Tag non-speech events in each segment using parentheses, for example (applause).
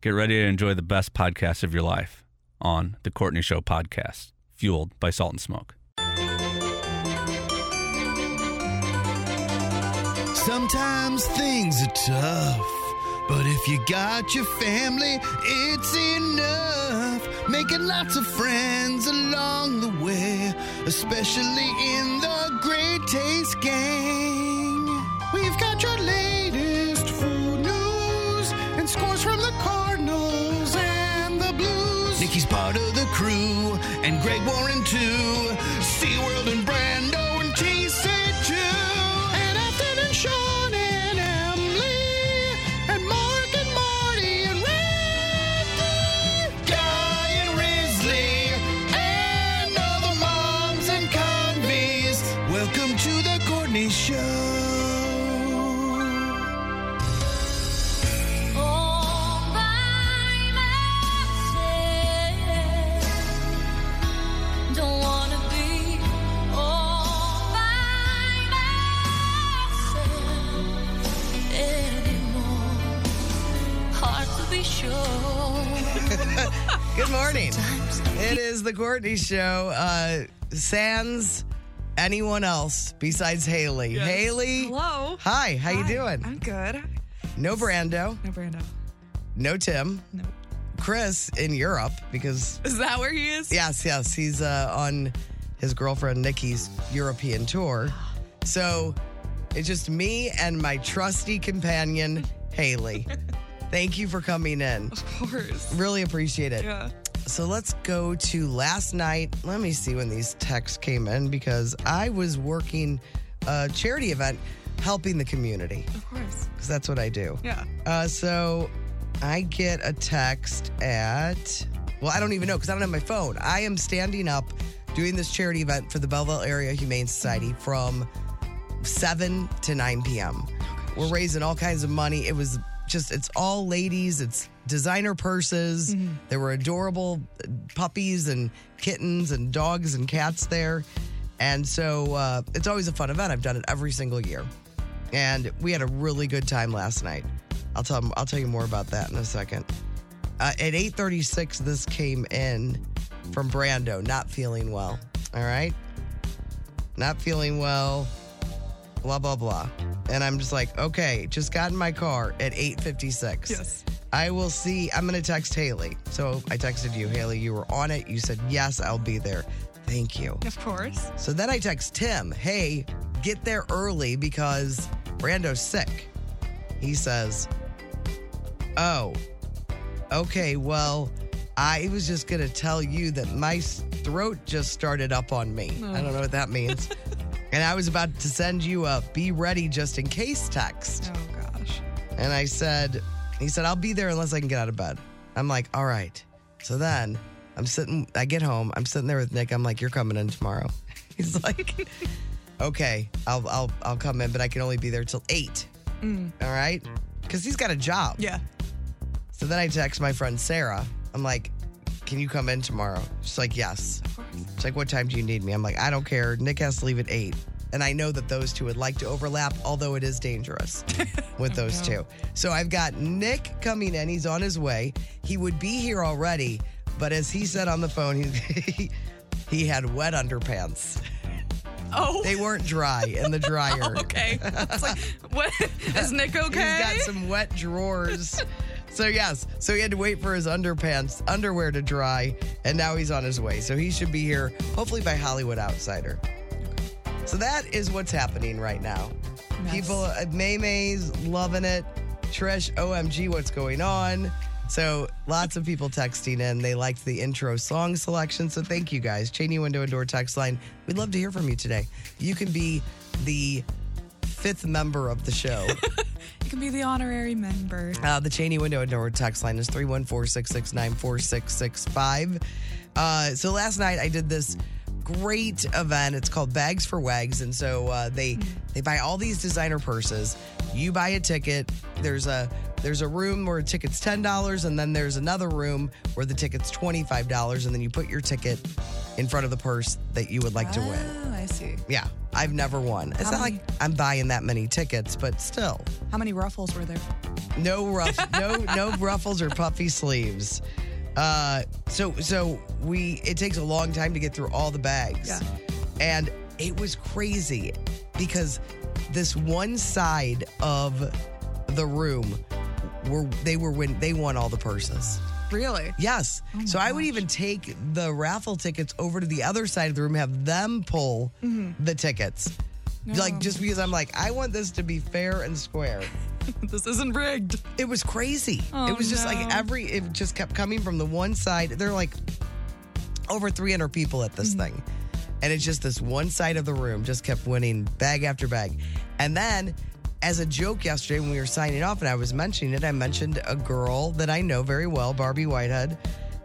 Get ready to enjoy the best podcast of your life on The Courtney Show Podcast, fueled by Salt and Smoke. Sometimes things are tough, but if you got your family, it's enough. Making lots of friends along the way, especially in the Great Taste Gang. We've got your latest food news and scores from the Cardinals and the Blues. Nikki's part of the crew, and Greg Warren too. SeaWorld and Brando and TC too. And Ethan and Sean and Emily. And Mark and Marty and Randy. Guy and Risley. And all the moms and convies. Welcome to the Courtney Show. All by myself. Don't wanna be all by myself anymore. Hard to be sure. (laughs) Good morning. It is the Courtney Show. Uh, sans anyone else besides Haley. Haley. Hello. Hi. How you doing? I'm good. No Brando. No, Brando. No Tim. No. Chris in Europe because Is that where he is? yes, yes, he's uh, on his girlfriend Nikki's European (gasps) tour. So it's just me and my trusty companion (laughs) Haley. Thank you for coming in. Of course. Really appreciate it. Yeah. So let's go to last night. Let me see when these texts came in because I was working a charity event helping the community Of course. because that's what I do. Yeah. Uh, so I get a text at, well, I don't even know because I don't have my phone. I am standing up doing this charity event for the Belleville Area Humane Society from 7 to 9 p.m. We're raising all kinds of money. It was just, it's all ladies, it's designer purses. There were adorable uh, puppies and kittens and dogs and cats there. And so uh, it's always a fun event. I've done it every single year and we had a really good time last night. I'll tell I'll tell you more about that in a second. Uh, at 8:36, this came in from Brando, not feeling well. All right, not feeling well. Blah blah blah, and I'm just like, okay, just got in my car at 8:56. Yes. I will see. I'm going to text Haley. So I texted you, Haley. You were on it. You said yes, I'll be there. Thank you. Of course. So then I text Tim, hey, get there early because Brando's sick. He says, oh, okay, well, I was just going to tell you that my s- throat just started up on me. I don't know what that means. and I was about to send you a be ready just in case text. Oh gosh. And I said, he said, I'll be there unless I can get out of bed. I'm like, all right. So then I'm sitting, I get home, I'm sitting there with Nick. I'm like, you're coming in tomorrow. (laughs) He's like, okay, I'll, I'll, I'll come in, but I can only be there till eight. Mm. All right. Cause he's got a job. Yeah. So then I text my friend Sarah. I'm like, can you come in tomorrow? She's like, yes. She's like, what time do you need me? I'm like, I don't care. Nick has to leave at eight. And I know that those two would like to overlap, although it is dangerous with those two. So I've got Nick coming in. He's on his way. He would be here already, but as he said on the phone, he, (laughs) he had wet underpants. Oh. They weren't dry in the dryer. (laughs) okay. It's like, what is Nick okay? (laughs) He's got some wet drawers. so yes, so he had to wait for his underpants, underwear to dry, and now he's on his way. So he should be here hopefully by Hollywood Outsider. So that is what's happening right now. People, uh, Maymay's loving it. Trish, OMG, what's going on? So lots of people texting in. They liked the intro song selection. So thank you guys. Cheney Window and Door text line. We'd love to hear from you today. You can be the fifth member of the show. you can be the honorary member. Uh, the Cheney window and door text line is 314 669 4665. Uh, So last night I did this great event. It's called Bags for Wags. And so uh, they they buy all these designer purses. You buy a ticket. There's a there's a room where a ticket's ten dollars, and then there's another room where the ticket's twenty five dollars, and then you put your ticket in front of the purse that you would like to win. Oh, I see. Yeah, I've never won. It's How not many- like I'm buying that many tickets, but still. How many ruffles were there? No ruff, no no ruffles or puffy sleeves. Uh, so so we it takes a long time to get through all the bags, Yeah. and it was crazy because this one side of the room were they were win they won all the purses. Really? Oh Yes. my so I would gosh. even take the raffle tickets over to the other side of the room, have them pull the tickets. Like Mm-hmm. No. just because I'm like, I want this to be fair and square. (laughs) This isn't rigged. It was crazy. Oh, it was just like no. every it just kept coming from the one side. There are like over 300 people at this Mm-hmm. thing. And it's just this one side of the room just kept winning bag after bag. And then as a joke yesterday when we were signing off and I was mentioning it, I mentioned a girl that I know very well, Barbie Whitehead,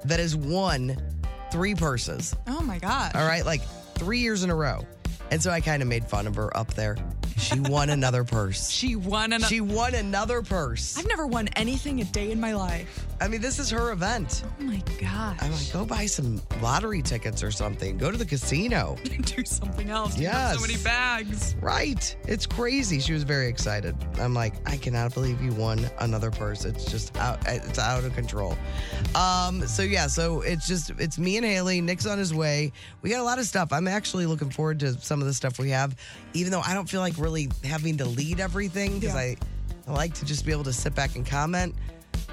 that has won three purses. Oh my gosh. All right, like 3 years in a row. And so I kind of made fun of her up there. She won another purse. (laughs) She won an. She won another purse. I've never won anything a day in my life. I mean, this is her event. Oh my gosh. (laughs) I'm like, go buy some lottery tickets or something. Go to the casino. do something else. You have Yes. So many bags. Right. It's crazy. She was very excited. I'm like, I cannot believe you won another purse. It's just out it's out of control. Um, so yeah, so it's just it's me and Haley. Nick's on his way. We got a lot of stuff. I'm actually looking forward to some of the stuff we have, even though I don't feel like really having to lead everything because Yeah. I, I like to just be able to sit back and comment.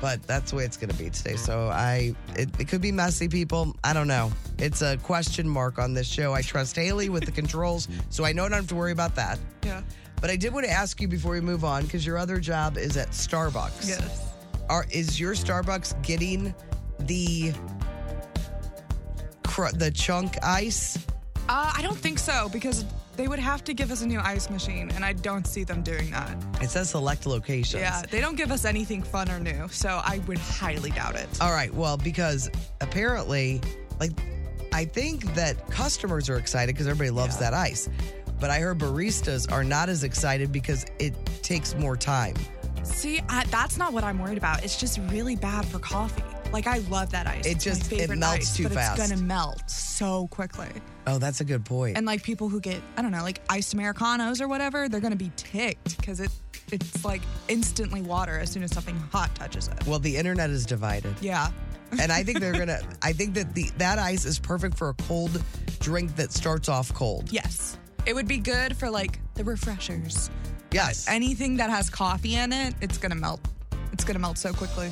But that's the way it's going to be today. So I, it, it could be messy, people. I don't know. It's a question mark on this show. I trust Haley (laughs) with the controls, so I know I don't have to worry about that. Yeah. But I did want to ask you before we move on, because your other job is at Starbucks. Yes. Are is your Starbucks getting the cr- the chunk ice? Uh, I don't think so because they would have to give us a new ice machine, and I don't see them doing that. It says select locations. Yeah, they don't give us anything fun or new, so I would highly doubt it. All right. Well, because apparently, like, I think that customers are excited because everybody loves that ice. But I heard baristas are not as excited because it takes more time. See, I, that's not what I'm worried about. It's just really bad for coffee. Like I love that ice. It It's my just- it favorite melts ice, too but fast. It's gonna melt so quickly. Oh, that's a good point. And like people who get I don't know like iced americanos or whatever, they're gonna be ticked because it it's like instantly water as soon as something hot touches it. well, the internet is divided. Yeah. (laughs) and I think they're gonna. I think that the that ice is perfect for a cold drink that starts off cold. Yes. It would be good for like the refreshers. Yes. Anything that has coffee in it, it's gonna melt. It's gonna melt so quickly.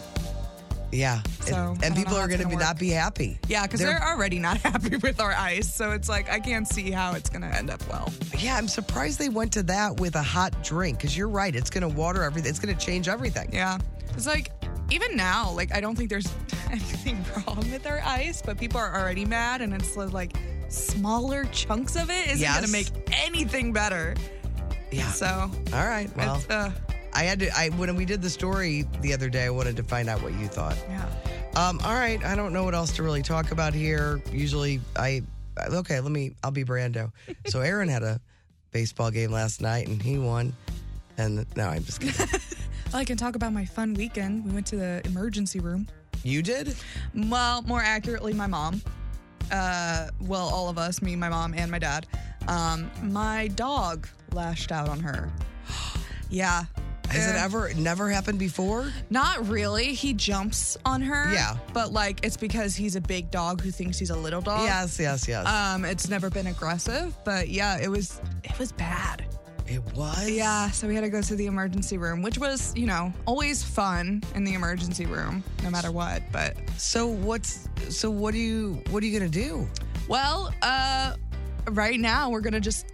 yeah. So, I and don't and people know how are it's gonna, gonna be, work. not be happy. Yeah, because They're- they're, already not (laughs) happy with our ice, so it's like I can't see how it's gonna end up well. Yeah, I'm surprised they went to that with a hot drink because you're right. It's gonna water everything. It's gonna change everything. Yeah, it's like even now, like I don't think there's (laughs) anything wrong with our ice, but people are already mad, and it's like smaller chunks of it isn't Yes. gonna make anything better. Yeah. So All right. Well, it's uh, I had to. I when we did the story the other day, I wanted to find out what you thought. yeah. Um, all right, I don't know what else to really talk about here. Usually, I okay. Let me. I'll be (laughs) Brando. So Aaron had a baseball game last night and he won. And no, I'm just kidding. Well, I can talk about my fun weekend. We went to the emergency room. (laughs) you did? Well, more accurately, my mom. Uh, well, all of us, me, my mom, and my dad. Um, my dog lashed out on her. (gasps) yeah. Has it Uh, ever never happened before? Not really. He jumps on her. Yeah. But like, it's because he's a big dog who thinks he's a little dog. yes, yes, yes. Um, it's never been aggressive, but yeah, it was it was bad. it was. Yeah, so we had to go to the emergency room, which was, you know, always fun in the emergency room, no matter what. But So what's so what do you what are you gonna do? Well, uh, right now we're gonna just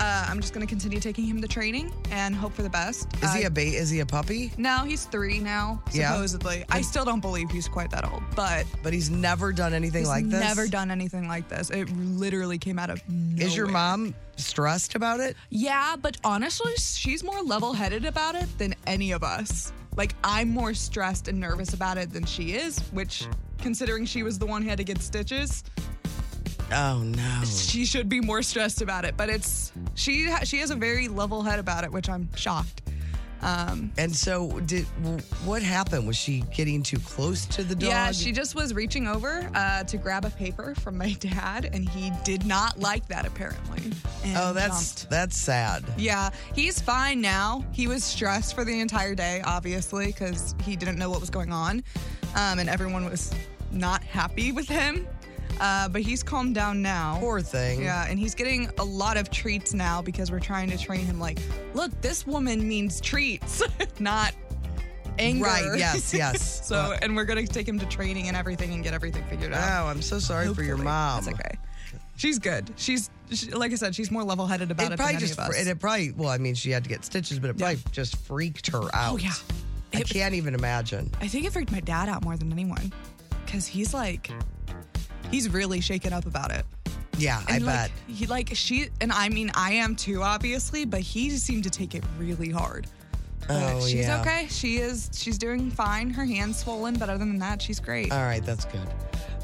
uh, i'm just gonna continue taking him to training and hope for the best Is he I- a ba- is he a puppy? no he's three now Yeah? supposedly i still don't believe he's quite that old but But he's never done anything he's like this. never done anything like this it literally came out of nowhere. Is your mom stressed about it? yeah but honestly she's more level-headed about it than any of us like i'm more stressed and nervous about it than she is which considering she was the one who had to get stitches Oh no. she should be more stressed about it but it's she ha- she has a very level head about it which i'm shocked um And so did w- what happened? Was she getting too close to the dog? yeah she just was reaching over uh to grab a paper from my (laughs) dad and he did not like that apparently and Oh, that's jumped. that's sad. yeah he's fine now he was stressed for the entire day obviously because he didn't know what was going on um and everyone was not happy with him uh but he's calmed down now Poor thing. Yeah, and he's getting a lot of treats now because we're trying to train him like, look, this woman means treats, (laughs) not anger. Right, (laughs) yes, yes. so, and we're going to take him to training and everything and get everything figured out. Oh, I'm so sorry for your Hopefully. mom. That's okay. She's good. She's, she, like I said, she's more level headed about it, It than probably any just of us. and it probably well, I mean, she had to get stitches, but it probably just freaked her out. oh, yeah. I It- can't even imagine. I think it freaked my dad out more than anyone because he's like, he's really shaken up about it. Yeah, I And, like, bet. he like she and I mean I am too obviously, but he just seemed to take it really hard. But Oh, she's yeah. okay. She is she's doing fine. Her hand's swollen, but other than that, she's great. All right, that's good.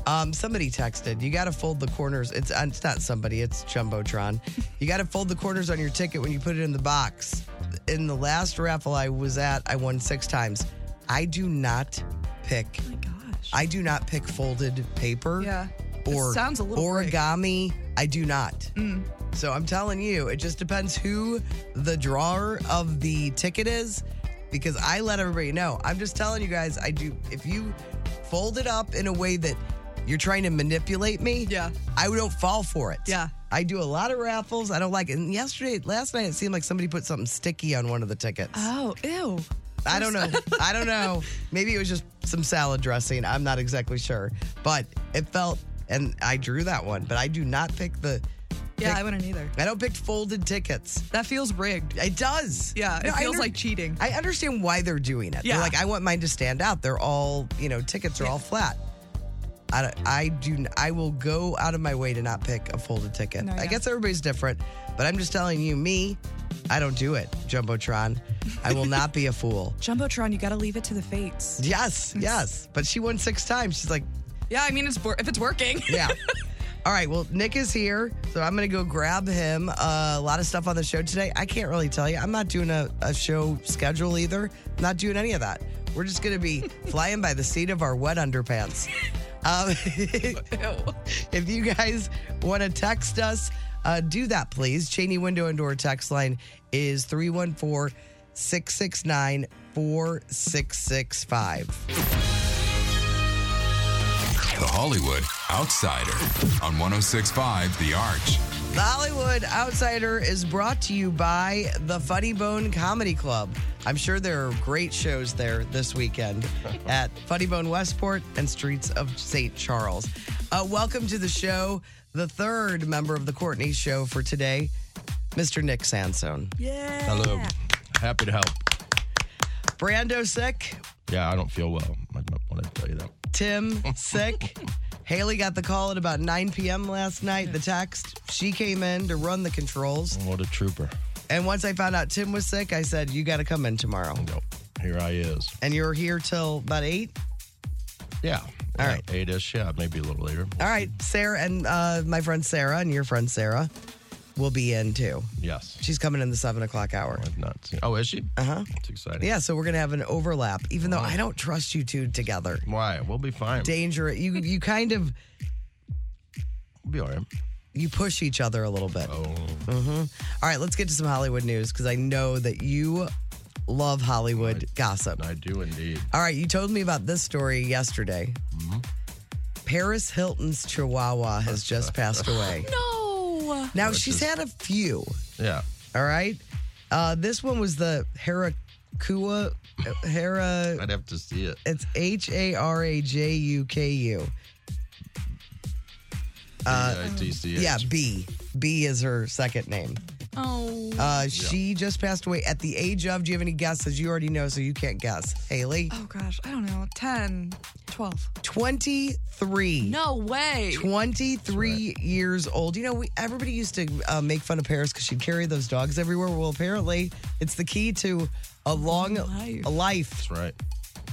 Um, somebody texted, you got to fold the corners. It's, uh, it's not somebody, it's Jumbotron. (laughs) you got to fold the corners on your ticket when you put it in the box. In the last raffle I was at, I won six times. I do not pick, oh my gosh. I do not pick folded paper yeah. This or sounds a little Mm. rigged. origami. I do not. So I'm telling you, it just depends who the drawer of the ticket is because I let everybody know. I'm just telling you guys, I do. If you fold it up in a way that you're trying to manipulate me, Yeah. I don't fall for it. Yeah. I do a lot of raffles. I don't like it. And yesterday, last night, it seemed like somebody put something sticky on one of the tickets. Oh, ew. I don't know. I don't know. Maybe it was just some salad dressing. I'm not exactly sure. But it felt, and I drew that one, but I do not pick the, Yeah, Pick- I wouldn't either. I don't pick folded tickets. That feels rigged. It does. Yeah, No, it I feels under- like cheating. I understand why they're doing it. Yeah. They're like, I want mine to stand out. They're all, you know, tickets are all flat. I, don't- I do. n- I will go out of my way to not pick a folded ticket. No, I yeah. guess everybody's different, but I'm just telling you, me, I don't do it. Jumbotron, I will not be a (laughs) fool. Jumbotron, you got to leave it to the fates. Yes, (laughs) yes. But she won six times. She's like, Yeah, I mean it's wor- if it's working. yeah. All right. Well, Nick is here, so I'm going to go grab him. Uh, a lot of stuff on the show today. I can't really tell you. I'm not doing a, a show schedule either. not doing any of that. We're just going to be flying by the seat of our wet underpants. Um, Ew. if you guys want to text us, uh, do that, please. Cheney Window and Door text line is 314 669 4665. The Hollywood Outsider on 1065 The Arch. The Hollywood Outsider is brought to you by the Funny Bone Comedy Club. I'm sure there are great shows there this weekend at Funny Bone Westport and Streets of St. Charles. Uh, welcome to the show, the third member of the Courtney Show for today, Mr. Nick Sansone. Hello. Happy to help. Brando sick, Yeah, I don't feel well. I don't want to tell you that. (laughs) Tim sick. Haley got the call at about 9 p.m. last night, the text. She came in to run the controls. Oh, What a trooper. And once I found out Tim was sick, I said, You got to come in tomorrow. Nope. Here I is. and you were here till about eight. Yeah. All yeah, right. Eight-ish. Yeah, maybe a little later. All right, Sarah and uh, my friend Sarah and your friend Sarah will be in too. Yes. She's coming in the seven o'clock hour. I've not seen. Oh, is she? Uh Uh-huh. huh. It's exciting. Yeah, so we're gonna have an overlap, even though I don't trust you two together. Why? We'll be fine. Danger. You you kind of We'll be all right. Oh. you push each other a little bit. Mm-hmm. All right, let's get to some Hollywood news because I know that you love Hollywood gossip. I do indeed. All right, you told me about this story yesterday. Paris Hilton's Chihuahua has just (laughs) passed away. No. Now she's had a few. Yeah. All right. Uh, this one was the Harakua Hara. I'd have to see it. It's H A R A J U K U. Uh, Yeah, B. B is her second name. (laughs) Oh. Uh, She just passed away at the age of. Do you have any guesses? You already know, so you can't guess. Haley, Oh gosh, I don't know. 10, 12. 23. No way. 23 years old. You know, we, everybody used to uh, make fun of Paris because she'd carry those dogs everywhere. Well, apparently, it's the key to a long Life. life. life. That's right.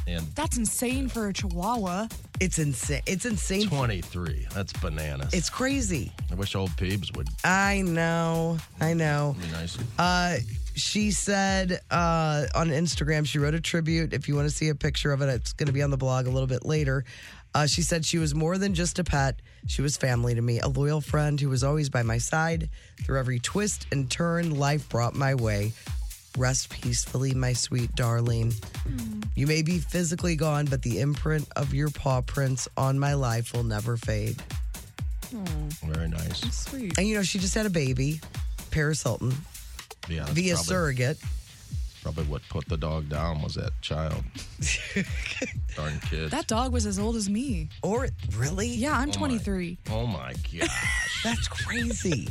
And That's insane for a chihuahua. It's insane. It's insane. 23. That's bananas. It's crazy. I wish old Peebs would I know. I know. be nice. Uh, she said uh, on Instagram, she wrote a tribute. If you want to see a picture of it, it's going to be on the blog a little bit later. Uh, she said she was more than just a pet. She was family to me, a loyal friend who was always by my side through every twist and turn life brought my way. Rest peacefully, my sweet darling. You may be physically gone, but the imprint of your paw prints on my life will never fade. Very nice. Sweet. And you know, she just had a baby, Paris Hilton, Yeah, that's via probably, surrogate. Probably what put the dog down was that (laughs) child. Darn kid. That dog was as old as me. Or really? Yeah, I'm 23. oh my gosh. (laughs) That's crazy.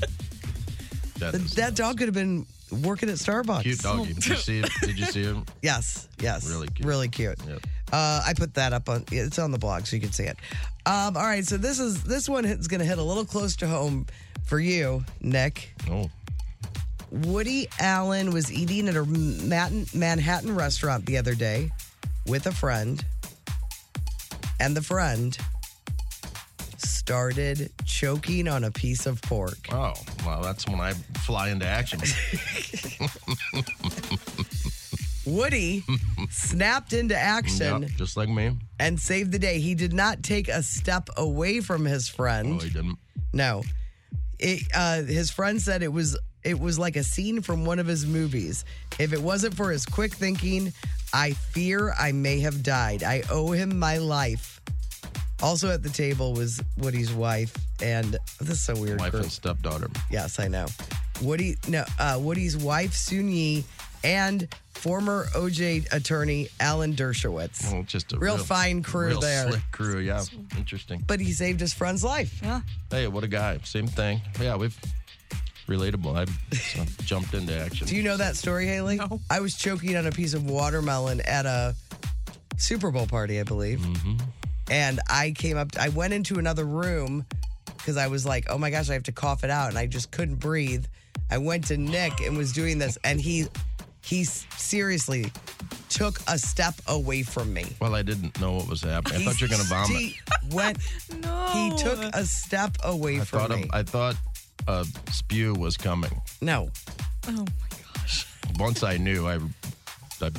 That Th- is that dog could have been working at Starbucks. cute doggy. Did you see him? Did you see him? (laughs) Yes, yes. Really cute. Really cute. Yep. Uh, I put that up on. It's on the blog, so you can see it. Um, all right, so this is this one is going to hit a little close to home for you, Nick. Oh. Woody Allen was eating at a Manhattan, Manhattan restaurant the other day with a friend, and the friend started choking on a piece of pork. Oh, well, that's when I fly into action. (laughs) Woody snapped into action. Yep, just like me. and saved the day. He did not take a step away from his Oh, friend. he didn't. No, it, uh, his friend said it was it was like a scene from one of his movies. If it wasn't for his quick thinking, I fear I may have died. I owe him my life. Also at the table was Woody's wife, and this is a weird. Wife group. and stepdaughter. Yes, I know. Woody, no, uh, Woody's wife Soon Yi and former OJ attorney Alan Dershowitz. Well, Oh, just a Real fine crew real there. Slick crew, yeah. Interesting. but he saved his friend's life. Yeah. Hey, what a guy. Same thing. Yeah, we've relatable. I so jumped into action. Do you know that story, Haley? No. I was choking on a piece of watermelon at a Super Bowl party, I believe. And I came up, I went into another room because I was like, oh my gosh, I have to cough it out. And I just couldn't breathe. I went to Nick and was doing this, and he, he s- seriously took a step away from me. Well, I didn't know what was happening. I thought you were going to vomit. He went, No. he took a step away I from thought me. a, I thought a spew was coming. no. Oh my gosh. Once I knew, I, I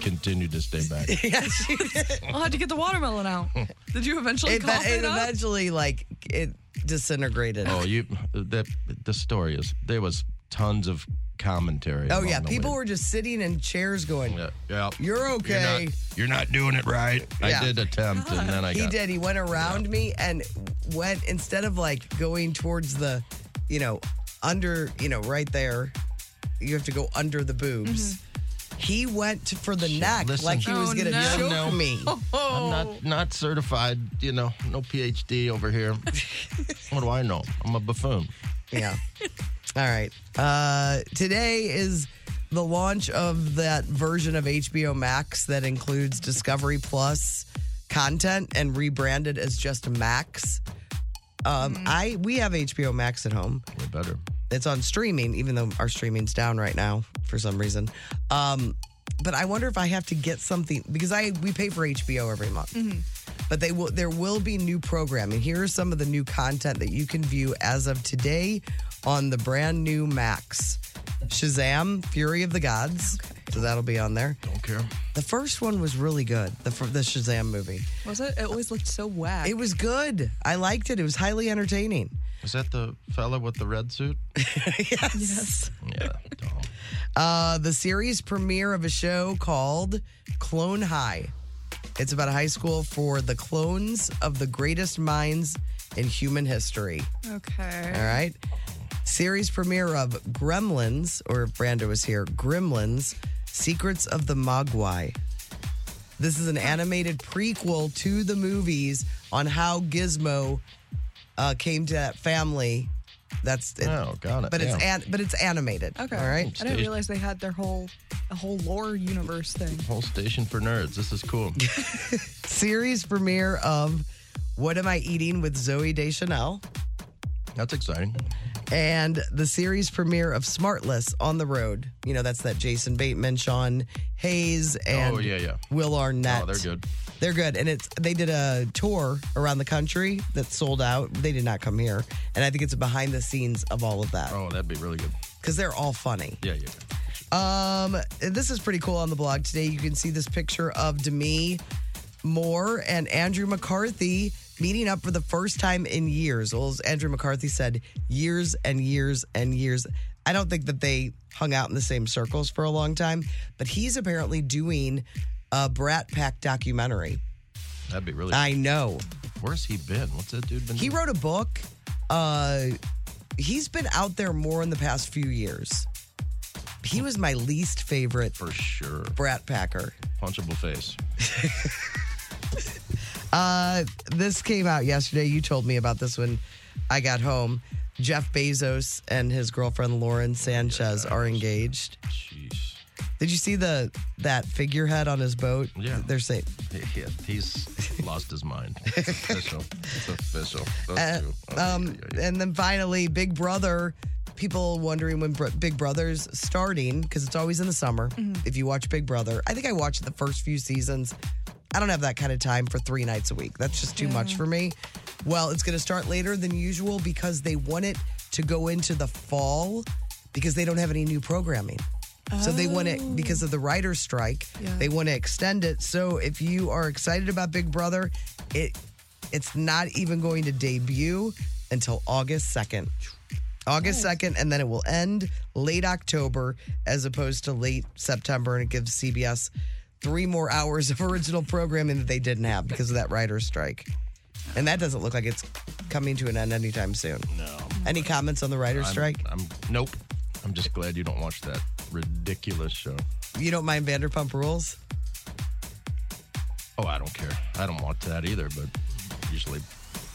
continued to stay (laughs) back. Yes, (laughs) you did. I'll have to get the watermelon out. Did you eventually it, cough it, it (laughs) up? eventually like it disintegrated. Oh, you that the story is there was tons of commentary. Oh along yeah, the people way. were just sitting in chairs going. Yeah, yeah. You're okay. not- You're not, doing it right. Yeah. I did attempt, and then I He got. did. He went around me and went instead of like going towards the, you know, under, you know, right there. You have to go under the boobs. He went to- for the neck Mm-hmm. listen. like he was Oh, gonna no. choke No. (laughs) me. Oh. I'm not not certified. You know, no PhD over here. what do I know? I'm a buffoon. Yeah. All right. Uh, today is the launch of that version of HBO Max that includes Discovery Plus content and rebranded as just Max. Um, I we have HBO Max at home. Way better. It's on streaming, even though our streaming's down right now for some reason. Um, but I wonder if I have to get something because I we pay for HBO every month. But they will there will be new programming. Here are some of the new content that you can view as of today on the brand new Max. Shazam, Fury of the Gods. So that'll be on there. Don't care. The first one was really good. The fir- the Shazam movie. Was it? It always looked so whack. It was good. I liked it. It was highly entertaining. Is that the fella with the red suit? (laughs) yes. Yeah. dumb. Uh, the series premiere of a show called Clone High. It's about a high school for the clones of the greatest minds in human history. okay. All right. Series premiere of Gremlins, or if Brando was here, Gremlins, Secrets of the Mogwai. This is an animated prequel to the movies on how Gizmo uh, came to that family That's it. Oh, got it. But it's yeah. an, but it's animated. Okay. All right. I didn't realize they had their whole a whole lore universe thing. whole station for nerds. This is cool. Series premiere of What Am I Eating with Zoe Deschanel That's exciting. and the series premiere of Smartless on the Road. You know, that's that Jason Bateman, Sean Hayes, and Oh, yeah, yeah. Will Arnett. Oh, they're good. They're good, and it's they did a tour around the country that sold out. They did not come here, and I think it's a behind the scenes of all of that Oh, that'd be really good. because they're all funny. Yeah, yeah. Um, this is pretty cool on the blog today. You can see this picture of Demi Moore and Andrew McCarthy meeting up for the first time in years. Well, as Andrew McCarthy said, years and years and years. I don't think that they hung out in the same circles for a long time, but he's apparently doing a Brat Pack documentary. That'd be really. I know. Where's he been? What's that dude been? He doing? wrote a book. Uh, he's been out there more in the past few years. He was my least favorite for sure. Brat (laughs) Packer. Punchable face. Uh, this came out yesterday. You told me about this when I got home. Jeff Bezos and his girlfriend Lauren Sanchez are engaged. Jeez. Did you see the that figurehead on his boat? Yeah. They're saying (laughs) Yeah, he's lost his mind. It's official. It's official. Those two. Oh, um, yeah, yeah, yeah. and then finally Big Brother. People wondering when Br- Big Brother's starting because it's always in the summer. If you watch Big Brother, I think I watched the first few seasons. I don't have that kind of time for three nights a week. That's just too much for me. Well, it's going to start later than usual because they want it to go into the fall because they don't have any new programming. So they want it because of the writer's strike. Yeah. They want to extend it. So if you are excited about Big Brother, it it's not even going to debut until August 2nd. August 2nd, and then it will end late October as opposed to late September. And it gives CBS three more hours of original programming that they didn't have because of that writer's strike. And that doesn't look like it's coming to an end anytime soon. No. Any comments on the writer's strike? I'm nope. I'm just glad you don't watch that ridiculous show. You don't mind Vanderpump Rules? Oh, I don't care. I don't watch that either. But usually,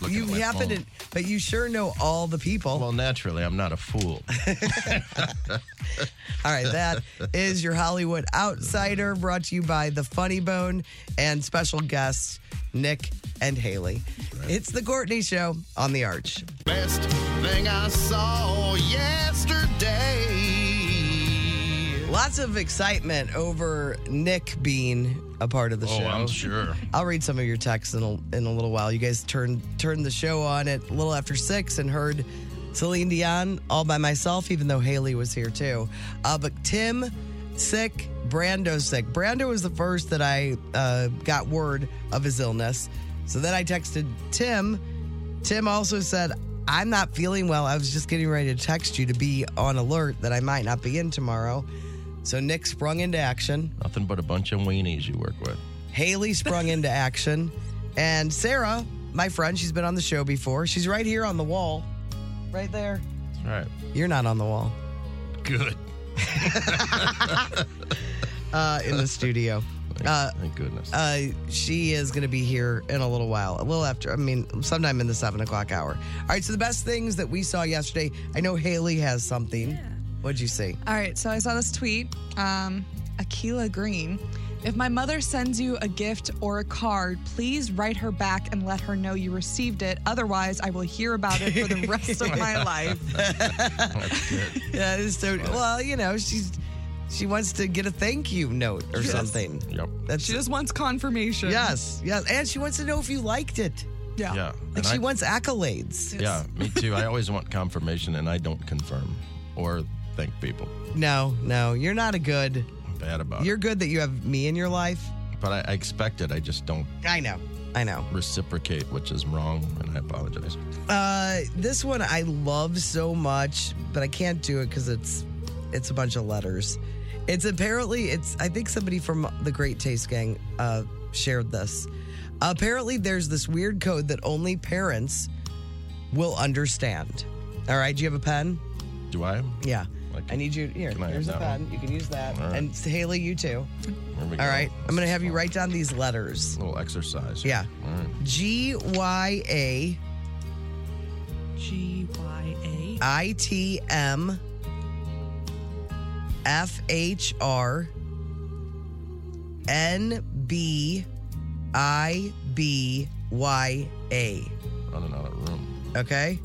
look You at my happen phone. to, but you sure know all the people. Well, naturally, I'm not (laughs) a fool. (laughs) All right, that is your Hollywood Outsider brought to you by The Funny Bone and special guests Nick and Haley. It's The Courtney Show on The Arch. Best thing I saw yesterday. Lots of excitement over Nick being a part of the oh, show. I'm sure. I'll read some of your texts in a, in a little while. You guys turned turned the show on at a little after six and heard Celine Dion all by myself, even though Haley was here too. Uh, but Tim sick, Brando sick. Brando was the first that I uh, got word of his illness. So then I texted Tim. Tim also said, "I'm not feeling well. I was just getting ready to text you to be on alert that I might not be in tomorrow." So Nick sprung into action. Nothing but a bunch of weenies you work with. Haley sprung into action. And Sarah, my friend, she's been on the show before. She's right here on the wall. Right there. All right. You're not on the wall. (laughs) Good. Uh, in the studio. Thank, Uh, thank goodness. Uh, she is going to be here in a little while, a little after, I mean, sometime in the seven o'clock hour. All right, so the best things that we saw yesterday, I know Haley has something. What'd you see? All right, so I saw this tweet. Um, Akila Green. If my mother sends you a gift or a card, please write her back and let her know you received it. Otherwise, I will hear about it for the rest (laughs) of (laughs) my life. That's good. (laughs) Yeah, it's so, well, you know, she's she wants to get a thank you note or something. Yep. That's She just wants confirmation. yes, yes, and she wants to know if you liked it. Yeah. Yeah. Like and she I- wants accolades. Yeah, me too. I always want confirmation, and I don't confirm or thank people. No, no, you're not a good. I'm bad about You're good that you have me in your life. it. But I, I expect it. I just don't I know. I know. reciprocate, which is wrong, and I apologize. Uh, this one I love so much, but I can't do it because it's it's a bunch of letters. It's apparently it's I think somebody from the Great Taste Gang uh, shared this. Apparently, there's this weird code that only parents will understand. All right, do you have a pen? Do I? Yeah. Like- I need you here. Can I have Here's a that pen. one? You can use that. All right. And Haley, you too. Here we go. All right. I'm gonna have you write down these letters. little exercise. Yeah. All right. G Y A G Y A. ITM FHR NBIBYA. Running out of room. Okay?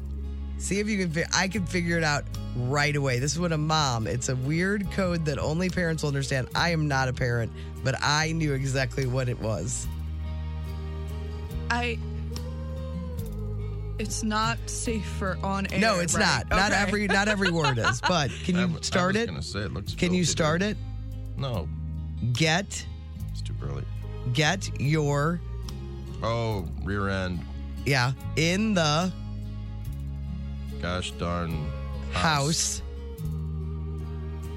See if you can fi- I can figure it out right away. This is what a mom. It's a weird code that only parents will understand. I am not a parent, but I knew exactly what it was. I. It's not safe for on air. no, it's right? not. Not Okay. every not every word is. But can I you w- I start was it? gonna say, it looks Can you filthy, start dude. it? No, Get it's too early. get your Oh, rear end. yeah in the Gosh darn. house,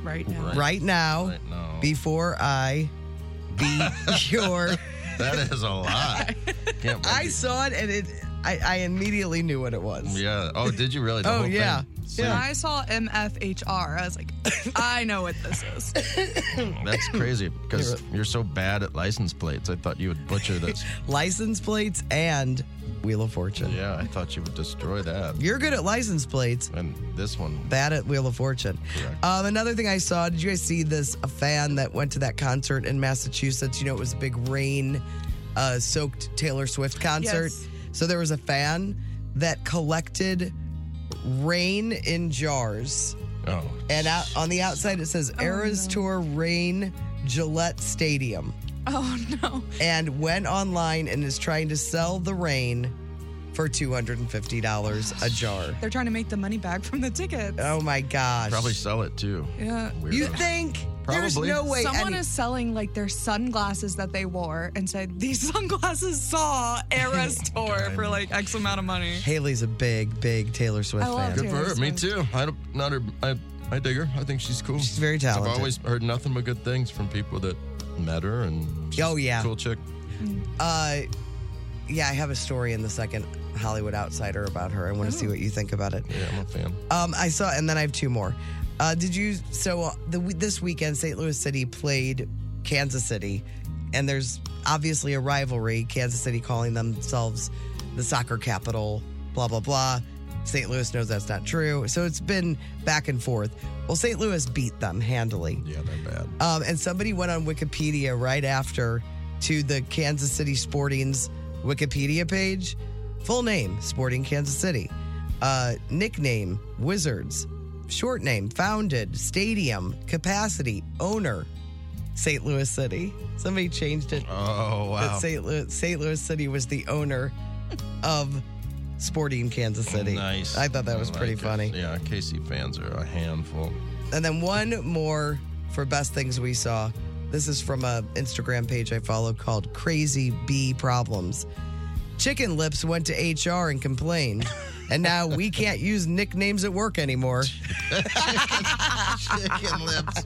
right now. Right. right now Right now. before I (laughs) be your. That (laughs) is (laughs) a lot. Can't believe I you- saw it and it. I, I immediately knew what it was. Yeah. Oh, did you really? The Oh, whole thing? yeah. (laughs) See, When I saw MFHR, I was like, I know what this (laughs) is. (coughs) That's crazy because you're so bad at license plates. I thought you would butcher this. (laughs) License plates and Wheel of Fortune. yeah, I thought you would destroy that. You're good at license plates. And this one, Bad at Wheel of Fortune. Correct. Um, another thing I saw, did you guys see this? A fan that went to that concert in Massachusetts. You know, it was a big rain uh, soaked Taylor Swift concert. Yes. So there was a fan that collected rain in jars. oh, And out, on the outside, it says Eras Tour Rain Gillette Stadium. Oh no. and went online and is trying to sell the rain for $250 a jar. They're trying to make the money back from the tickets. Oh my gosh. probably sell it too. Yeah. Weird. You think? There's Probably. no way. Someone any- is selling like their sunglasses that they wore and said these sunglasses saw (laughs) Eras (laughs) tour for like X amount of money. Haley's a big, big Taylor Swift I love fan. Good for her. Taylor Me Swift. too. I don't, not her. I, I dig her. I think she's cool. She's very I've talented. always heard nothing but good things from people that met her and. she's Oh, a yeah. Cool chick. Mm. Uh, yeah, I have a story in the second Hollywood Outsider about her. I want to Oh. see what you think about it. Yeah, I'm a fan. Um, I saw, and then I have two more. Uh, did you? So uh, the we- this weekend, St. Louis City played Kansas City, and there's obviously a rivalry. Kansas City calling themselves the soccer capital, blah blah blah. St. Louis knows that's not true, so it's been back and forth. Well, St. Louis beat them handily. Yeah, they're bad. Um, and somebody went on Wikipedia right after to the Kansas City Sporting's Wikipedia page. Full name, Sporting Kansas City. Uh, nickname, Wizards. Short name, founded. Stadium, capacity, owner, St. Louis City. Somebody changed it. Oh wow. That St. Louis, St. Louis City was the owner of Sporting Kansas City. Oh, Nice. I thought that was like pretty it. funny. Yeah, KC fans are a handful. And then one more for best things we saw. This is from a Instagram page I follow called Crazy Bee Problems. Chicken Lips went to HR and complained, and now we can't use nicknames at work (laughs) anymore. Chicken lips.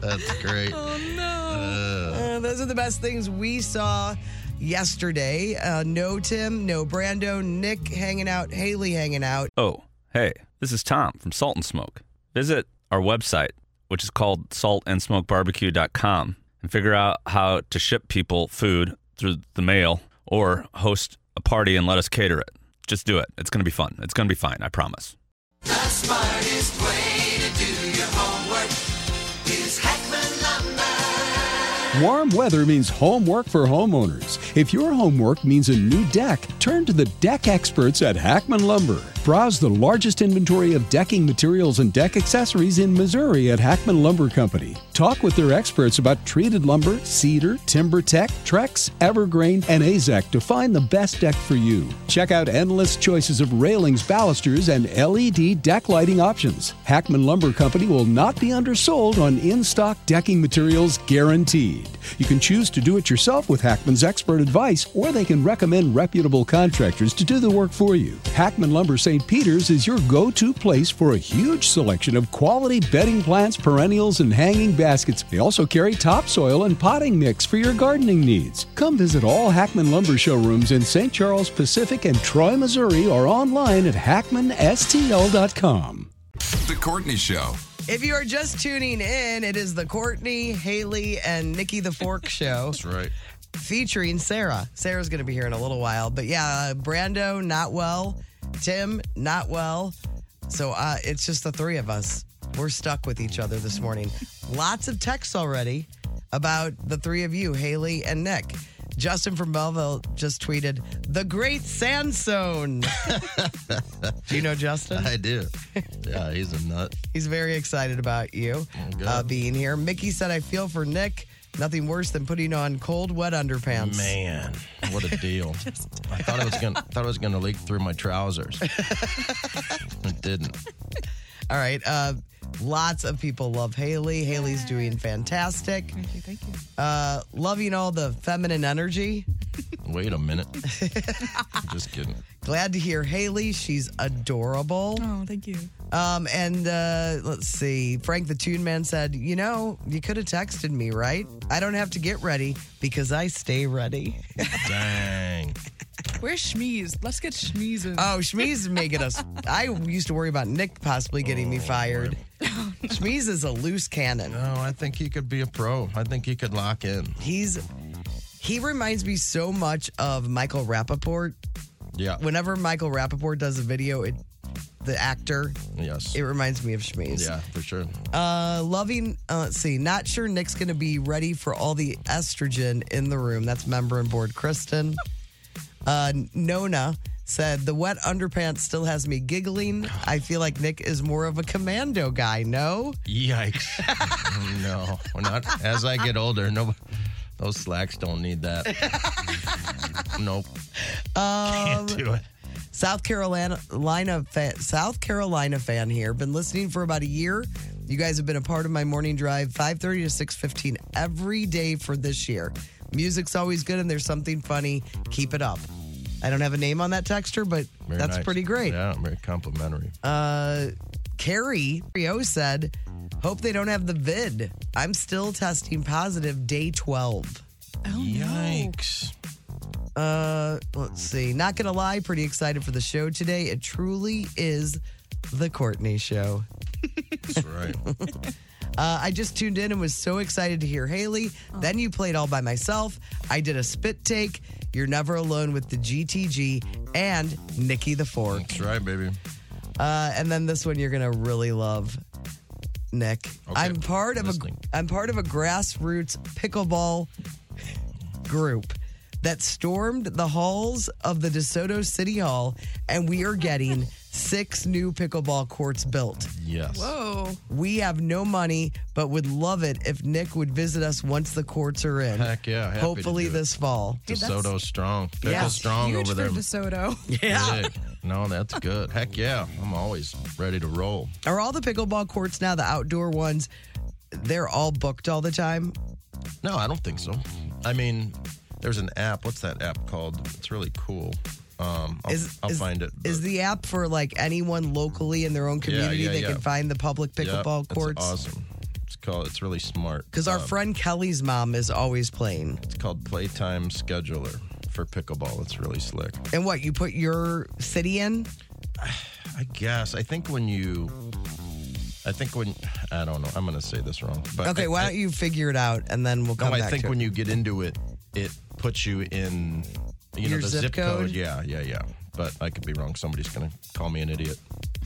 That's great. Oh no. Uh, Uh, those are the best things we saw yesterday. Uh, no Tim, no Brando, Nick hanging out, Haley hanging out. Oh, hey, this is Tom from Salt and Smoke. Visit our website, which is called saltandsmokebarbecue.com, and figure out how to ship people food through the mail or host a party and let us cater it. Just do it. It's going to be fun. It's going to be fine. I promise. The smartest way to do your homework is Heckman Lumber. Warm weather means homework for homeowners. If your homework means a new deck, turn to the deck experts at Hackman Lumber. Browse the largest inventory of decking materials and deck accessories in Missouri at Hackman Lumber Company. Talk with their experts about treated lumber, cedar, timber tech, Trex, Evergreen, and Azek to find the best deck for you. Check out endless choices of railings, balusters, and LED deck lighting options. Hackman Lumber Company will not be undersold on in stock decking materials guaranteed. You can choose to do it yourself with Hackman's expert advice, or they can recommend reputable contractors to do the work for you. Hackman Lumber St. Peter's is your go to place for a huge selection of quality bedding plants, perennials, and hanging baskets. They also carry topsoil and potting mix for your gardening needs. Come visit all Hackman Lumber showrooms in St. Charles, Pacific, and Troy, Missouri, or online at hackmanstl.com. The Courtney Show. If you are just tuning in, it is the Courtney, Haley, and Nikki the (laughs) Fork show. that's right. featuring Sarah. Sarah's going to be here in a little while. But yeah, uh, Brando, not well. Tim, not well. So uh, it's just the three of us. We're stuck with each other this morning. Lots of texts already about the three of you, Haley and Nick. Justin from Belleville just tweeted, The Great (laughs) Sandstone. Do you know Justin? I do. Yeah, he's a nut. (laughs) He's very excited about you good. uh, being here. Mickey said, I feel for Nick. Nothing worse than putting on cold, wet underpants. Man, what a deal! I thought it was gonna thought it was gonna leak through my trousers. it didn't. All right. Uh, lots of people love Haley. Haley's doing fantastic. Thank you, thank you. Uh, loving all the feminine energy. (laughs) Wait a minute. Just kidding. Glad to hear Haley. She's adorable. Oh, thank you. Um, and uh, let's see. Frank the Tune Man said, You know, you could have texted me, right? I don't have to get ready because I stay ready. (laughs) Dang. Where's Schmeez? Let's get Schmeez in. Oh, Schmeez is making (laughs) us. I used to worry about Nick possibly getting Oh, me (laughs) fired. Schmeez is a loose cannon. No, Oh, I think he could be a pro. I think he could lock in. He's he reminds me so much of Michael Rappaport. Yeah. Whenever Michael Rappaport does a video, it the actor, yes. it reminds me of Schmeez. yeah, for sure. Uh, loving, uh, let's see, not sure Nick's going to be ready for all the estrogen in the room. That's member and board Kristen. Uh, Nona said, The wet underpants still has me giggling. I feel like Nick is more of a commando guy, no? Yikes. (laughs) no, we're not. As I get older, no, those slacks don't need that. nope. Can't do it. Um, South Carolina Lina fan, South Carolina fan here. Been listening for about a year. You guys have been a part of my morning drive, 5:30 to 6:15 every day for this year. Music's always good and there's something funny. Keep it up. I don't have a name on that texter, but Very that's nice. pretty great. Yeah, very complimentary. Uh, Carrie Rio said, "Hope they don't have the vid. I'm still testing positive day 12." Oh, Yikes. Uh, let's see. Not gonna lie, pretty excited for the show today. It truly is the Courtney Show. (laughs) That's right. Uh, I just tuned in and was so excited to hear Haley. Then you played all by myself. I did a spit take. You're never alone with the GTG and Nikki the Fork. That's right, baby. Uh, and then this one you're gonna really love, Nick. Okay, I'm part of listening. a I'm part of a grassroots pickleball group that stormed the halls of the DeSoto City Hall, and we are getting (laughs) six new pickleball courts built. Yes. Whoa. We have no money, but would love it if Nick would visit us once the courts are in. Heck yeah, happy to Hopefully do it. this fall. Hey, that's DeSoto strong. Pickle Yeah. strong Huge over there. for (laughs) DeSoto. Big. No, that's good. Heck yeah. I'm always ready to roll. Are all the pickleball courts now the outdoor ones? They're all booked all the time. No, I don't think so. I mean, there's an app. What's that app called? It's really cool. Um, I'll, Is, I'll is- find it. is but- the app for like anyone locally in their own community? yeah, they yeah. can find the public Yep, pickleball it's courts. awesome. It's called. It's really smart. Because our Uh, friend Kelly's mom is always playing. it's called Playtime Scheduler for pickleball. It's really slick. And what you put your city in? I guess. I think when you. I think when I don't know. I'm gonna say this wrong. But Okay, I- why I- don't you figure it out and then we'll come No, I back think to when it. you get into it, it puts you in, you know, Your the zip zip, code? code. Yeah, yeah, yeah. But I could be wrong. Somebody's gonna call me an idiot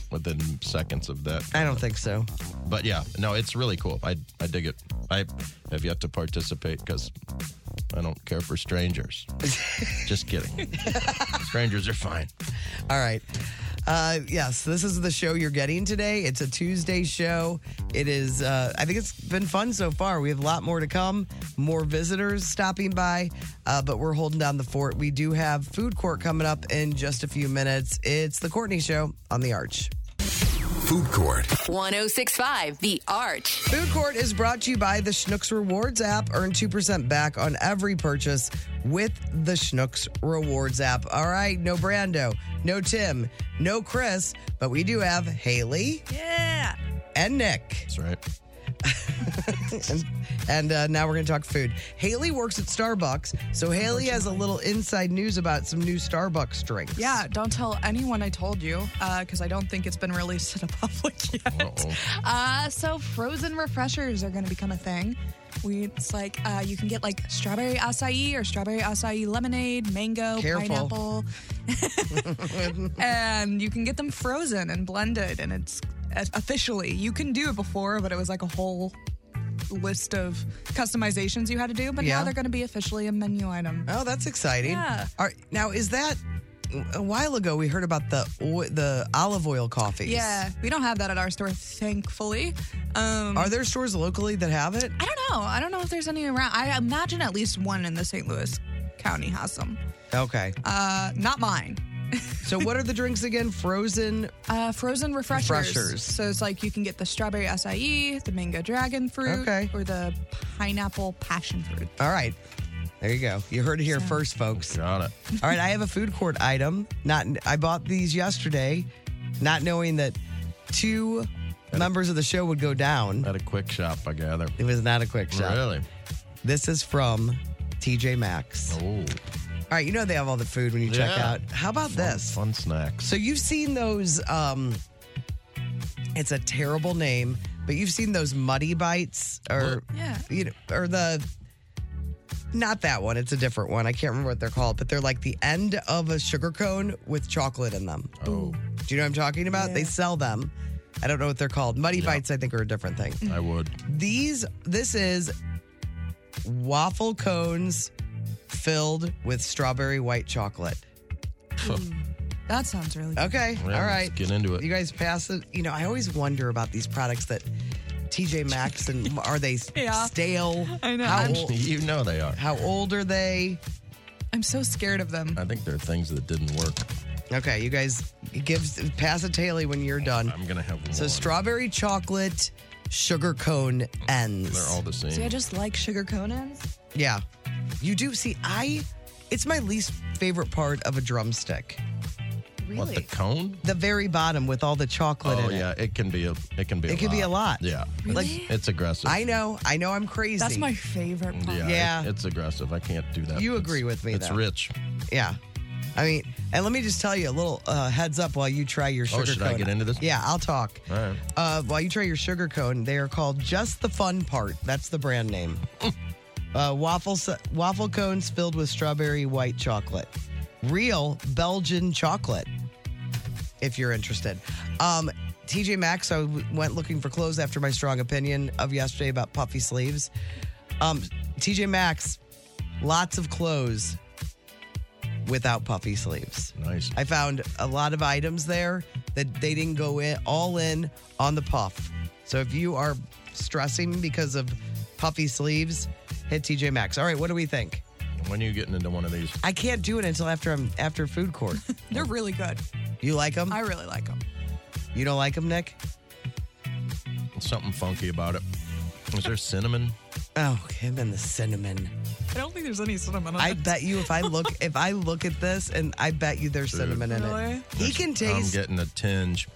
within seconds of that. I don't think so. (laughs) But yeah, no, it's really cool. I I dig it. I have yet to participate because I don't care for strangers. Just kidding. (laughs) strangers are fine. All right. Uh, yes, this is the show you're getting today. It's a Tuesday show. It is, uh, I think it's been fun so far. We have a lot more to come, more visitors stopping by, uh, but we're holding down the fort. We do have food court coming up in just a few minutes. It's The Courtney Show on The Arch. Food Court. 1065 The Arch. Food Court is brought to you by the Schnooks Rewards app. Earn 2% back on every purchase with the Schnooks Rewards app. All right, no Brando, no Tim, no Chris, but we do have Haley. Yeah. And Nick. That's right. (laughs) And, and uh, now we're going to talk food. Haley works at Starbucks, so Haley has a little inside news about some new Starbucks drinks. Yeah, don't tell anyone I told you because I don't think it's been (laughs) released to the public yet. Uh-oh. Uh, so, frozen refreshers are going to become a thing. We it's like uh, you can get like strawberry acai or strawberry acai lemonade, mango, Careful. pineapple, (laughs) and you can get them frozen and blended. And it's uh, officially you can do it before, but it was like a whole list of customizations you had to do. But Yeah. now they're going to be officially a menu item. Oh, that's exciting. Yeah. All right, now is that a while ago we heard about the o- the olive oil coffees? Yeah, we don't have that at our store, thankfully. Um, Are there stores locally that have it? I don't know. I don't know if there's any around. I imagine at least one in the St. Louis County has some. Okay. Uh, not mine. (laughs) So what are the drinks again? Frozen. Uh, frozen refreshers. Refreshers. So it's like you can get the strawberry acai, the mango dragon fruit, Okay. or the pineapple passion fruit. All right. There you go. You heard it here first, folks. Got it. All right, I have a food court item. Not I bought these yesterday, not knowing that two members of the show would go down. At a quick shop, I gather. It was not a quick shot. Really? This is from TJ Maxx. Oh. All right, you know they have all the food when you check Yeah. out. How about this? Fun snacks. So you've seen those um it's a terrible name, but you've seen those muddy bites or Yeah. you know or the not that one, it's a different one. I can't remember what they're called, but they're like the end of a sugar cone with chocolate in them. Oh, Do you know what I'm talking about? They sell them. I don't know what they're called. Muddy bites I think are a different thing. I would. These this is waffle cones filled with strawberry white chocolate. Mm. That sounds really (laughs) good. Okay. Yeah, all let's right. get into it. You guys pass it. You know, I always wonder about these products that TJ Maxx (laughs) and are they Yeah. stale? I know. How I'm- (laughs) old, You know they are. how old are they? I'm so scared of them. I think there are things that didn't work. Okay, you guys give pass it Taylor when you're done. I'm gonna have one. So strawberry chocolate sugar cone ends. They're all the same. See, I just like sugar cone ends. yeah. You do see I it's my least favorite part of a drumstick. What the cone? The very bottom with all the chocolate Oh in it. yeah, it can be a. It can be. It a can lot. be a lot. Yeah. Really? It's, it's aggressive. I know. I know I'm crazy. That's my favorite part. Yeah. it- Yeah. it's aggressive. I can't do that. You It's- agree with me, It's though. rich. Yeah. I mean, and let me just tell you a little uh, heads up while you try your Oh, sugar should I cone. get into this? Yeah, I'll talk. All right. Uh, while you try your sugar cone, they are called Just the Fun Part. That's the brand name. (laughs) uh, waffle s- waffle cones filled with strawberry white chocolate, real Belgian chocolate. If you're interested, um, TJ Maxx. I w- went looking for clothes after my strong opinion of yesterday about puffy sleeves. Um, TJ Maxx, lots of clothes without puffy sleeves. Nice. I found a lot of items there that they didn't go in all in on the puff. So if you are stressing because of puffy sleeves, hit TJ Maxx. All right, what do we think? When are you getting into one of these? I can't do it until after I'm after food court. (laughs) They're really good. You like them? I really like them. You don't like them, Nick? Something funky about it. Is there cinnamon? Oh, him and the cinnamon. I don't think there's any cinnamon. on I it. bet you if I (laughs) look if I look at this and I bet you there's cinnamon in Really? it. He can I'm taste. getting (laughs) a tinge.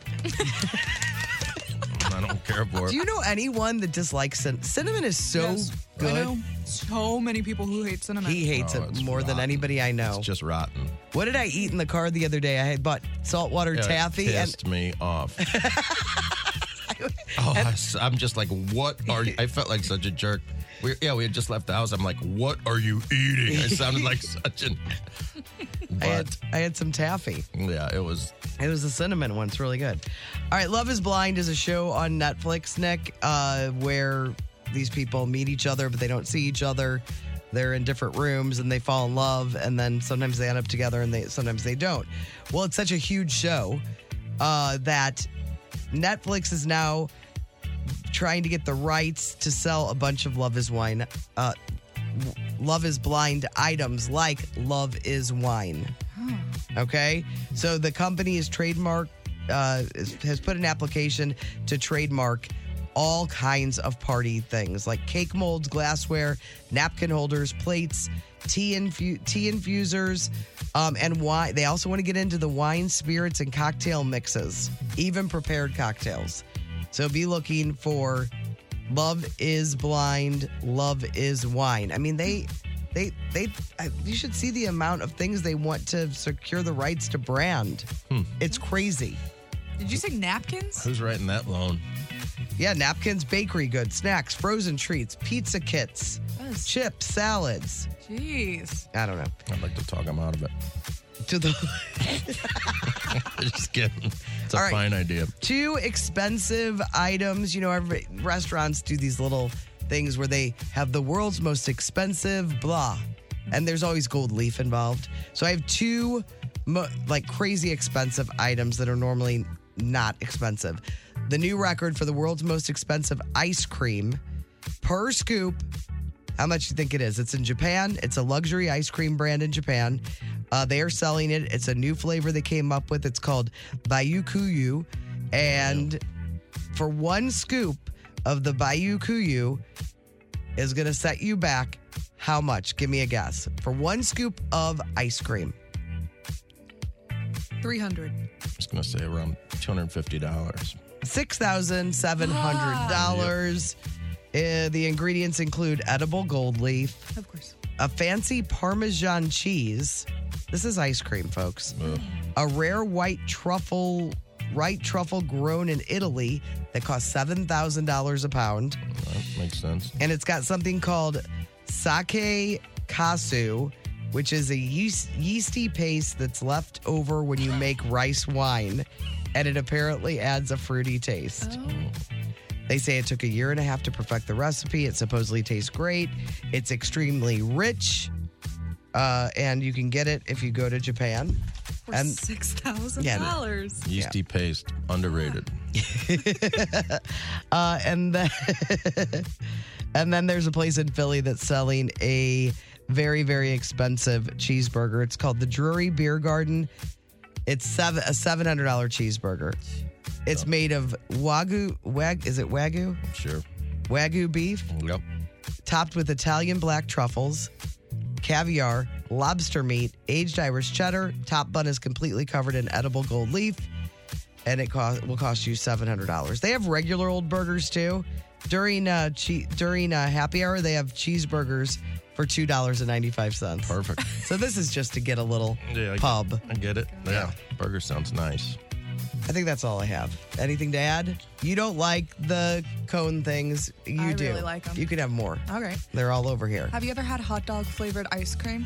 I don't care for it. Do you know anyone that dislikes cinnamon? Cinnamon is so Yes. I good. know so many people who hate cinnamon. He hates Oh, it it's more than rotten. anybody I know. it's just rotten. What did I eat in the car the other day? I had bought saltwater It taffy and pissed me (laughs) off. oh, I s- I'm just like, what are you? I felt like such a jerk. We, yeah, we had just left the house. I'm like, what are you eating? I (laughs) sounded like such an. I had, But I had some taffy. yeah, it was. It was the cinnamon one. It's really good. All right, Love is Blind is a show on Netflix, Nick, uh, where these people meet each other, but they don't see each other. They're in different rooms and they fall in love, and then sometimes they end up together and they sometimes they don't. Well, it's such a huge show uh, that Netflix is now trying to get the rights to sell a bunch of Love is Wine, uh, Love is Blind items like Love is Wine. Okay. So the company is trademark, uh, is- has put an application to trademark all kinds of party things like cake molds, glassware, napkin holders, plates, tea, infu- tea infusers, um, and wine. They also want to get into the wine, spirits, and cocktail mixes, even prepared cocktails. So be looking for Love is blind, love is wine. I mean, they, they, they. I, you should see the amount of things they want to secure the rights to brand. It's crazy. Did you say napkins? Who's writing that loan? Yeah, napkins, bakery goods, snacks, frozen treats, pizza kits, chips, salads. Jeez. I don't know. I'd like to talk him out of it. (laughs) To the Just kidding. It's a All right. fine idea. two expensive items. You know, every, restaurants do these little things where they have the world's most expensive blah, and there's always gold leaf involved. So I have two mo- like crazy expensive items that are normally not expensive. The new record for the world's most expensive ice cream per scoop. How much do you think it is? It's in Japan. It's a luxury ice cream brand in Japan. Uh, they are selling it. It's a new flavor they came up with. It's called Bayukuyu. And for one scoop of the Bayukuyu is going to set you back how much? Give me a guess. For one scoop of ice cream. 300. I'm just going to say around $250. six thousand seven hundred dollars. Uh, the ingredients include edible gold leaf, of course, a fancy Parmesan cheese. This is ice cream, folks. A rare white truffle, white truffle grown in Italy that costs seven thousand dollars a pound, That makes sense. and it's got something called sake kasu. Which is a yeast, yeasty paste that's left over when you make rice wine, and it apparently adds a fruity taste. They say it took a year and a half to perfect the recipe. It supposedly tastes great. It's extremely rich, uh, and you can get it if you go to Japan. For And $6,000. Yeasty paste, underrated. uh, and then (laughs) and then there's a place in Philly that's selling a very very expensive cheeseburger. It's called the Drury Beer Garden. It's seven, a seven hundred dollar cheeseburger. It's made of wagyu wag is it wagyu Sure. wagyu beef Yep. topped with Italian black truffles, caviar, lobster meat, aged Irish cheddar. Top bun is completely covered in edible gold leaf, and it cost, will cost you seven hundred dollars. They have regular old burgers too. During uh, che- during uh, happy hour, they have cheeseburgers for two dollars and ninety five cents. Perfect. (laughs) So this is just to get a little Yeah, I pub. Get, I get it. Yeah. Burger sounds nice. I think that's all I have. Anything to add? You don't like the cone things. You I do. really like 'em. You could have more. All right. They're all over here. Have you ever had hot dog flavored ice cream?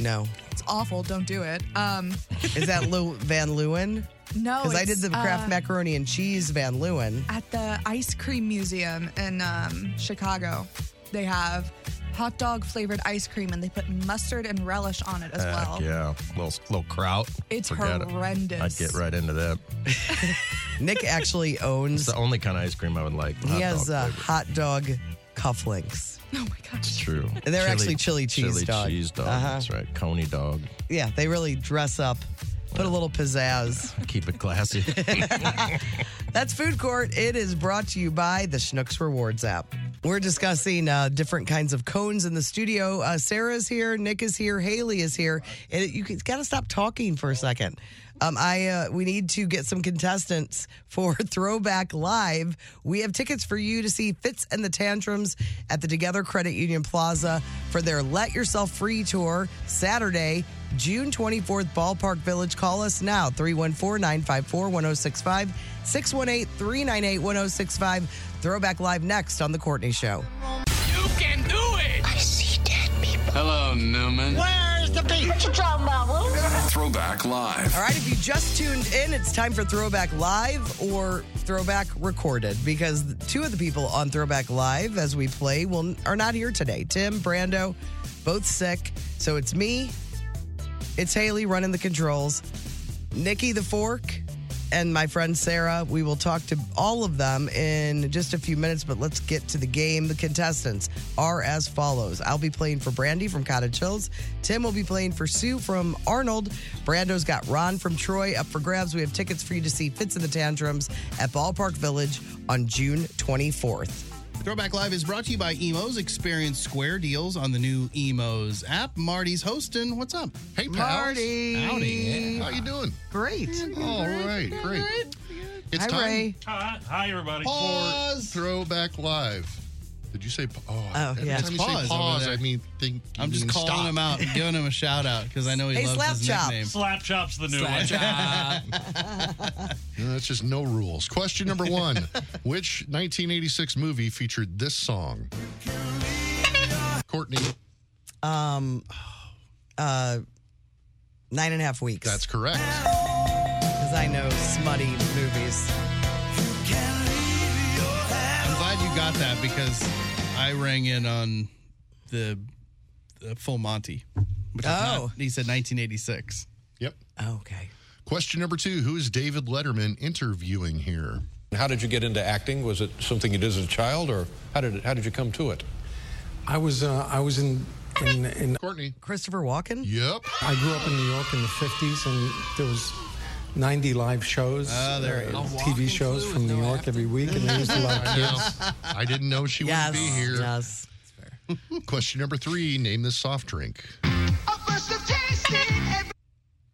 No. It's awful. Don't do it. Um, Is that Lou Van Leeuwen? no. Because I did it's, the Kraft uh, macaroni and cheese Van Leeuwen. at the ice cream museum in um, Chicago. They have hot dog flavored ice cream and they put mustard and relish on it as Heck well. yeah. Little, little kraut. It's Forget horrendous. It. I'd get right into that. Nick actually It's owns. the only kind of ice cream I would like. He Hot has dog uh, flavor. hot dog cufflinks. Oh my gosh. It's true. And they're actually chili cheese chili dog. cheese dog. Uh-huh. That's right. Coney dog. Yeah, they really dress up, put a little pizzazz. Keep (laughs) it classy. That's Food Court. It is brought to you by the Schnooks Rewards app. We're discussing uh, different kinds of cones in the studio. Uh, Sarah's here, Nick is here, Haley is here, and it, you got to stop talking for a second. Um, I uh, we need to get some contestants for (laughs) Throwback Live. We have tickets for you to see Fitz and the Tantrums at the Together Credit Union Plaza for their Let Yourself Free tour Saturday, June 24th, Ballpark Village. Call us now, 314 954 1065, 618 398 1065. Throwback Live next on The Courtney Show. You can do it. I see dead people. Hello, Newman. Where's the beach? What you talking about, Throwback (laughs) Live. All right, if you just tuned in, it's time for Throwback Live or Throwback Recorded because two of the people on Throwback Live as we play will are not here today. Tim, Brando, both sick. So it's me, it's Haley running the controls, Nikki the Fork, and my friend Sarah. We will talk to all of them in just a few minutes, but let's get to the game. The contestants are as follows I'll be playing for Brandy from Cottage Hills. Tim will be playing for Sue from Arnold. Brando's got Ron from Troy up for grabs. We have tickets for you to see Fits in the Tantrums at Ballpark Village on June 24th. Throwback Live is brought to you by Emos. Experience square deals on the new Emos app. Marty's hosting. What's up? Hey, pals. Marty. Howdy. How you doing? Great. All right, great. It's Hi, time Ray. Hi, hi, everybody. Pause. for Throwback Live. Did you say? pa- Oh, Oh, every yeah. time you It's pause say over pause, there. I mean think. you I'm just mean calling stop. him out and giving him a shout out because I know he Hey, loves his Slapchop. nickname. Slapchop's the new one. (laughs) No, that's just no rules. Question number one: (laughs) Which 1986 movie featured this song? Courtney. Um, uh, nine and a half weeks. That's correct. Because I know smutty movies. I'm glad you got that because I rang in on the, the Full Monty. Which is not- Oh. he said 1986. Yep. Oh, okay. Question number two: Who is David Letterman interviewing here? How did you get into acting? Was it something you did as a child, or how did it, how did you come to it? I was uh, I was in in, in Courtney Christopher Walken. Yep. I grew up in New York in the '50s, and there was 90 live shows, Ah, there it is. uh, TV shows from New York every week, and they used to love I, kids. know. I didn't know she Yes, would be here. Yes. Question number three: Name this soft drink.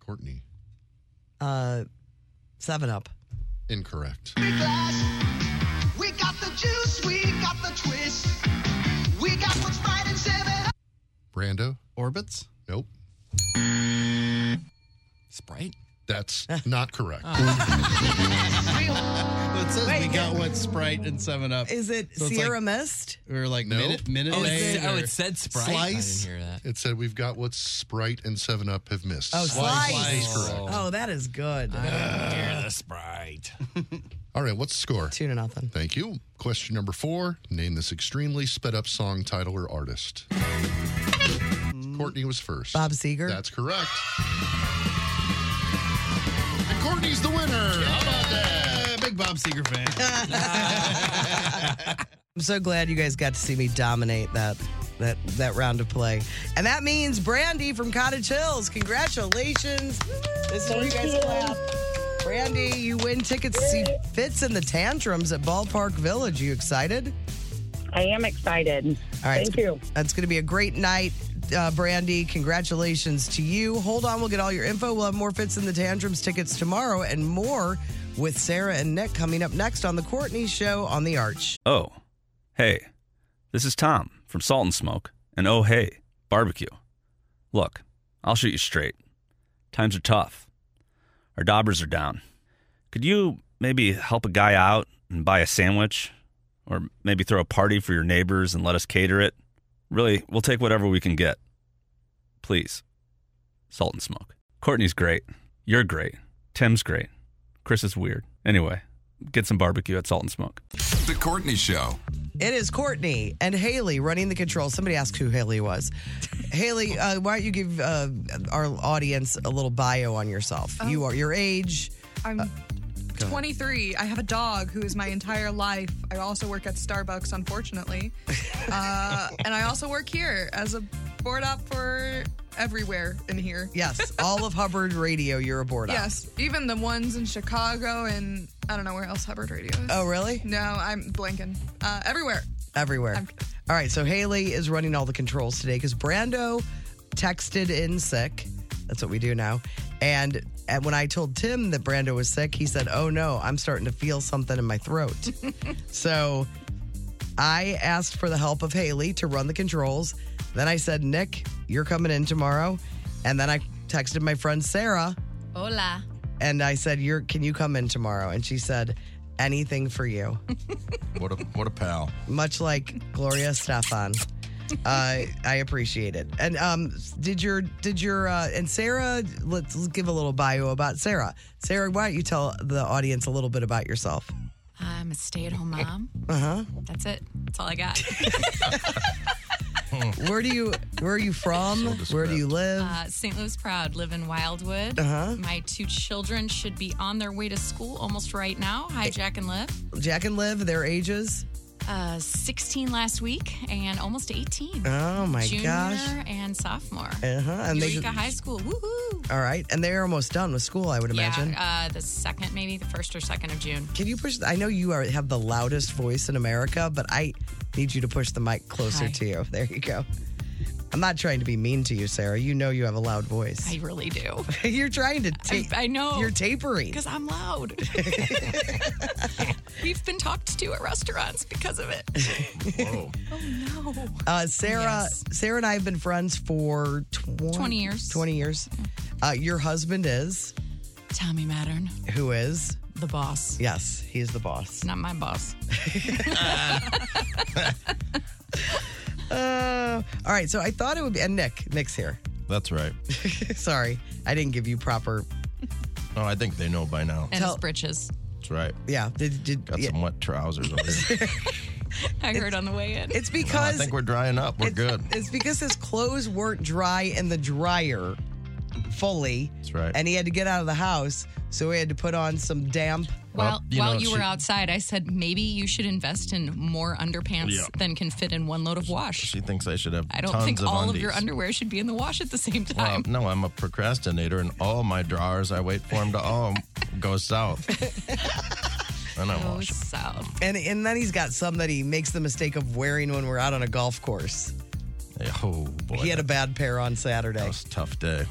Courtney. Uh, Seven Up. Incorrect. We got the juice, we got the twist. We got what's right in seven. Brando. Orbits. Nope. Sprite. That's (laughs) not correct. Oh. Well, it says we got what Sprite and Seven Up. Is it So it's Sierra like- Mist? Or like minute, minute Oh, Maid or Slice. It said we've got what Sprite and Seven Up have missed. Oh, Slice. is correct. Oh, that is good. hear Uh, the Sprite. (laughs) All right, what's the score? Two to nothing. Thank you. Question number four: Name this extremely sped up song title or artist. Courtney was first. Bob Mm. Seger. That's correct. And Courtney's the winner. How about that? Big Bob Seger fan. (laughs) I'm so glad you guys got to see me dominate that that that round of play. And that means Brandy from Cottage Hills. Congratulations. This is where you guys clap. Brandy, you win tickets to see Fits in the Tantrums at Ballpark Village. You excited? I am excited. All right. Thank you. That's going to be a great night, uh, Brandy. Congratulations to you. Hold on. We'll get all your info. We'll have more Fits in the Tantrums tickets tomorrow and more with Sarah and Nick coming up next on The Courtney Show on The Arch. Oh, hey, this is Tom from Salt and Smoke, and oh, hey, barbecue. Look, I'll shoot you straight. Times are tough. Our daubers are down. Could you maybe help a guy out and buy a sandwich? Or maybe throw a party for your neighbors and let us cater it? Really, we'll take whatever we can get. Please. Salt and Smoke. Courtney's great. You're great. Tim's great. Chris is weird. Anyway, get some barbecue at Salt and Smoke. The Courtney Show. It is Courtney and Haley running the controls. Somebody asked who Haley was. (laughs) Haley, uh, why don't you give uh, our audience a little bio on yourself? Um, You are your age. I'm Uh, go ahead. 23. I have a dog who is my entire life. I also work at Starbucks, (laughs) unfortunately. uh, and I also work here as a board op for everywhere in here. Yes, all of Hubbard Radio. You're aboard. on. Yes, even the ones in Chicago and I don't know where else Hubbard Radio is. Oh, really? No, I'm blanking. Uh, everywhere. everywhere. all right, so Haley is running all the controls today because Brando texted in sick. That's what we do now. And, and when I told Tim that Brando was sick, he said, "Oh no, I'm starting to feel something in my throat." so I asked for the help of Haley to run the controls. Then I said, "Nick, you're coming in tomorrow." And then I texted my friend Sarah Hola. and I said, "You're can you come in tomorrow?" And she said, "Anything for you." (laughs) What a what a pal. much like Gloria Stefan. Uh, I appreciate it. And um, did your did your uh, and Sarah? Let's, let's give a little bio about Sarah. Sarah, why don't you tell the audience a little bit about yourself? I'm a stay-at-home mom. Uh (laughs) huh. That's it. That's all I (laughs) got. Where do you Where are you from? where do you live? Uh, St. Louis proud. Live in Wildwood. Uh-huh. My two children should be on their way to school almost right now. Eh. Hi, Jack and Liv. Jack and Liv, their ages. Uh, 16 last week and almost 18. Oh, my Junior gosh. and sophomore. Uh-huh, and they- Eureka High School. Woohoo! All right, and they're almost done with school. I would imagine. Yeah, uh, the second, maybe the first or second of June. Can you push? I know you are have the loudest voice in America, but I need you to push the mic closer Hi. to you. There you go. I'm not trying to be mean to you, Sarah. You know you have a loud voice. I really do. You're (laughs) trying to tape. I know. You're tapering. Because I'm (laughs) loud. We've been talked to at restaurants because of it. Oh, no. (laughs) Uh, Sarah, Sarah and I have been friends for 20, 20 years. 20 years. Uh, your husband is Tommy Mattern. who is the boss. Yes, he is the boss. Not my boss. (laughs) Uh, all right, so I thought it would be and Nick. Nick's here. That's right. Sorry, I didn't give you proper. Oh, I think they know by now. And his britches. That's right. Yeah. Got some wet trousers (laughs) over there. I heard on the way in. It's No, I think we're drying up. We're good. It's because his clothes weren't dry in the dryer fully. That's right. And he had to get out of the house, so he had to put on some damp. While, while you were outside, I said maybe you should invest in more underpants Yeah. than can fit in one load of wash. She thinks I should have I don't tons think of all undies. of your underwear should be in the wash at the same Well, time. no, I'm a procrastinator, and all my drawers, I wait for them to all go (laughs) south. and I wash 'em. And and then he's got some that he makes the mistake of wearing when we're out on a golf course. Oh boy, he had a bad pair on Saturday. That was (laughs) tough day.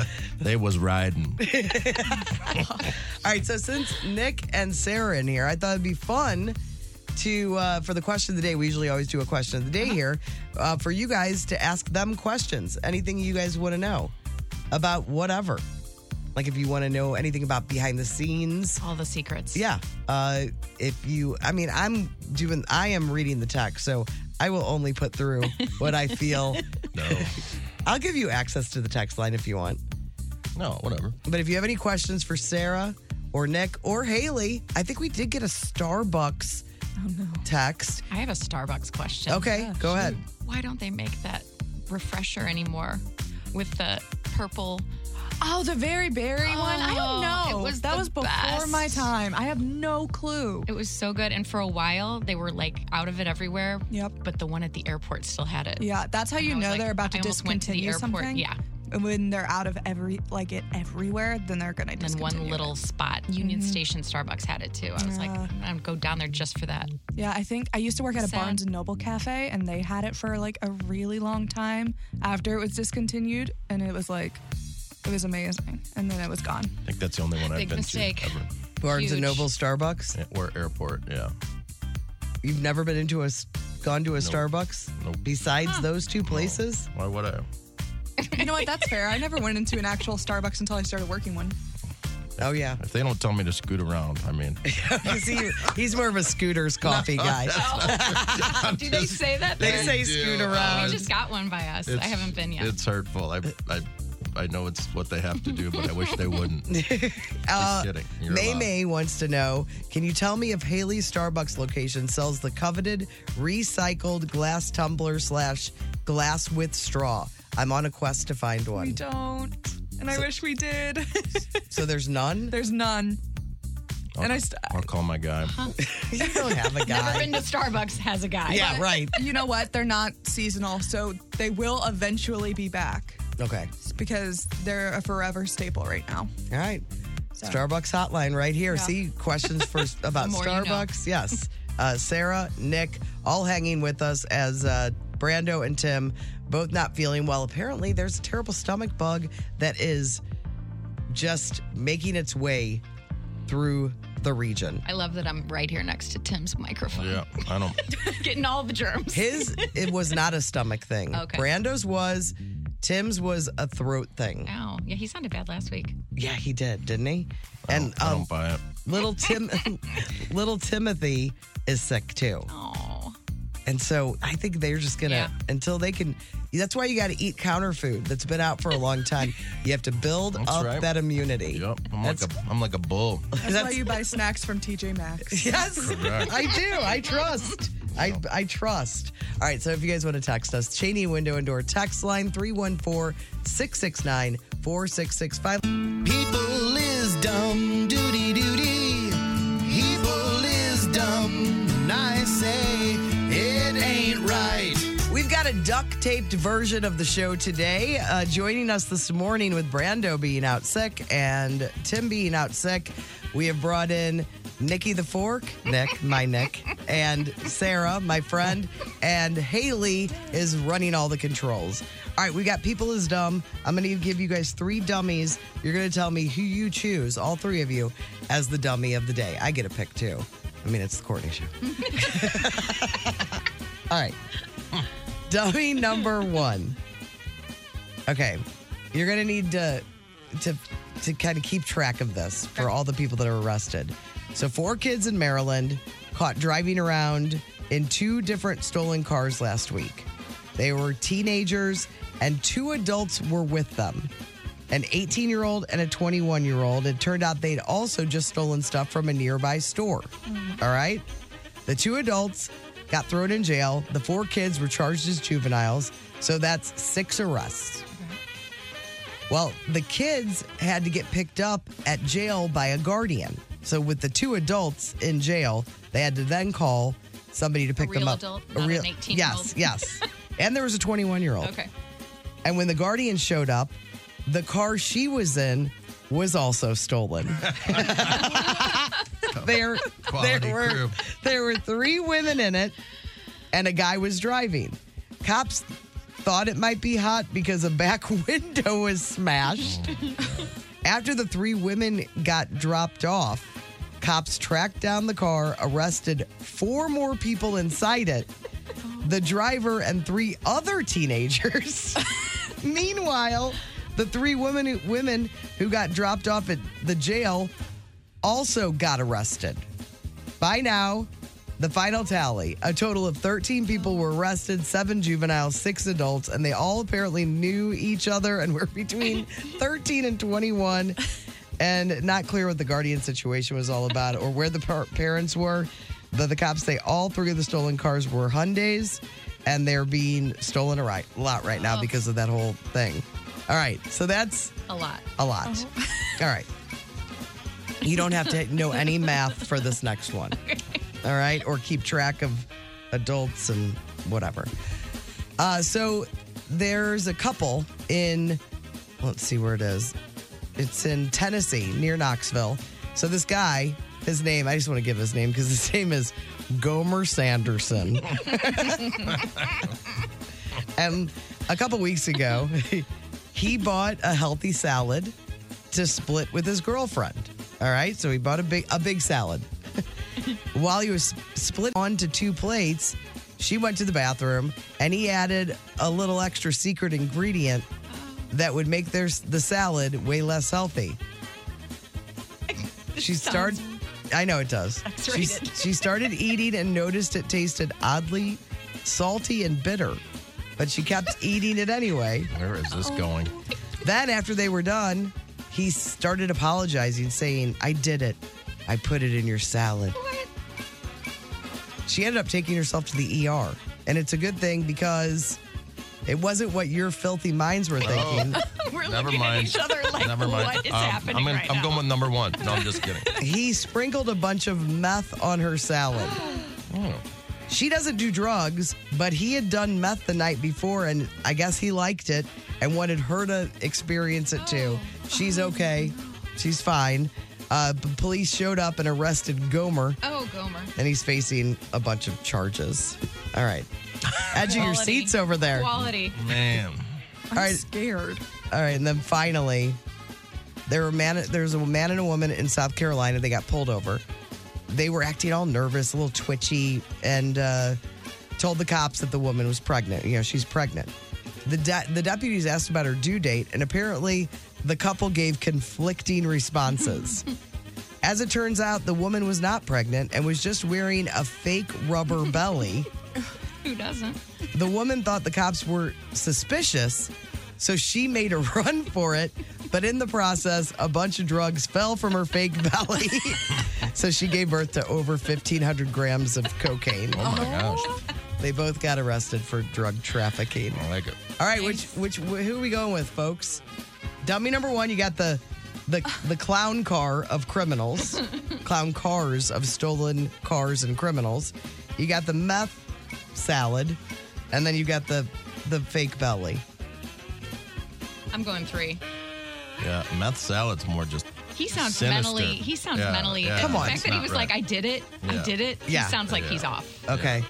(laughs) They was riding. All right, so since Nick and Sarah in here, I thought it'd be fun to uh, for the question of the day. We usually always do a question of the Uh-huh. day here uh, for you guys to ask them questions. Anything you guys want to know about whatever, like if you want to know anything about behind the scenes, all the secrets. Yeah. Uh, if you, I mean, I'm doing, I am reading the text, so I will only put (laughs) through what I feel. no. I'll give you access to the text line if you want. No, whatever. But if you have any questions for Sarah or Nick or Haley, I think we did get a Starbucks Oh, text. I have a Starbucks question. Okay, go ahead. Why don't they make that refresher anymore with the purple? Oh, the very berry one. I don't Oh, know. It was that the was before best. my time. I have no clue. It was so good, and for a while they were like out of it everywhere. Yep. But the one at the airport still had it. Yeah, that's how And you I was know like, they're about to I almost went to the discontinue airport. something. Yeah. When they're out of every like it everywhere, then they're gonna And discontinue. one little spot, Union Mhm. Station Starbucks had it too. I was like, Yeah. I'm gonna go down there just for (laughs) that. Yeah, I think I used to work at a Sad. Barnes and Noble cafe, and they had it for like a really long time after it was discontinued, and it was like, it was amazing, and then it was gone. I think that's the only one I've Big been mistake. to. Ever. Barnes and Noble Starbucks. Or airport, yeah. You've never been into a, s- gone to a Starbucks besides those two places? (laughs) Why would I? you know what? That's fair. I never went into an actual Starbucks until I started working one. Oh yeah. If they don't tell me to scoot around, (laughs) I mean. You see, he's more of a scooter's coffee (laughs) No, guy. (laughs) Do they say that? They there? say scoot Oh, around. We just got one by us. I It's- haven't been yet. It's hurtful. I, I, I know it's what they have to do, but I wish (laughs) they wouldn't. Uh, Just kidding. You're May allowed. May wants to know Can you tell me if Haley's Starbucks location sells the coveted recycled glass tumbler slash glass with straw? I'm on a quest to find one. (laughs) We don't, and I wish we did. (laughs) (laughs) So there's none? There's none. and I st- I'll call my guy. you don't have (laughs) a guy. Never been to Starbucks. Has a guy. But You know what? They're not seasonal, so they will eventually be back Okay. because they're a forever staple right now. All right. Starbucks hotline right here. Yeah. See questions for (laughs) about The more you know. Starbucks. Yes. Uh, Sarah, Nick, all hanging with us as uh, Brando and Tim both not feeling well. Apparently, there's a terrible stomach bug that is just making its way through the region. I love that I'm right here next to Tim's (laughs) microphone. (laughs) I don't. Getting all the germs. (laughs) His it was not a stomach thing. Okay. Brando's was, Tim's was a throat thing. Ow. Yeah, he sounded bad last week. Yeah, he did, didn't he? and um, little Tim, (laughs) little Timothy is sick too. Oh. And so I think they're just gonna until they can. That's why you got to eat counter food that's been out for a long time. You have to build That's up right. that immunity. Yep, I'm like, a, I'm like a bull. That's, why you buy snacks from TJ (laughs) Maxx. Yes, Correct. I do. I trust. I, I trust. All right, so if you guys want to text us, Cheney Window and Door text line 314 669 4665. People is dumb, doody doody. People is dumb, and I say it ain't right. We've got a duct taped version of the show today. Uh, joining us this morning with Brando being out sick and Tim being out sick, we have brought in Nikki the Fork, Nick, my Nick, and Sarah, my friend, and Haley is running all the controls. All right, we got people is dumb. I'm going to give you guys three dummies. You're going to tell me who you choose, all three of you, as the dummy of the day. I get a pick too. I mean, it's the Courtney show. All right. (laughs) Dummy number one. Okay. You're gonna need to to to kind of keep track of this for all the people that are arrested. So four kids in Maryland caught driving around in two different stolen cars last week. They were teenagers and two adults were with them. An 18 year old and a 21 year old. It turned out they'd also just stolen stuff from a nearby store. All right. The two adults got thrown in jail. The four kids were charged as juveniles. So that's six arrests. Well, the kids had to get picked up at jail by a guardian. So with the two adults in jail, they had to then call somebody to pick real them up. adult, not an 18-year-old. Yes, (laughs) yes. and there was a 21 year old. Okay. And when the guardian showed up, the car she was in was (laughs) also stolen. there, Quality there were crew. there were three women in it, and a guy was driving. Cops thought it might be hot because a back (laughs) window was smashed. Oh. After the three women got dropped off, cops tracked down the car, arrested four more people inside it, the driver, and three other teenagers. (laughs) Meanwhile, the three women who, women who got dropped off at the jail also got arrested. By now, the final tally a total of 13 people were arrested, seven juveniles, six adults, and they all apparently knew each other and were (laughs) between 13 and 21. And not clear what the guardian situation was all about or where the par- parents were. But the cops say all three of the stolen cars were Hyundais and they're being stolen a right, lot right now because of that whole thing. All right, so that's Oh. A lot. Uh-huh. a lot. (laughs) All right. You don't have to know any math for this next one. All right. Or keep track of adults and whatever. Uh, so there's a couple in, let's see where it is. It's in Tennessee near Knoxville. So this guy, his name, I just want to give his name because (laughs) his name is Gomer Sanderson. And a couple weeks ago, (laughs) he bought a healthy salad to split with his girlfriend. All right, so he bought a big a big salad. (laughs) While he was split onto two plates, she went to the bathroom and he added a little extra secret ingredient that would make their the salad way less healthy. She started. I know it does. She, X-rated. she started eating and noticed it tasted oddly salty and bitter, but she kept eating it anyway. Where is this going? Then, after they were done, he started apologizing, saying, I did it. I put it in your salad. She ended up taking herself to the ER. And it's a good thing because it wasn't what your filthy minds were thinking. We're Oh. Never looking mind. at each other like, Never mind. what is Um, happening I'm, in- right I'm now? going with number one. No, (laughs) I'm just kidding. he sprinkled a bunch of meth on her salad. She doesn't do drugs, but he had done meth the night before, and I guess he liked it and wanted her to experience it too. Oh. She's okay, she's fine. Uh, p- police showed up and arrested Gomer, Oh, Gomer. and he's facing a bunch of charges. All right, edge of your Quality. seats over there. Quality. Man. I'm scared. All right, and then finally, there were man. There's a man and a woman in South Carolina. They got pulled over. They were acting all nervous, a little twitchy, and uh, told the cops that the woman was pregnant. You know, she's pregnant. The de- the deputies asked about her due date, and apparently, the couple gave conflicting (laughs) responses. As it turns out, the woman was not pregnant and was just wearing a fake rubber (laughs) belly. Who doesn't? The woman thought the cops were suspicious, so she made a (laughs) run for it. But in the process, a bunch of drugs fell from her fake (laughs) belly. so she gave birth to over 1,500 grams of cocaine. Oh my gosh. They both got arrested for drug trafficking. I like it. All right, which which wh- who are we going with, folks? Dummy number one, you got the the the clown car of (laughs) criminals, clown cars of stolen cars and criminals. You got the meth salad, and then you got the the fake belly. I'm going three. Yeah, meth salad's more just. He sounds sinister. mentally. He sounds Yeah, mentally. the yeah, it's fact that he not was right. like, "I did it. Yeah. I did it." Yeah. He sounds like Yeah. he's off. Okay.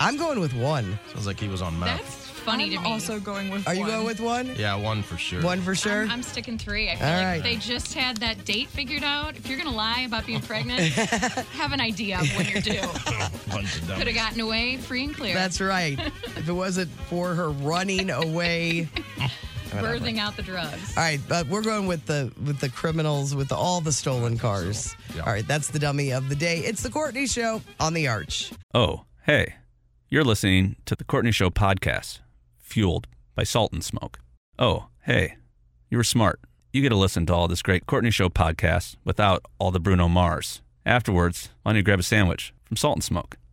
I'm going with one. Sounds like he was on meth. That's funny to me. Also (laughs) going with. (laughs) Are you going with one? yeah, one for sure. One for sure? I'm, I'm sticking three. I feel All like right. they just had that date figured out. If you're gonna lie about being pregnant, (laughs) have an idea of when you're due. (laughs) Could have gotten away free and clear. That's (laughs) right. if it wasn't for her running away. Whatever. birthing out the drugs. All right, but we're going with the with the criminals with all the stolen cars. All right, that's the dummy of the day. It's the Courtney Show on the Arch. Oh, hey, you're listening to the Courtney Show podcast, fueled by salt and smoke. Oh, hey, you were smart. You get to listen to all this great Courtney Show podcast without all the Bruno Mars. Afterwards, why don't you grab a sandwich from Salt and Smoke?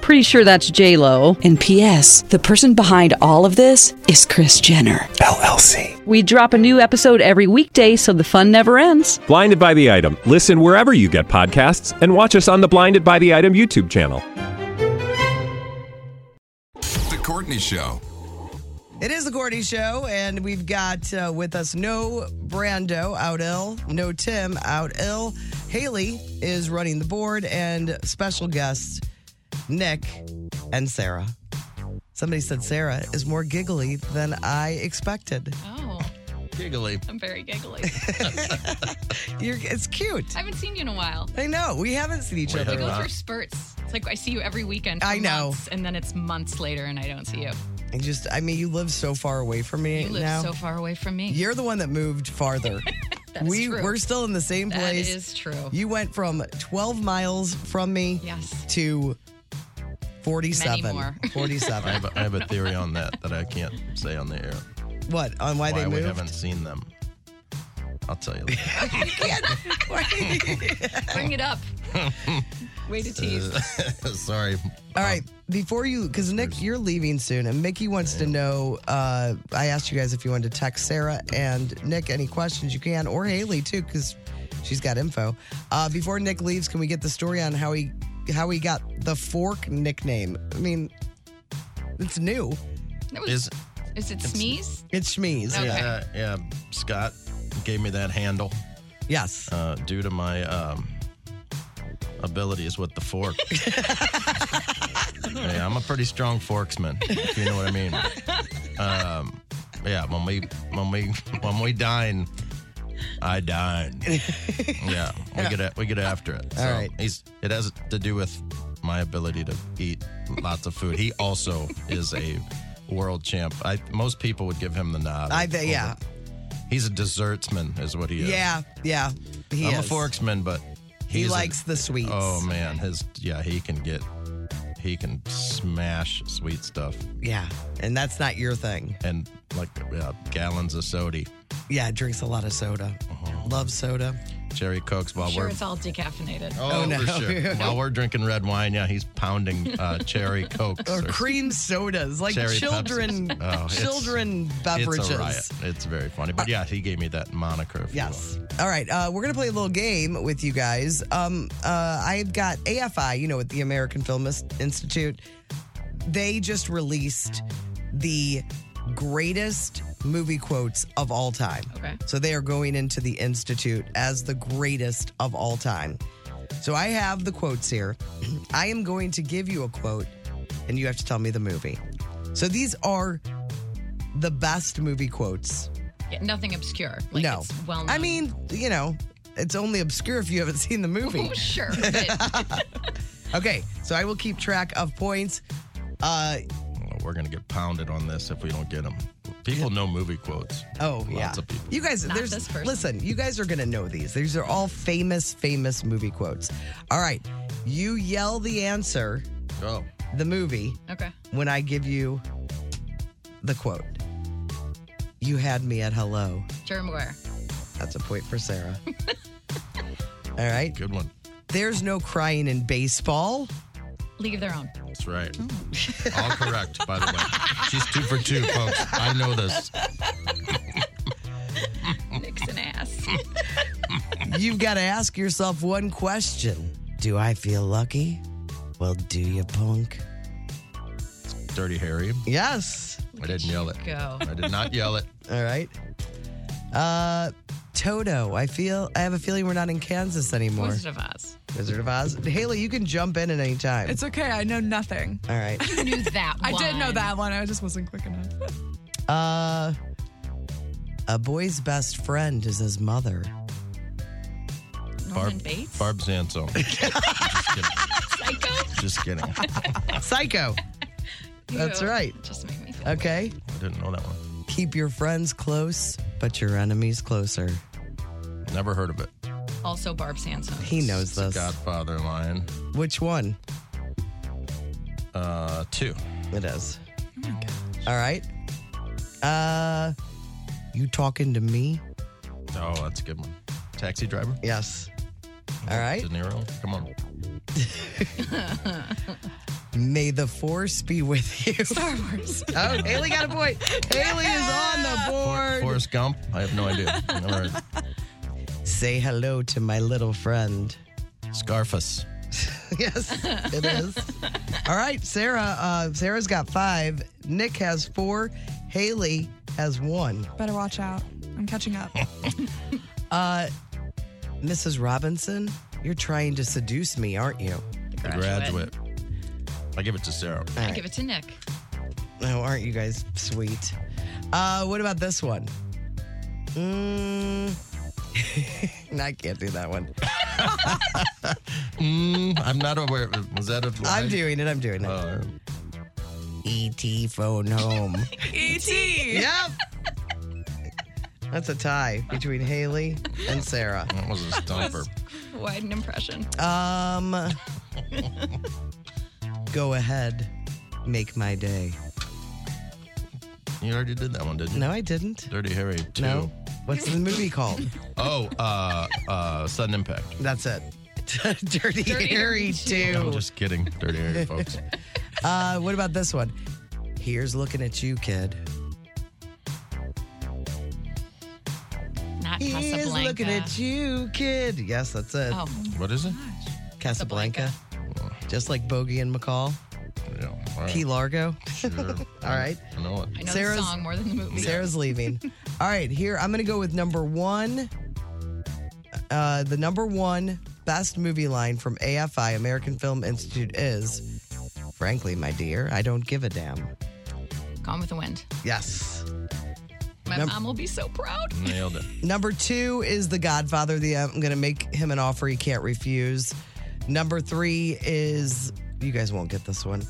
Pretty sure that's J Lo. And P.S. The person behind all of this is Chris Jenner LLC. We drop a new episode every weekday, so the fun never ends. Blinded by the item. Listen wherever you get podcasts, and watch us on the Blinded by the Item YouTube (laughs) channel. The Courtney Show. It is the Courtney Show, and we've got uh, with us no Brando out ill, no Tim out ill. Haley is running the board, and special guests Nick and Sarah. Somebody said Sarah is more giggly than I expected. Oh, Giggly. I'm very giggly. (laughs) You're, it's cute. I haven't seen you in a while. I know. We haven't seen each We other. go through spurts. It's like I see you every weekend. For I know. months, and then it's months later, and I don't see you. I just, I mean, you live so far away from me You live now. so far away from me. You're the one that moved farther. (laughs) That is we true. we're still in the same That place. is true. You went from 12 miles from me. Yes. To 47. Many more. (laughs) 47. I have, a, I have a theory on that that I can't say on the air. What? On why, they we moved? haven't seen them. I'll tell you later. (laughs) (laughs) Bring it up. (laughs) Way to tease. Uh, (laughs) sorry. All right. Before you, because Nick, you're leaving soon, and Mickey wants to know. Uh, I asked you guys if you wanted to text Sarah and Nick any questions you can, or Haley too, because she's got info. Uh, before Nick leaves, can we get the story on how he how he got the fork nickname? I mean, it's new. That was- Is- Is it sneeze? It's Schmeez. Yeah, Uh, yeah. Scott gave me that handle. Yes. Uh, due to my um, abilities with (laughs) the fork. yeah, I'm a pretty strong forksman, if you know what I mean. Um, yeah, when we when we when we dine, (laughs) I dine. yeah, we get a, we get after it. All right. he's it has to do with my ability to eat lots of food. He also is a world champ. I most people would give him the nod. I think. Yeah. He's a dessertsman, is what he is. Yeah. Yeah. He I'm is. a forksman, but He he's a- likes the sweets. Oh man, his yeah, he can get, he can smash sweet stuff. Yeah, and that's not your thing. And like yeah, gallons of soda, Uh-huh. Yeah. Drinks a lot of soda. Loves soda. cherry cokes while sure, we're it's all decaffeinated. oh, for (laughs) sure. while we're drinking red wine. Yeah, he's pounding uh, cherry cokes or cream sodas, like Cherry children, Pepsis. Oh, (laughs) it's- children beverages. Uh, It's a riot. It's very funny, but yeah, he gave me that moniker. If Yes. All right, uh, we're gonna play a little game with you guys. Um, uh, I've got AFI, you know, at the American Film Is- Institute. They just released the greatest movie quotes of all time. Okay. So they are going into the institute as the greatest of all time. So I have the quotes here. (clears throat) I am going to give you a quote, and you have to tell me the movie. So these are the best movie quotes Yeah, nothing obscure. Like no. it's well known. I mean, you know, it's only obscure if you haven't (laughs) seen the movie. Oh, sure. (laughs) but (laughs) okay, so I will keep track of points. Uh, Well, we're gonna get pounded on this if we don't get him. People know movie quotes. oh, Lots yeah. of people. You guys, Not there's, this person. listen, you guys are going to know these. These are all famous, famous movie quotes. All right, you yell the answer, oh. the movie, okay. when I give you the quote. You had me at hello. Jerry Maguire. That's a point for (laughs) Sarah. All right. Good one. There's no crying in baseball. Leave their own. That's right. Oh. All correct, by the way. She's two for two, folks. I know this. (laughs) Nick's an ass. You've got to ask yourself one question Do I feel lucky? Well, do you, punk? Dirty Harry. Yes. I didn't yell it. Go. I did not yell it. (laughs) All right. Uh, Toto, I feel I have a feeling we're not in Kansas anymore. Wizard of Oz. Wizard of Oz. Haley, you can jump in at any time. It's okay. I know nothing. All right. You knew that I one. did know that one. I just wasn't quick enough. Uh, a boy's best friend is his mother. Norman Bates? Barb (laughs) Zanzo. Psycho? Just kidding. (laughs) (laughs) Psycho. That's Ew. right. Just made me feel Okay. I didn't know that one. Keep your friends close, but your enemies closer. Never heard of it. Also, Barb Sanson. He knows It's a this. Godfather line. Which one? Uh, two. It is. All right. Uh, you talking to (laughs) me? Oh, that's a good one. Taxi driver. Mm-hmm. Yes. All right. De Niro. Come (laughs) on. May the force be with you. Star Wars. (laughs) Oh, Haley got a point. Haley is on the board. Forrest Gump. I have no idea. Never heard. Say hello to my little friend. Scarface. (laughs) yes, it is. All right, Sarah. Uh, Sarah's got five. Nick has four. Haley has one. Better watch out. I'm (laughs) catching up. Uh, Mrs. Robinson, you're trying to seduce me, aren't you? The graduate. I give it to Sarah. All I right. give it to Nick. Oh, aren't you guys sweet? Uh, what about this one? Mm. (laughs) No, I can't do that one. (laughs) Mm, I'm not aware. Was that a? Uh, I'm doing it. I'm doing it. ET phone home. E E.T. yep. That's a tie between Haley and Sarah. That was a stumper. Wide an impression. (laughs) Um, go ahead, make my day. You already did that one, didn't you? No, I didn't. Dirty Harry. Two. No. What's the movie called? (laughs) Oh, uh, uh, sudden impact. That's it. (laughs) Dirty Dirty, Harry Harry I'm 2. just kidding. Dirty Harry, folks. (laughs) (laughs) Uh, what about this one? Here's looking at you, kid. Not Here's Casablanca. looking at you, kid. Yes, that's it. Oh, What is it? Casablanca. Just like Bogey and McCall. Yeah. all right. P. Largo. Sure. (laughs) All right. I know it. I know the song more than the movie. (laughs) Sarah's leaving. All right, here I'm going to go with number one. Uh, the number one best movie line from AFI American Film Institute is, "Frankly, my dear, I don't give a damn." Gone with the Wind. Yes. My Num- mom will be so proud. Nailed it. Number two is The Godfather. The uh, I'm going to make him an offer he can't refuse. Number three is you guys won't get this one.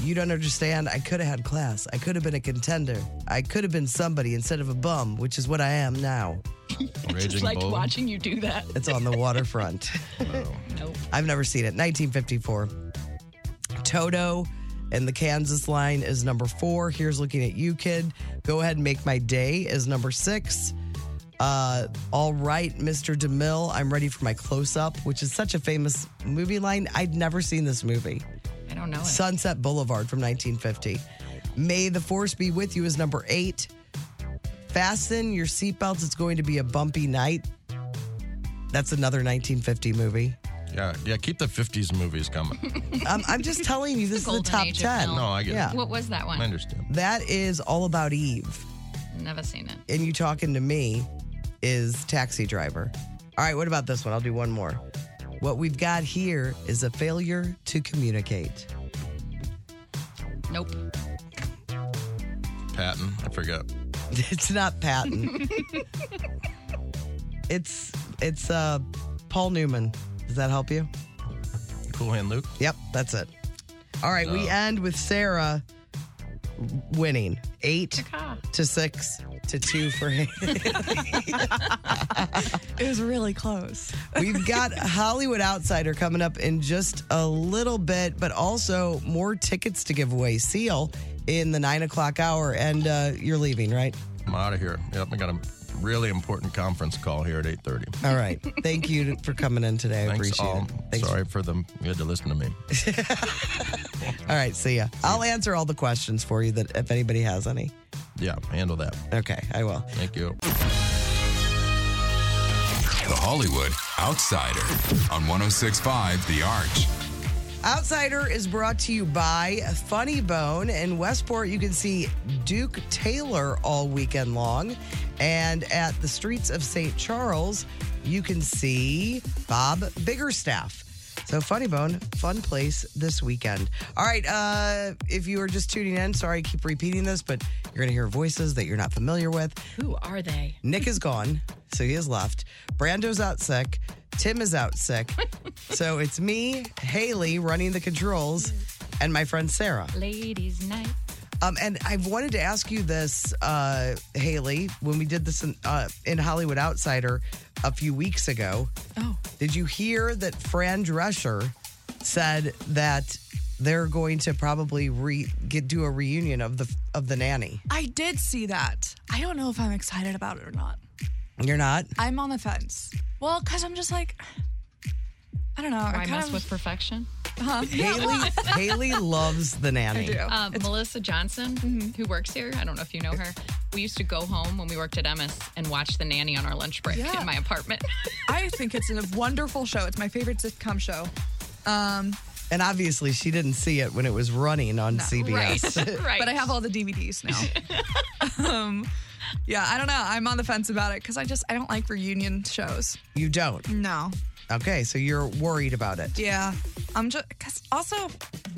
You don't understand. I could have had class. I could have been a contender. I could have been somebody instead of a bum, which is what I am now. Just liked watching you do that. It's on the waterfront. (laughs) Nope. I've never seen it. 1954. Toto and the Kansas line is number four. Here's looking at you, kid. Go ahead and make my day is number six. Uh, all right, Mr. DeMille, I'm ready for my close up, which is such a famous movie line. I'd never seen this movie. I don't know it. Sunset Boulevard from 1950. May the Force Be With You is number eight. Fasten your seatbelts. It's going to be a bumpy night. That's another 1950 (laughs) movie. Yeah, yeah. Keep the '50s movies coming. I'm, I'm just telling you, this is the golden top age of 10. film. No, I get it. yeah. What was that one? I understand. That is All About Eve. Never seen it. And you talking to me is Taxi Driver. All right, what about this one? I'll do one more. What we've got here is a failure to communicate. (laughs) Nope. Patton. I forgot. It's not Patton. it's it's uh Paul Newman. Does that help you? Cool hand Luke. Yep, that's it. All right, we Oh. end with Sarah winning eight ah. to six to two for Haley. (laughs) It was really close. (laughs) We've got Hollywood Outsider coming up in just a little bit, but also more tickets to give away. Seal in the nine o'clock hour, and uh, you're leaving, right? I'm out of here. Yep, I got to really important conference call here at 8.30. All (laughs) right. Thank you for coming in today. I Thanks appreciate all. it. Thanks. Sorry for them. You had to listen to me. All right. See ya. I'll answer all the questions for you that if anybody has any. Yeah, handle that. Okay, I will. Thank you. The Hollywood Outsider on 1065 The Arch. Outsider is brought to you by Funny Bone. In Westport, you can see Duke Taylor all weekend long. And at the streets of St. Charles, you can see Bob Biggerstaff. So, Funny Bone, fun place this weekend. All right, uh, if you are just tuning in, sorry I keep repeating this, but you're going to hear voices that you're not familiar with. Who are they? Nick is gone, so he is left. Brando's out sick. Tim is out sick. so it's me, Haley, running the controls, and my friend Sarah. Ladies' night. Um, and I've wanted to ask you this, uh, Haley, when we did this in, uh, in Hollywood Outsider a few weeks ago. Oh. Did you hear that Fran Drescher said that they're going to probably re- get, do a reunion of the of the nanny? I did see that. I don't know if I'm excited about it or not. You're not? I'm on the fence. Well, because I'm just like, I don't know. Why I Uh-huh. mess with perfection? Huh? Haley, Haley loves the nanny. Uh, Melissa Johnson, who works here, I don't know if you know her. We used to go home when we worked at Emmis and watch The Nanny on our lunch break Yeah. in my apartment. I think it's a wonderful show. It's my favorite sitcom show. Um, And obviously, she didn't see it when it was running on CBS. right. But I have all the DVDs (laughs) now. um, yeah, I don't know. I'm on the fence about it because I just I don't like reunion shows. (laughs) You don't. No. Okay, so you're worried about it. Yeah. I'm just because also.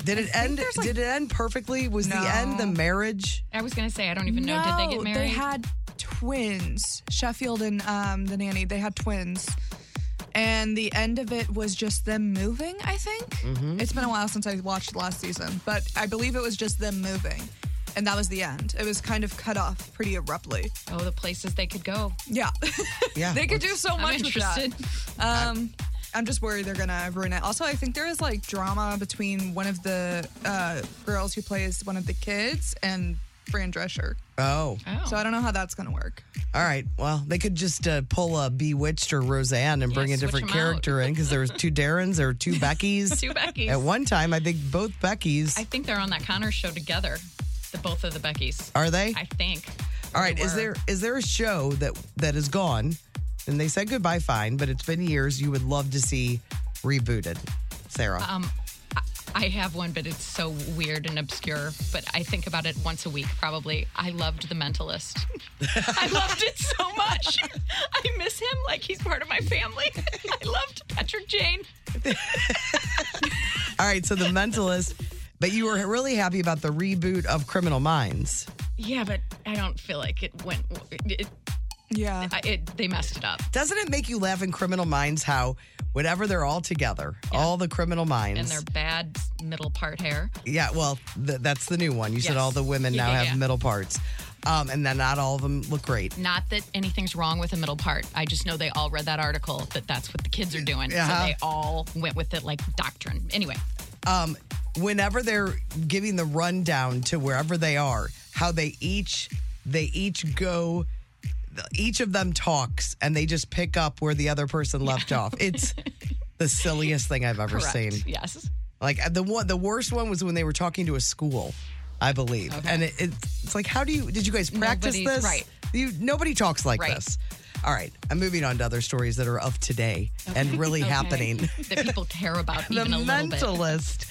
Did it end? Did it end perfectly? Was the end the marriage? I was going to say, I don't even know. Did they No, get married? They had twins, Sheffield and um, the nanny. They had twins. And the end of it was just them moving, I think. Mhm. It's been a while since I watched last season, but I believe it was just them moving. And that was the end. It was kind of cut off pretty abruptly. Oh, the places they could go. Yeah. (laughs) (laughs) Yeah. they could do so I'm much interested. with that. Um, I'm just worried they're gonna ruin it. Also, I think there is like drama between one of the uh, girls who plays one of the kids and Fran Drescher. Oh. So I don't know how that's gonna work. All right. Well, they could just uh, pull a Bewitched or Roseanne and bring Yeah, a different switch 'em out. character in because there was two Darrens or (laughs) two Beckys. Two Beckys. At one time, I think both Beckys. I think they're on that Connor show together, the both of the Beckys. Are they? I think. All right. They Is were. there is there a show that that is gone and they said goodbye? Fine, but it's been years. You would love to see rebooted, Sarah. Um, I- I have one, but it's so weird and obscure. But I think about it once a week, probably. I loved The Mentalist. (laughs) I loved it so much. (laughs) I miss him like he's part of my (laughs) family. (laughs) I loved Patrick Jane. All right. So the Mentalist. But you were really happy about the reboot of Criminal Minds. Yeah, but I don't feel like it went. It, yeah, I, it, they messed it up. Doesn't it make you laugh in Criminal Minds how whenever they're all together, all the criminal minds. And their bad middle part hair. yeah, well, th- that's the new one. You said Yes. all the (laughs) women Yeah, now yeah, have yeah. middle parts, um, and then not all of them look great. Not that anything's wrong with the middle part. I just know they all read that article that that's what the kids are doing. Uh-huh. So they all went with it like doctrine. Anyway, Um, whenever they're giving the rundown to wherever they are, how they each they each go, each of them talks, and they just pick up where the other person left off. (laughs) It's the silliest thing I've ever correct. seen. Yes. Like the one, the worst one was when they were talking to a school, I believe. And it, it, it's like, how do you? Did you guys practice Nobody's- this? right. You nobody talks like Right. this. All right, I'm moving on to other stories that are of today and really (laughs) Okay. happening. that people care about the even a little bit. mentalist.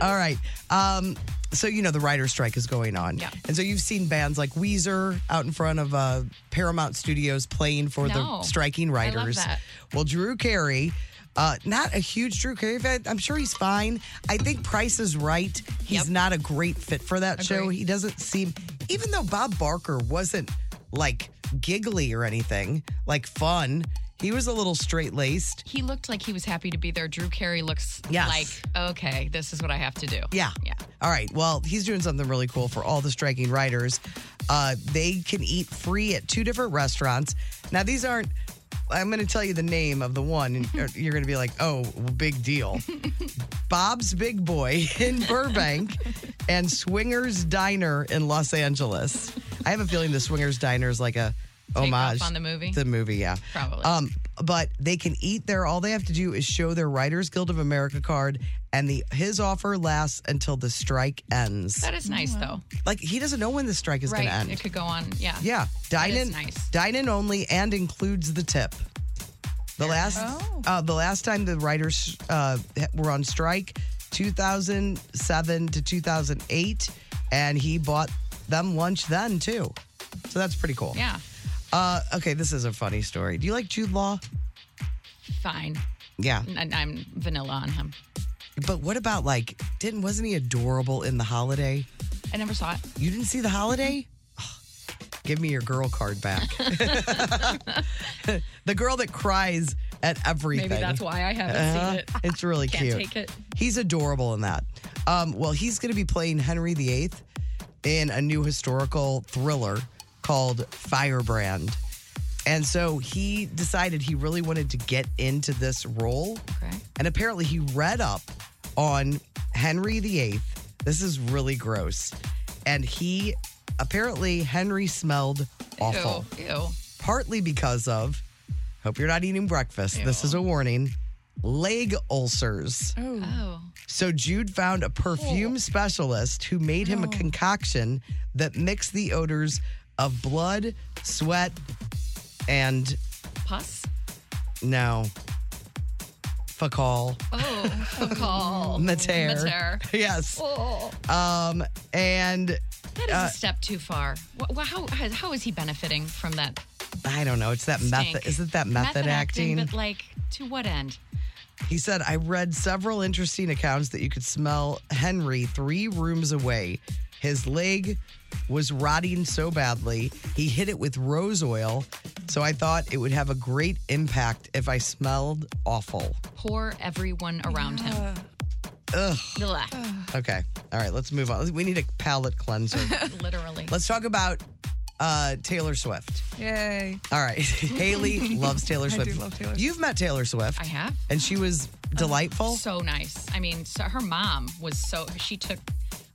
All right. Um, so you know the writer strike is going on, yeah. and so you've seen bands like Weezer out in front of uh, Paramount Studios playing for No. the striking I love writers. that. Well, Drew Carey, uh, not a huge Drew Carey fan. I'm sure he's fine. I think Price is right. He's not a great fit for that show. He doesn't seem, even though Bob Barker wasn't like giggly or anything, like fun. He was a little straight laced. He looked like he was happy to be there. Drew Carey looks Yes. like, okay, this is what I have to do. Yeah. Yeah. All right. Well, he's doing something really cool for all the striking writers. Uh, they can eat free at two different restaurants. Now, these aren't. I'm going to tell you the name of the one, (laughs) and you're going to be like, "Oh, big deal." Bob's Big Boy in Burbank and Swingers Diner in Los Angeles. I have a feeling the Swingers Diner is like a homage on the movie? The movie, yeah. Probably. Um, but they can eat there. All they have to do is show their Writers Guild of America card, and the his offer lasts until the strike ends. That is nice, though. Like he doesn't know when the strike is right. going to end. It could go on. Yeah. Yeah, That dine is in, nice. dine in only, and includes the tip. The last, uh, the last time the writers uh, were on strike, 2007 to 2008, and he bought them lunch then too. So that's pretty cool. Yeah. Uh, okay, this is a funny story. Do you like Jude Law? Fine. Yeah. And I'm vanilla on him. But what about like didn't wasn't he adorable in the holiday? I never saw it. Mm-hmm. You didn't see the holiday? Give me your girl card (laughs) back. (laughs) the girl that cries at everything. Uh-huh. that's why I haven't seen it. It's really (laughs) Can't cute. take it. He's adorable in that. Um, well, he's going to be playing Henry VIII in a new historical thriller called Firebrand. And so he decided he really wanted to get into this role. Okay. And apparently he read up on Henry VIII. This is really gross. And he apparently Henry smelled awful. Ew. Ew. Partly because of hope you're not eating breakfast. This is a warning. Leg ulcers. Oh. So Jude found a perfume specialist who made him a concoction that mixed the odors of blood, sweat, and Pus? no. Fecal. Oh, (laughs) fecal. Mater. (laughs) Yes. Oh. Um, and That is uh, a step too far. Wha wha- how, how, how is he benefiting from that I don't know. It's that stink? method. Isn't that method, acting? But like, to what end? He said, I read several interesting accounts that you could smell Henry three rooms away. His leg was rotting so badly, he hit it with rose oil. So I thought it would have a great impact if I smelled awful. Pour everyone around him. Uh, Ugh. Uh, Blah. Okay. All right, let's move on. We need a palate (laughs) cleanser. Literally. let's talk about uh, Taylor Swift. Yay. All right. (laughs) Haley (laughs) loves Taylor I do Swift. love Taylor You've met Taylor Swift. I have. And she was delightful. So nice. I mean, so her mom was so she took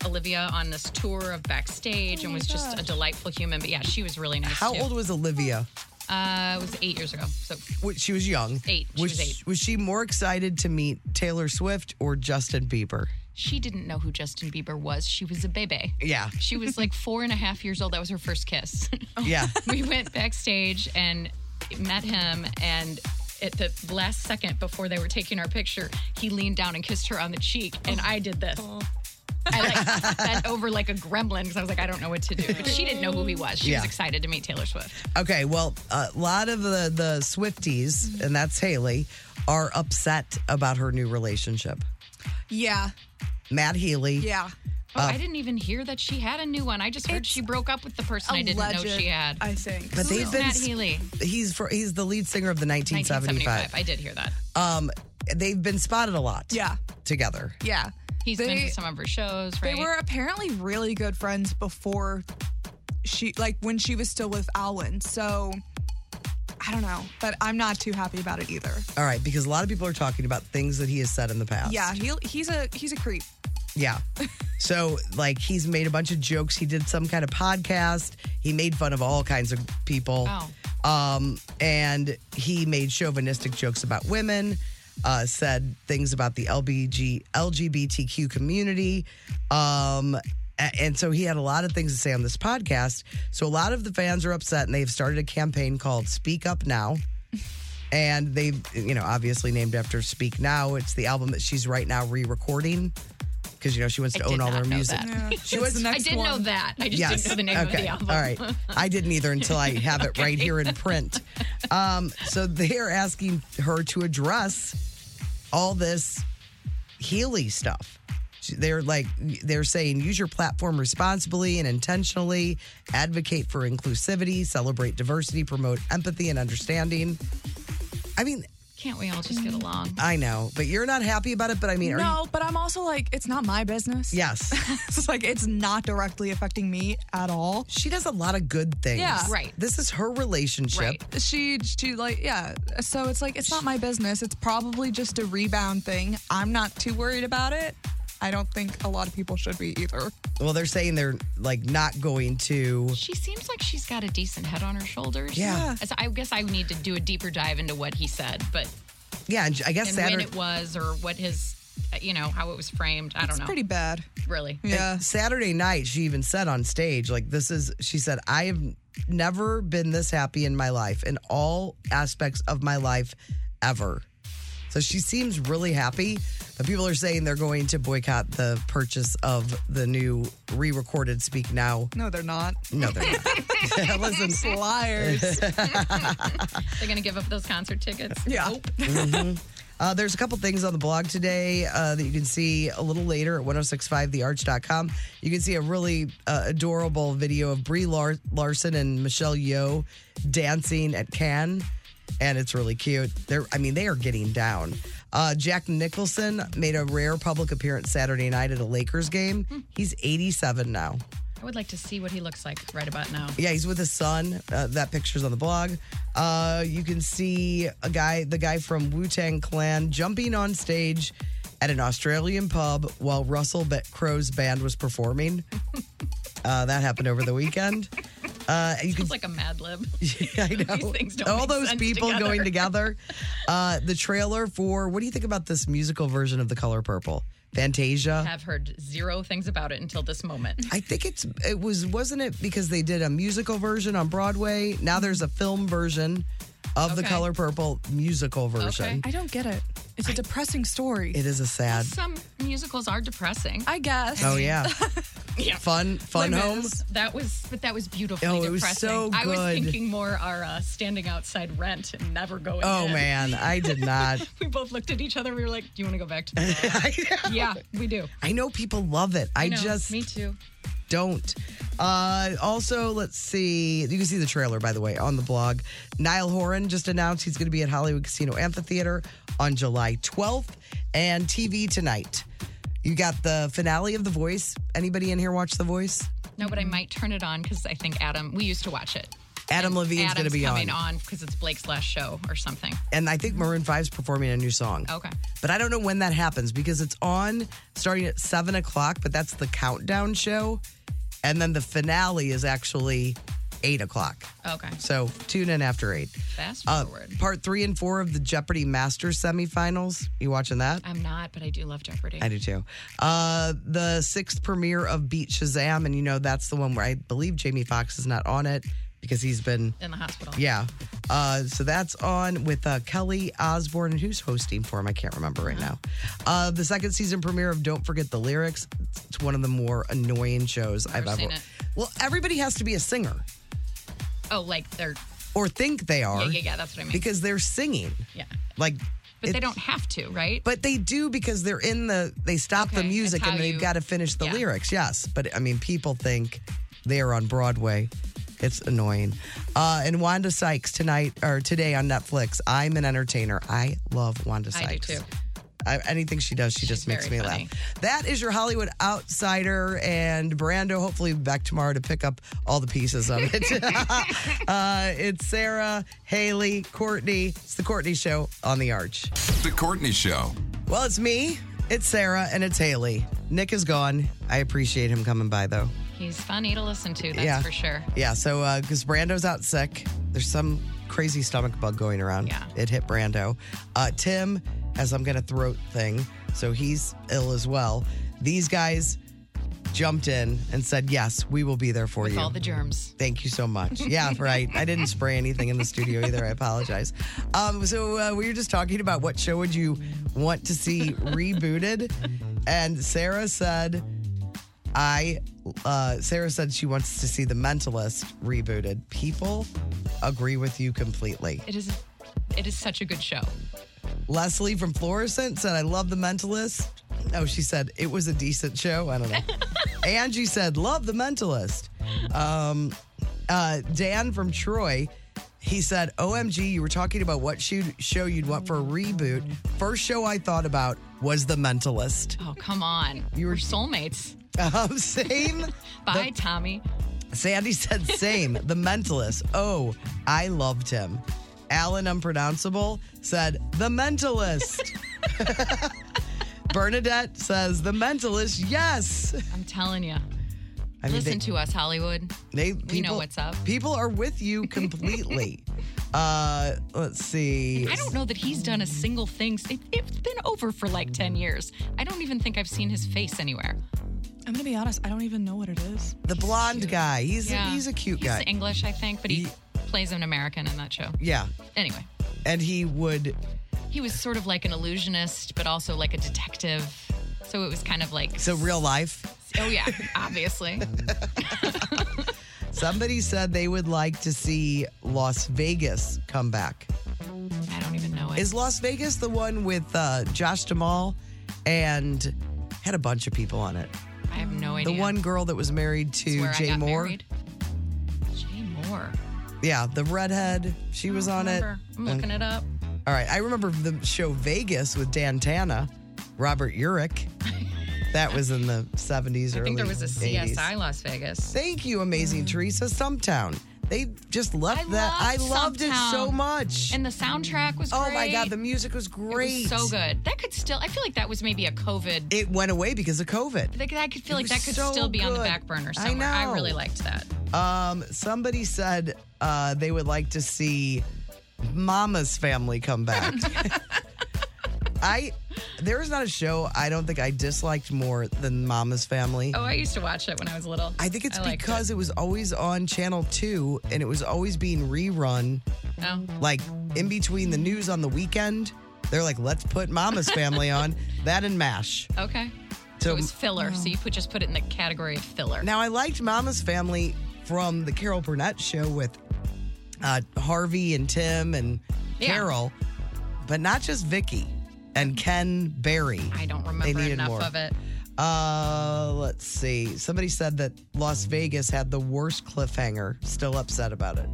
Olivia on this tour of backstage and was just a delightful human. But yeah, she was really nice. Oh How too. old was Olivia? Uh, it was eight years ago. So Wait, She was young. Eight. She was eight. She, was she more excited to meet Taylor Swift or Justin Bieber? she didn't know who Justin Bieber was. She was a baby. Yeah. She was like four and a half years old. That was her first kiss. (laughs) (laughs) Yeah. we went backstage and met him and at the last second before they were taking our picture, he leaned down and kissed her on the cheek, and I did this. Oh. I (laughs) like bent over like a gremlin because I was like, I don't know what to do. But she didn't know who he was. She Yeah. was excited to meet Taylor Swift. Okay, well, a lot of the, the Swifties, Mm-hmm. and that's Haley, are upset about her new relationship. Yeah. Matt Healy. Yeah. Oh, Uh, I didn't even hear that she had a new one. I just heard she broke up with the person I a didn't know legend, she had. I think. But they've Who's been Matt Healy. He's for, he's the lead singer of the 1975. 1975. I did hear that. Um, they've been spotted a lot. Yeah. Together. Yeah. He's They- been to some of her shows, right? They were apparently really good friends before she, like when she was still with Alwyn. So I don't know, but I'm not too happy about it either. All right, because a lot of people are talking about things that he has said in the past. Yeah, he, he's a he's a creep. Yeah. So, like, he's made a bunch of jokes. He did some kind of podcast. He made fun of all kinds of people. Um, and he made chauvinistic jokes about women, uh, said things about the LBG, LGBTQ community. Um, a- and so he had a lot of things to say on this podcast. So, a lot of the fans are upset and they've started a campaign called Speak Up Now and they you know obviously named after speak now it's the album that she's right now re-recording because you know she wants to I own did all not her know music that. she wants I did know that. I just didn't know the name of the album. all right i didn't either until i have it right here in print um, so they're asking her to address all this healy stuff She- they're like they're saying use your platform responsibly and intentionally advocate for inclusivity celebrate diversity promote empathy and understanding i mean (laughs) Can't we all just get along? I know, but you're not happy about it. But I mean, are no, you, but I'm also like, it's not my business. Yes. it's like it's not directly affecting me at all. She does a lot of good things. Yeah, right. This is her relationship. She she like yeah. So it's like it's not my business. It's probably just a rebound thing. I'm not too worried about it. I don't think a lot of people should be either. Well, they're saying they're like not going to. She seems like she's got a decent head on her shoulders. Yeah. So I guess I need to do a deeper dive into what he said, but Yeah, and I guess and Saturday. when it was or what his, you know, how it was framed. I don't It's know. pretty bad. Really. (laughs) Yeah. (laughs) Saturday night, she even said on stage, like, this is, she said, I have never been this happy in my life, in all aspects of my life ever. So she seems really happy, but people are saying they're going to boycott the purchase of the new re recorded Speak Now. No, they're not. No, they're (laughs) not. Listen, liars. (laughs) They're going to give up those concert tickets. Yeah. Mhm. (laughs) Uh, there's a couple things on the blog today uh, that you can see a little later at 1065thearch.com. You can see a really uh, adorable video of Brie Lar- Larson and Michelle Yeoh dancing at Cannes, and it's really cute. They're, I mean, they are getting down. Uh, Jack Nicholson made a rare public appearance Saturday night at a Lakers game. He's 87 now. I would like to see what he looks like right about now. Yeah, he's with his son. Uh, that picture's on the blog. Uh, you can see a guy, the guy from Wu Tang Clan, jumping on stage at an Australian pub while Russell Be- Crowe's band was (laughs) performing. uh, that happened over the weekend. Uh, you can Sounds like a Mad Lib. yeah, (laughs) I know. (laughs) These things don't All make those sense people together. (laughs) going together. Uh, the trailer for what do you think about this musical version of The Color Purple? Fantasia. Have heard zero things about it until this moment. I think it's it was wasn't it because they did a musical version on Broadway. Now there's a film version of the Okay. Color Purple musical version. I don't get it. It's a depressing story. It is a sad. Some musicals are depressing. I guess. Oh (laughs) yeah. (laughs) yeah. Fun fun Les home. Mis. That was, but that was beautifully Oh, it was depressing. so I was good. thinking more our uh, standing outside rent and never going. Oh in. man, I did not. we both looked at each other. We were like, "Do you want to go back to?" (laughs) The yeah, we do. I know people love it. I, know. just me too. don't. Uh, also, let's see. You can see the trailer, by the way, on the blog. Niall Horan just announced he's going to be at Hollywood Casino Amphitheater on July 12th and TV tonight. You got the finale of The Voice. Anybody in here watch The Voice? No, but I might turn it on because I think Adam. We used to watch it. Adam Levine's going to Adam's be coming on. on because it's Blake's last show or something. And I think Maroon 5's performing a new song. Okay. But I don't know when that happens because it's on starting at seven o'clock, but that's the countdown show. And then the finale is actually eight o'clock. Okay. So tune in after eight. Fast Uh, forward. part three and four of the Jeopardy Masters semifinals. You watching that? I'm not, but I do love Jeopardy. I do too. Uh, the sixth premiere of Beat Shazam, and you know that's the one where I believe Jamie Foxx is not on it because he's been In the hospital. Yeah. Uh, so that's on with uh, Kelly Osborne, and who's hosting for him? I can't remember right now. Uh, the second season premiere of Don't Forget the Lyrics. It's one of the more annoying shows I've Never ever. seen it. Well, everybody has to be a singer Oh, like they're. or think they are. Yeah, yeah, yeah. That's what I mean. Because they're singing. Yeah. Like, But they it- don't have to, right? but they do because they're in the. They stop the music how and they've you- got to finish the yeah. lyrics. Yes, but I mean, people think they are on Broadway. It's annoying. Uh, and Wanda Sykes tonight or today on Netflix. I'm an entertainer. I love Wanda Sykes. I do too. I- anything she does, she just makes me very funny. laugh. That is your Hollywood outsider, and Brando. Hopefully, be back tomorrow to pick up all the pieces of (laughs) it. (laughs) uh, it's Sarah, Haley, Courtney. It's the Courtney Show on the Arch. The Courtney Show. Well, it's me, it's Sarah, and it's Haley. Nick is gone. I appreciate him coming by though. He's funny to listen to. That's Yeah. for sure. Yeah, so because Brando's out sick, there's some crazy stomach bug going around. Yeah, it hit Brando. Uh, Tim has some kind of throat thing, so he's ill as well. These guys jumped in and said, "Yes, we will be there for With you." all the germs. Thank you so much. (laughs) Yeah, right. I didn't spray anything in the studio either. I apologize. Um, so uh, we were just talking about what show would you want to see rebooted, and Sarah said, "I." Uh, Sarah said she wants to see The Mentalist rebooted. People agree with you completely. It is. It is such a good show. Leslie from Florissant said, I love The Mentalist. Oh, she said, it was a decent show. I don't know. Angie said, love The Mentalist. Um, uh, Dan from Troy, he said, OMG, you were talking about what shoe- show you'd want for a reboot. First show I thought about was The Mentalist. Oh, come on. You were soulmates. Um, (laughs) same. (laughs) Bye, Tommy. Sandy said, (laughs) same, the mentalist. Oh, I loved him. Alan Unpronounceable said, the mentalist. (laughs) Bernadette says The Mentalist. Yes. I'm telling you. I mean, Listen they- to us, Hollywood. They we know what's up. People are with (laughs) you completely. uh, let's see. I don't know that he's done a single thing. It, it's been over for like 10 years. I don't even think I've seen his face anywhere. I'm gonna be honest. I don't even know what it is. The blonde guy. He's Yeah. a, he's a cute guy. He's English, I think, but he, plays an American in that show. yeah, Anyway, and he would. he was sort of like an illusionist, but also like a detective. So it was kind of like, So real life. oh yeah, (laughs) obviously. Somebody said they would like to see Las Vegas come back. I don't even know it. Is Las Vegas the one with uh, Josh Duhamel and had a bunch of people on it? I have no idea. The one girl that was married to where I Jay got Moore. married. Jay Moore. Yeah, the redhead. She was on it. Remember. I'm looking it up. All right. I remember the show Vegas with Dan Tana, Robert (laughs) Urich. That was in the 70s or I think there was a CSI 80s. Las Vegas. Thank you, amazing Teresa. Sumtown. They just left that. I loved it so Stumptown. much. And the soundtrack was Oh my great. God, the music was great. so good. That could still, I feel like that was maybe a COVID. It went away because of COVID. Like, I could feel It like that was could so still be on the good. back burner I somewhere. I, know. really liked that. Um, somebody said uh, they would like to see Mama's family come back. I there is not a show I don't think I disliked more than Mama's Family. Oh, I used to watch it when I was little. I think it's liked because it. was always on Channel 2 and it was always being rerun. Oh. Like in between the news on the weekend, they're like, let's put Mama's Family (laughs) on. That and MASH. Okay. So- So it was filler. So you put just put it in the category of filler. Now, I liked Mama's Family from the Carol Burnett show with uh, Harvey and Tim and Yeah. Carol, but not just Vicky and Ken Barry. I don't They remember needed enough more. of it. Uh, let's see. Somebody said that Las Vegas had the worst cliffhanger. Still upset about it.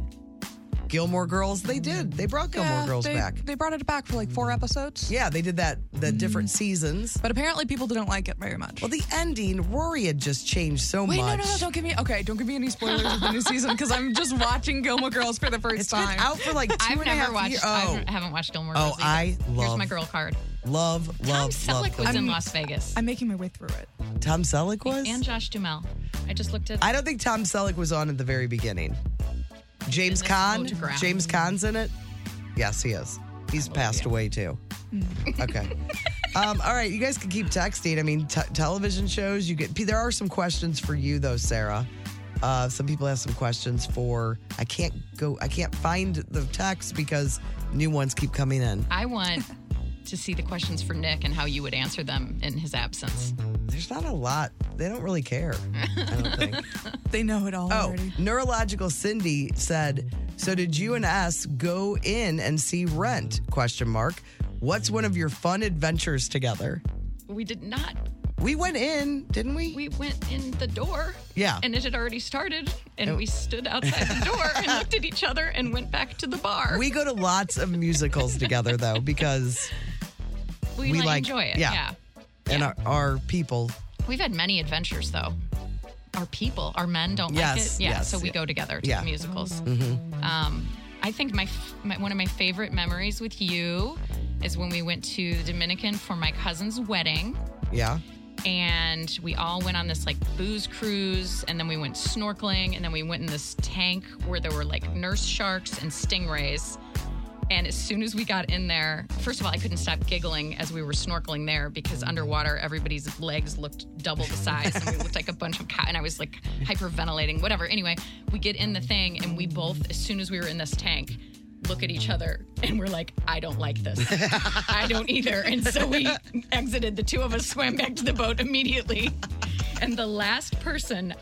Gilmore Girls, they did. They brought Gilmore Yeah, Girls they, back. They brought it back for like four episodes. Yeah, they did that the different seasons. But apparently, people didn't like it very much. Well, the ending, Rory had just changed so Wait, much. no, no, no! Don't give me okay. Don't give me any spoilers of (laughs) the new season because I'm just watching Gilmore Girls for the 1st It's been time. out for (laughs) like two I've and a never half watched. years. I Oh, haven't- haven't watched Gilmore Oh, Girls. either. I Here's love- my girl card. love, Tom love, Selleck love. was in I'm- Las Vegas. I'm making my way through it. Tom Selleck was? And Josh Dumel. I just looked at. I don't think Tom Selleck was on at the very beginning. James Caan. photograph. James Caan's in it. Yes, he is. He's passed away too. Okay. um, all right, you guys can keep texting. I mean, t- television shows. You get. There are some questions for you though, Sarah. Uh, some people have some questions for. I can't go. I can't find the text because new ones keep coming in. (laughs) I want to see the questions for Nick and how you would answer them in his absence. There's not a lot. They don't really care. I don't think. They know it all Oh, already. neurological Cindy said, "So did you and S go in and see Rent?" Question mark. What's one of your fun adventures together? We did not. We went in, didn't we? We went in the door. Yeah. Oh. And it had already started, and we stood outside the door (laughs) and looked at each other and went back to the bar. We go to lots of musicals together though because we, we like, like- enjoy it. yeah. Yeah. and our, our people. We've had many adventures though. Our people, our men don't Yes, like it. Yeah. yes, so we yeah. go together to Yeah. musicals. Mhm. Um, I think my, f- my one of my favorite memories with you is when we went to the Dominican for my cousin's wedding. Yeah. and we all went on this like booze cruise and then we went snorkeling and then we went in this tank where there were like nurse sharks and stingrays and as soon as we got in there first of all i couldn't stop giggling as we were snorkeling there because underwater everybody's legs looked double the size and we looked like a bunch of cotton i was like hyperventilating whatever anyway we get in the thing and we both as soon as we were in this tank look at each other and we're like i don't like this I don't either. And so we exited. The two of us swam back to the boat immediately. And the last person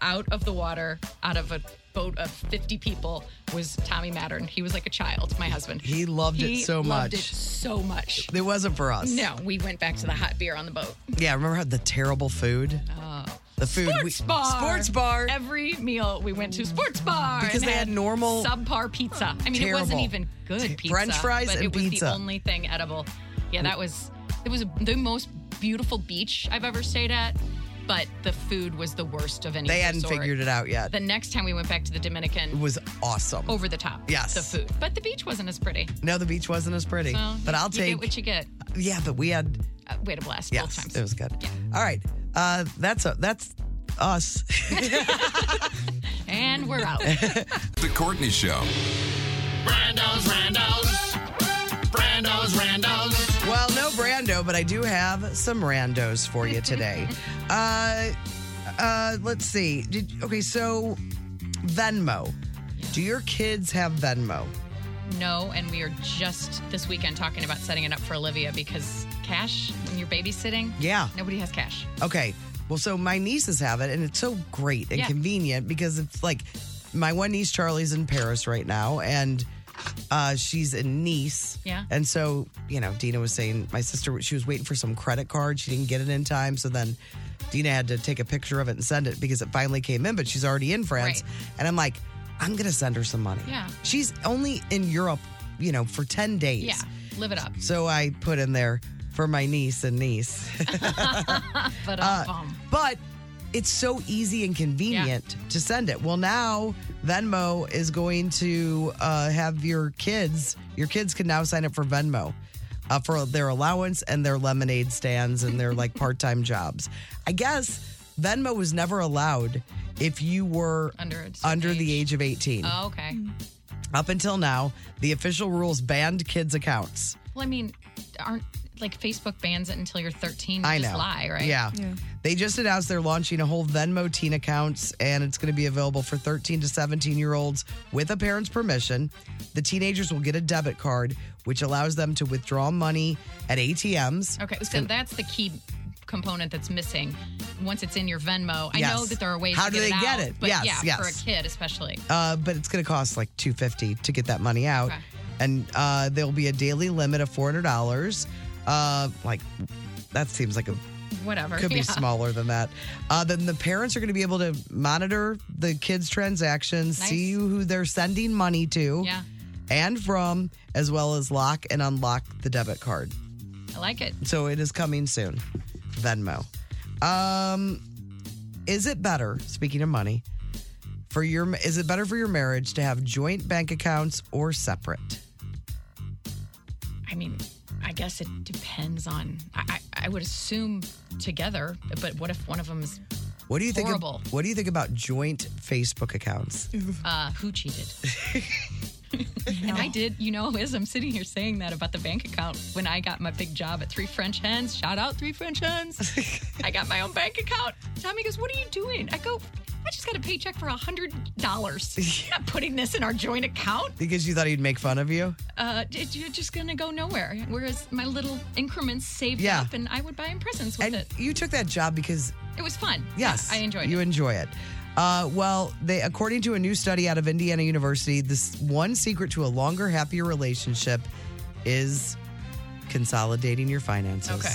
out of the water, out of a boat of 50 people, was Tommy Mattern. He was like a child, my husband. He loved it He so loved much. it so much. It wasn't for us. No, we went back to the hot beer on the boat. Yeah, remember how the terrible food? Oh. The food we- Sports bar. Sports bar. Every meal we went to sports bar Because and they had normal- subpar pizza. I mean, it wasn't Terrible. even good pizza. French fries but and it was pizza. the only thing edible. Yeah, that was. It was the most beautiful beach I've ever stayed at, but the food was the worst of any. They hadn't resort. figured it out yet. The next time we went back to the It Dominican, was awesome. over the top. Yes. the food, but the beach wasn't as pretty. No, the beach wasn't as pretty. So but I'll you take get what you get. Yeah, but we had Uh, we had a blast both times. It was good. All right. Uh, that's a, that's us. (laughs) and (laughs) we're out. The Courtney Show. Brando's, Brando's. Brando's, Brando's. Well, no Brando, but I do have some randos for you today. uh, uh, let's see. Did, okay, so Venmo. Do your kids have Venmo? No, and we are just this weekend talking about setting it up for Olivia because cash when you're babysitting. Yeah. Nobody has cash. Okay. Well, so my nieces have it, and it's so great and Yeah. convenient because it's like my one niece, Charlie's in Paris right now, and uh, she's a niece. Yeah. And so, you know, Dina was saying my sister, she was waiting for some credit card. She didn't get it in time. So then Dina had to take a picture of it and send it because it finally came in, but she's already in France. And I'm like, I'm going to send her some money. Yeah. She's only in Europe, you know, for 10 days. Yeah. Live it up. So I put in there for my niece and niece. But Uh, uh, um, but it's so easy and convenient to send it. Well, now Venmo is going to uh, have your kids. Your kids can now sign up for Venmo uh, for their allowance and their lemonade stands and their (laughs) like part-time jobs. I guess Venmo was never allowed if you were under under the age of eighteen. Oh, okay. Up until now, the official rules banned kids' accounts. Well, I mean, aren't like Facebook bans it until you're 13? They I just know. lie, right? Yeah. They just announced they're launching a whole Venmo teen accounts, and it's going to be available for 13 to 17 year olds with a parent's permission. The teenagers will get a debit card, which allows them to withdraw money at ATMs. Okay, so that's the key component that's missing. Once it's in your Venmo, I know Yes. that there are ways How to do get they it get out, it? But Yes, yeah, for yes. a kid especially. Uh, but it's going to cost like 250 to get that money out. Okay. And uh, there'll be a daily limit of $400. Uh, like, that seems like a Whatever. Could be (laughs) yeah. smaller than that. Uh, then the parents are going to be able to monitor the kids' transactions, Nice. see who they're sending money to Yeah. and from, as well as lock and unlock the debit card. I like it. So it is coming soon. Venmo. Um, is it better? Speaking of money, for your is it better for your marriage to have joint bank accounts or separate? I mean, I guess it depends on. I, I, I would assume together, but what if one of them is What do you think? horrible? Of, what do you think about joint Facebook accounts? uh, who cheated? And I did, you know, as I'm sitting here saying that about the bank account, when I got my big job at Three French Hens, shout out Three French Hens, I got my own bank account. Tommy goes, What are you doing? I go, I just got a paycheck for $100. I'm not putting this in our joint account. Because you thought he'd make fun of you. Uh, d- you're just going to go nowhere. Whereas my little increments saved Yeah. up and I would buy him presents with it. You took that job because It was fun. Yes, I enjoyed You it. enjoy it. Uh, well, they, according to a new study out of Indiana University, this one secret to a longer, happier relationship is consolidating your finances. Okay.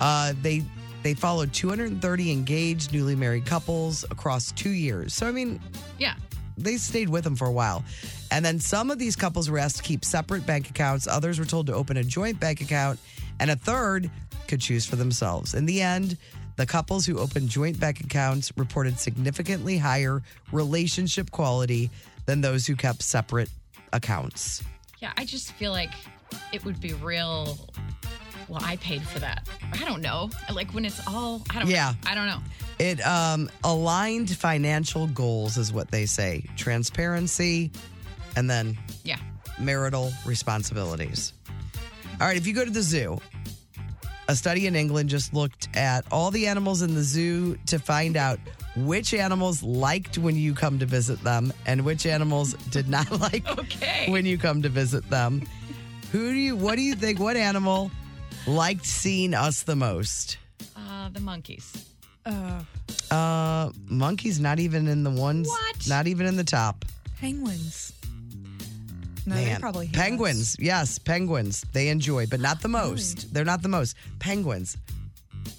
Uh, they they followed 230 engaged, newly married couples across two years. So I mean, Yeah. they stayed with them for a while. And then some of these couples were asked to keep separate bank accounts, others were told to open a joint bank account, and a third could choose for themselves. In the end, the couples who opened joint bank accounts reported significantly higher relationship quality than those who kept separate accounts. Yeah, I just feel like it would be real. Well, I paid for that. I don't know. Like when it's all, I don't. Yeah. I don't know. It um, aligned financial goals, is what they say transparency and then Yeah. marital responsibilities. All right, if you go to the zoo, a study in England just looked at all the animals in the zoo to find out which animals liked when you come to visit them and which animals did not (laughs) like when you come to visit them. Who do you what do you think what animal liked seeing us the most? Uh, the monkeys. Uh, Uh monkeys not even in the ones What? not even in the top. penguins. No, they Man. probably hate Hmm. penguins. Yes, penguins. They enjoy, but not the most. They're not the most. Penguins.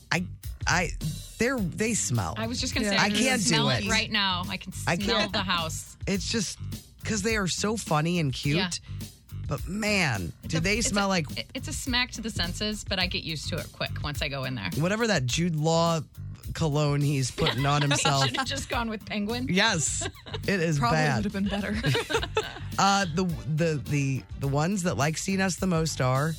I, I, they're they smell. I was just gonna say. I I can can't smell do it. it. right now. I can smell I can't. the house. It's just because they are so funny and cute. Yeah. But man, do It's a- they it's smell a- like it- It's a smack to the senses, but I get used to it quick once I go in there. whatever that Jude Law cologne he's putting (laughs) on himself? should have just gone with penguin. yes, it is Probably bad. would've been better. Uh, the the the the ones that like seeing us the most are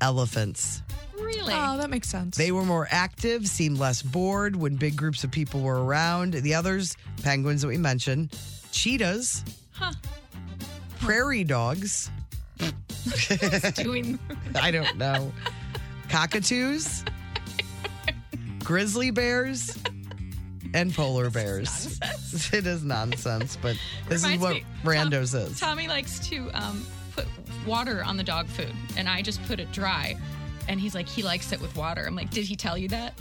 elephants. Really? Really? Oh, that makes sense. They were more active, seemed less bored when big groups of people were around. The others, penguins that we mentioned, cheetahs, Huh. prairie dogs. (laughs) doing? I don't know. Cockatoos, grizzly bears, and polar bears. (laughs) It is nonsense, but this Reminds is what me- randos is. Tommy likes to um, put water on the dog food, and I just put it dry. And he's like, he likes it with water. I'm like, did he tell you (laughs) that?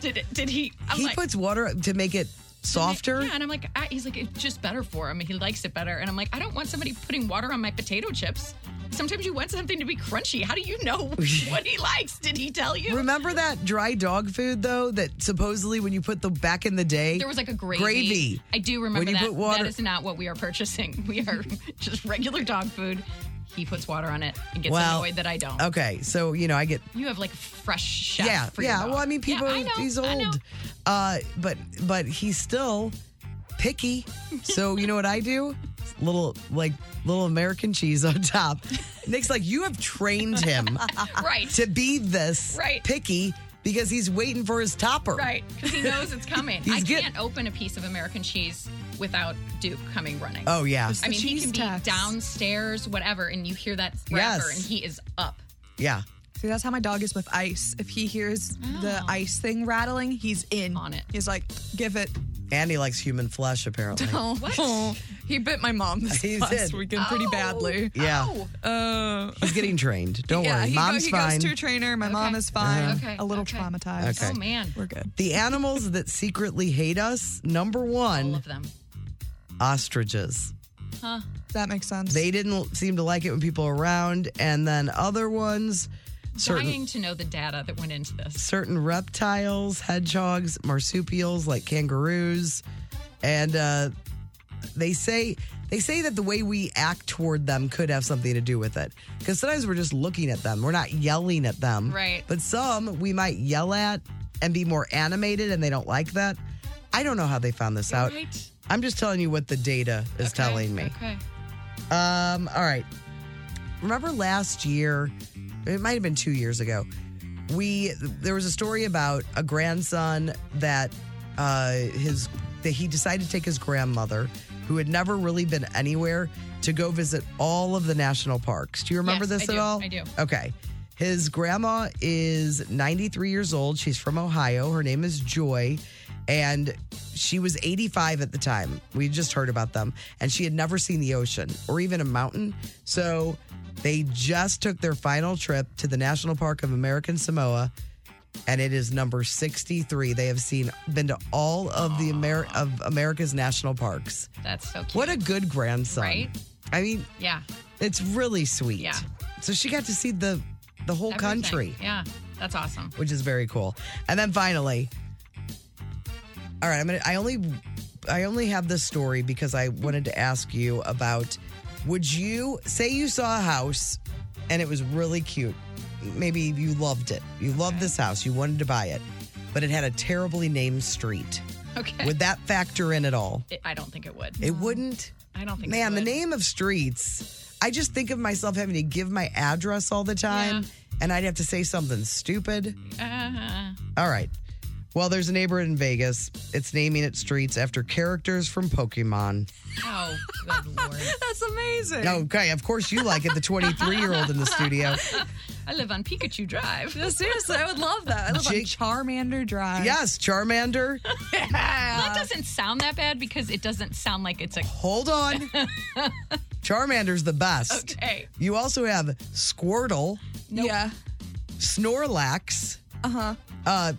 did it, did he? I'm he like, puts water to make it softer. Yeah, and I'm like, I, he's like, it's just better for him. He likes it better. And I'm like, I don't want somebody putting water on my potato chips. Sometimes you want something to be crunchy. How do you (laughs) know what he likes? Did he tell you? Remember that dry dog food though that supposedly when you put the back in the day There was like a gravy. Gravy. I do When remember you that. put water- That is not what we are purchasing. (laughs) We are just regular dog food. He puts water on it and gets Well, annoyed that I don't. Okay, so you know I get You have like fresh chef. yeah for your yeah. dog. Well, I mean people I know, he's I know. old, uh, but but he's still picky. So you know what I do? Little like little American cheese on top. Nick's like you have trained him (laughs) Right. to be this Right. picky because he's waiting for his topper Right, because he knows it's (laughs) coming. He's I get- can't open a piece of American cheese without Duke coming running. Oh, yeah. It's I the mean he cheese can be downstairs, whatever, and you hear that wrapper, Yes. and he is up. yeah. See, that's how my dog is with ice. If he hears the Oh. ice thing rattling, he's in on it. He's like, give it. And he likes human flesh apparently. (laughs) (laughs) Don't. He bit my mom this He last did. weekend pretty Oh. badly. Yeah. Uh, He's getting trained. Don't yeah, worry, he, go- mom's he fine. goes to a trainer. My mom is fine. Uh-huh. Okay. A little traumatized. Okay. Oh, man. We're good. The animals that secretly hate us, number one, All of them. ostriches. Huh. That makes sense. They didn't seem to like it when people were around, and then other ones, certain Dying to know the data that went into this. certain reptiles, hedgehogs, marsupials like kangaroos, and uh, they say they say that the way we act toward them could have something to do with it. Because sometimes we're just looking at them, we're not yelling at them, Right. But some we might yell at and be more animated, and they don't like that. I don't know how they found this out. Right. I'm just telling you what the data is telling me. Okay. Um, all right. Remember last year, it might have been two years ago, we there was a story about a grandson that uh his that he decided to take his grandmother, who had never really been anywhere, to go visit all of the national parks. Do you remember Yes, this I at do, all? I do. Okay. His grandma is 93 years old. She's from Ohio. Her name is Joy. And she was 85 at the time. We just heard about them. And she had never seen the ocean or even a mountain. So they just took their final trip to the National Park of American Samoa. And it is number 63. They have seen been to all of the Amer- of America's national parks. That's so cute. What a good grandson. Right? I mean, Yeah. it's really sweet. Yeah. So she got to see the the whole Everything. country, Yeah. That's awesome. which is very cool. And then finally, all right, I'm gonna. I only I only have this story because I wanted to ask you about. Would you say you saw a house and it was really cute? Maybe you loved it. You loved this house. You wanted to buy it, but it had a terribly named street. (laughs) Okay. Would that factor in at all? Eh. It- I don't think it would. It wouldn't. I don't think. it Man, the would. name of streets. I just think of myself having to give my address all the time, and I'd have to say something stupid. Uh, All right. Well, there's a neighborhood in Vegas. It's naming its streets after characters from Pokemon. oh, good (laughs) lord. That's amazing. Okay, of course you like it. The 23 year old in the studio. (laughs) I live on Pikachu Drive. Yeah, seriously, I would love that. I live Jake- (laughs) on Charmander Drive. Yes, Charmander. That doesn't sound that bad because it doesn't sound like it's a. Hold (laughs) on. Charmander's the best. Okay. You also have Squirtle, Yeah. Snorlax, Uh huh. uh,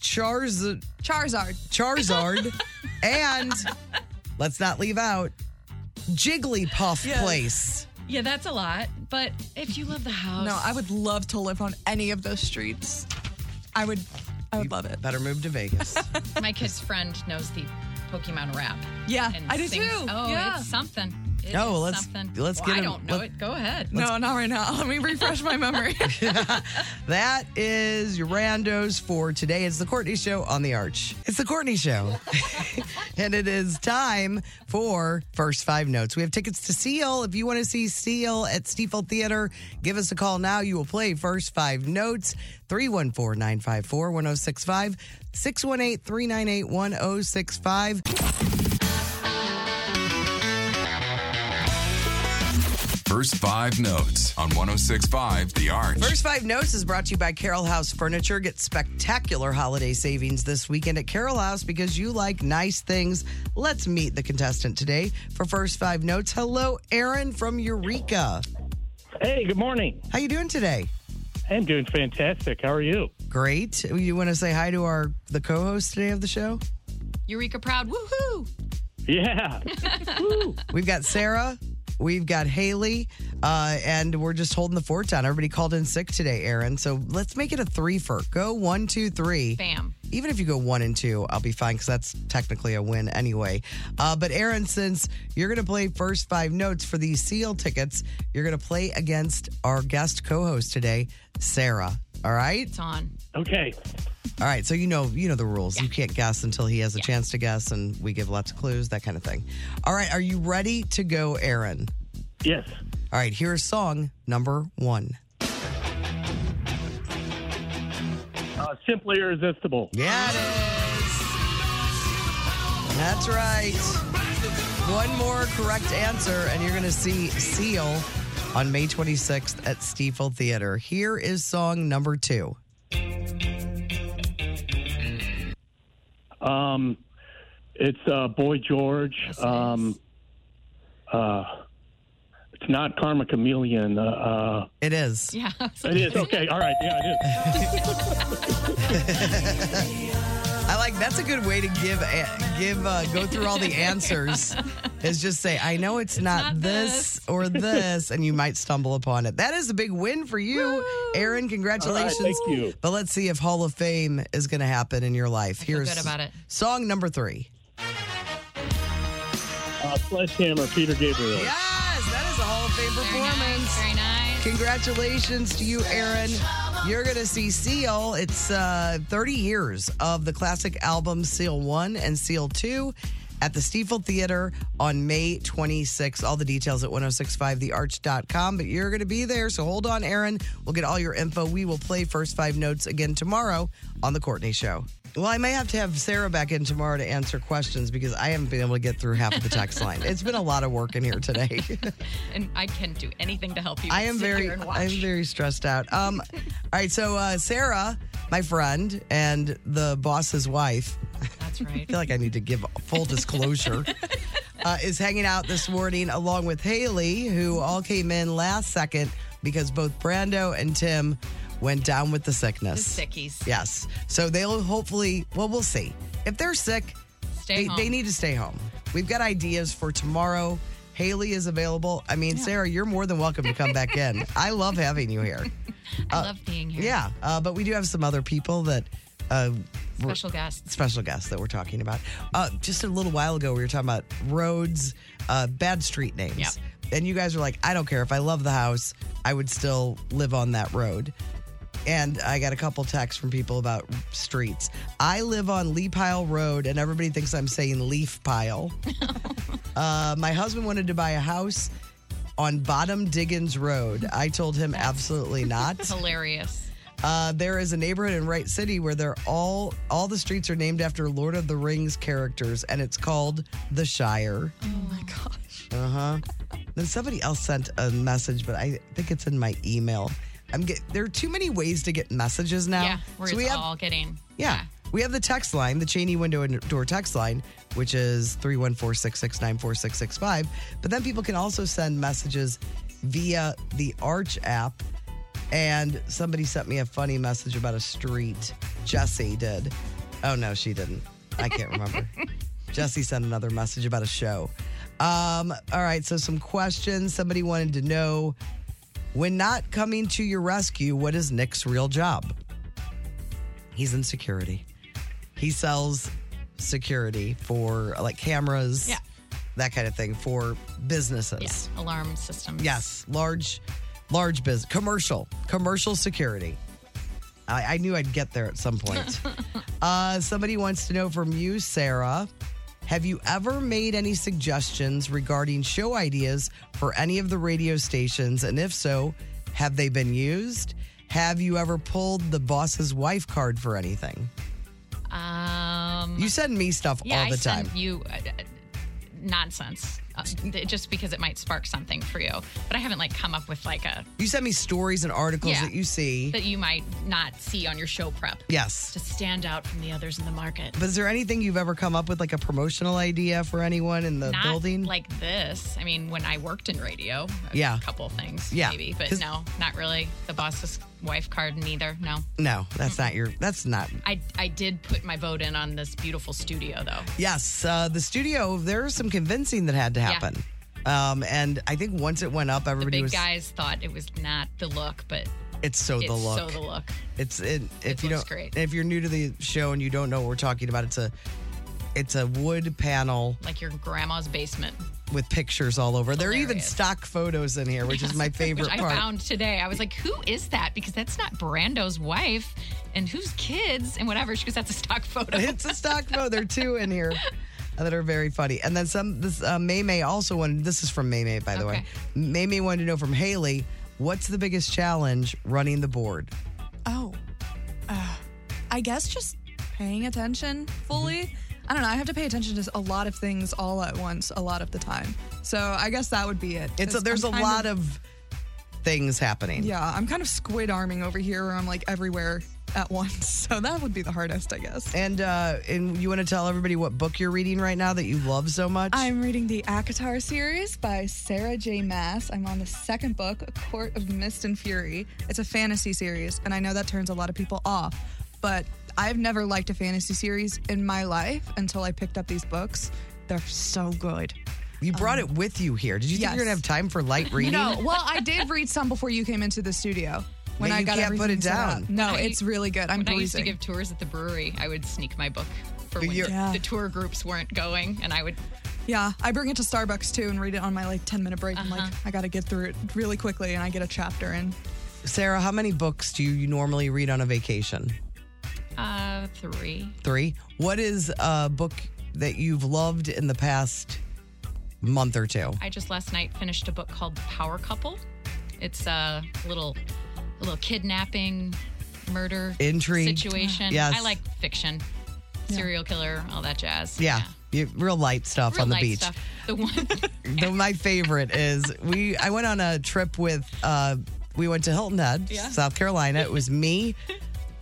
Charz- Charizard. Charizard, (laughs) and let's not leave out Jigglypuff Yes. Place. Yeah, that's a lot. But if you love the house, No, I would love to live on any of those streets. I would. I would love it. Better move to Vegas. My kid's friend knows the Pokemon rap. Yeah, and I do sings- too. Oh, Yeah. it's something. No, Oh, let's- something. let's Well, get I him- don't know let- it. Go ahead. No, not right now. (laughs) Let me refresh (laughs) my memory. That is your randos for today. It's the Courtney Show on the Arch. It's the Courtney Show. (laughs) and it is time for First Five Notes. We have tickets to Seal. If you want to see Seal at Stiefel Theater, give us a call now. You will play First Five Notes, 314 954 1065, 618 398 1065. First five notes on 1065 The Arch. First Five Notes is brought to you by Carroll House Furniture. Get spectacular holiday savings this weekend at Carroll House because you like nice things. Let's meet the contestant today for First Five Notes. Hello, Aaron from Eureka. Hey, good morning. How you doing today? I'm doing fantastic. How are you? Great. You want to say hi to our the co-host today of the show? Eureka Proud. Woohoo! Yeah. We've got Sarah. We've got Haley, uh, and we're just holding the fort down. Everybody called in sick today, Aaron. So let's make it a three-fer. Go one, two, three. Bam. Even if you go one and two, I'll be fine because that's technically a win anyway. Uh, but Aaron, since you're going to play first five notes for these seal tickets, you're going to play against our guest co-host today, Sarah. All right. It's on. Okay. All right. So you know you know the rules. You can't guess until he has a chance to guess, and we give lots of clues, that kind of thing. All right. Are you ready to go, Aaron? Yes. All right. Here's song number one. Uh, simply irresistible. Yeah, it is. That's right. One more correct answer, and you're going to see Seal on May 26th at Stiefel Theater. Here is song number two. Um, it's uh, Boy George. Um, uh, it's not Karma Chameleon. Uh, uh, it (laughs) is. (laughs) Yeah. (laughs) It is. Okay. All right. Yeah, it is. I like that's a good way to give a- give uh, go through (laughs) all the answers is just say I know it's, not, this, (laughs) or this, and you might stumble upon it. That is a big win for you, Aaron. Congratulations! All right, thank you. But let's see if Hall of Fame is going to happen in your life. Here's good about it. song number three. Uh, Sledgehammer, Peter Gabriel. Yes, that is a Hall of Fame performance. Very nice. Congratulations to you, Aaron. You're going to see Seal. It's uh, 30 years of the classic albums Seal 1 and Seal 2 at the Stiefel Theater on May 26. All the details at 1065thearch.com. But you're going to be there, so hold on, Aaron. We'll get all your info. We will play First Five Notes again tomorrow on The Courtney Show. Well, I may have to have Sarah back in tomorrow to answer questions because I haven't been able to get through half of the text line. It's been a lot of work in here today. (laughs) (laughs) And I can do anything to help you. I am Sit here very, and I am very stressed out. (laughs) Um, all right, so uh, Sarah, my friend, and the boss's wife. That's right. (laughs) I feel like I need to give full (laughs) disclosure. uh, is hanging out this morning along with Haley, who all came in last second because both Brando and Tim went down with the sickness. The sickies. Yes. So they'll hopefully. Well, we'll see. If they're sick, Stay they, home. they need to stay home. We've got ideas for tomorrow. Haley is available. I mean, Sarah, you're more than welcome to come back in. I love having you (laughs) here. I love being here. Yeah, uh, but we do have some other people that uh, we're- Special guests. special guests that we're talking about. Uh, just a little while ago, we were talking about roads, uh, bad street names, Yeah. and you guys were like, "I don't care if I love the house, I would still live on that road." And I got a couple texts from people about streets. I live on Lee Pile Road, and everybody thinks I'm saying Leaf (laughs) Pile. uh, my husband wanted to buy a house on Bottom Diggins Road. I told him absolutely not. (laughs) Hilarious. Uh, there is a neighborhood in Wright City where they're all all the streets are named after Lord of the Rings characters, and it's called the Shire. Oh my gosh. Uh huh. Then somebody else sent a message, but I think it's in my email. I'm get there are too many ways to get messages now. yeah, we're So we have- all getting. yeah. We have the text line, the Cheney window and door text line, which is 314-669-4665. But then people can also send messages via the Arch app. And somebody sent me a funny message about a street. Jesse did. Oh no, she didn't. I can't remember. Jesse sent another message about a show. Um, all right, so some questions. Somebody wanted to know when not coming to your rescue, what is Nick's real job? He's in security. He sells security for like cameras. Yeah. that kind of thing for businesses. Alarm systems. Yes, large, large business, commercial, commercial security. I, I knew I'd get there at some (laughs) point. uh, somebody wants to know from you, Sarah. Have you ever made any suggestions regarding show ideas for any of the radio stations? And if so, have they been used? Have you ever pulled the boss's wife card for anything? Um, You send me stuff yeah, all the I time. send you uh, uh, nonsense uh, th- just because it might spark something for you. But I haven't like come up with like a You send me stories and articles Yeah. that you see. that you might not see on your show prep yes. to stand out from the others in the market. But is there anything you've ever come up with, like a promotional idea for anyone in the not building? like this. I mean, when I worked in radio, a Yeah. couple things, Yeah. maybe, but 'Cause- no, not really. The boss's wife card, neither. No, No, that's not your. That's not. I I did put my vote in on this beautiful studio though. Yes, uh, the studio. There was some convincing that had to Yeah. happen, um, and I think once it went up, everybody Big was. guys thought it was not the look, but It's so the it's look. So the look. It's it, if you looks don't great. if you're new to the show and you don't know what we're talking about, it's a it's a wood panel Like your grandma's basement. with pictures all over. There are even stock photos in here, which is my favorite (laughs) which I part. found today. I was like, who is that? Because that's not Brando's wife and whose kids and whatever. She goes, that's a stock (laughs) photo. it's a stock photo. There are two in here that are very funny. And then some. This uh, May May also wanted. This is from May May, by the way. May May wanted to know from Haley, what's the biggest challenge running the board? Oh, uh, I guess just paying attention fully. Mm-hmm. I don't know. I have to pay attention to a lot of things all at once, a lot of the time. So I guess that would be it. It's a, 'cause there's a I'm kind lot of things happening. yeah. I'm kind of squid arming over here, where I'm like everywhere at (laughs) once. So that would be the hardest, I guess. And uh, and you want to tell everybody what book you're reading right now that you love so much? I'm reading the ACOTAR series by Sarah J. Mass. I'm on the second book, A Court of Mist and Fury. It's a fantasy series, and I know that turns a lot of people off, but I've never liked a fantasy series in my life until I picked up these books. They're so good. You brought it with you here. Did you think um, yes. you're gonna have time for light reading? (laughs) No, well, I did read some before you came into the studio. When But I you got can't put everything it set up. down. No, When I- it's really good. I'm when I used to breezing. give tours at the brewery, I would sneak my book for But when you're- Yeah. the tour groups weren't going, and I would. Yeah, I bring it to Starbucks too and read it on my like 10 minute break. I'm like, Uh-huh. I got to get through it really quickly, and I get a chapter in. Sarah, how many books do you normally read on a vacation? Uh, three. Three. What is a book that you've loved in the past month or two? I just last night finished a book called The Power Couple. It's a little, a little kidnapping, murder, Intrigue. situation. Yes. I like fiction, serial killer, all that jazz. Yeah. You- real light stuff Real on the light beach. (laughs) stuff. The one The- my favorite is we. I went on a trip with. Uh, we went to Hilton Head, Yeah. South Carolina. It was me,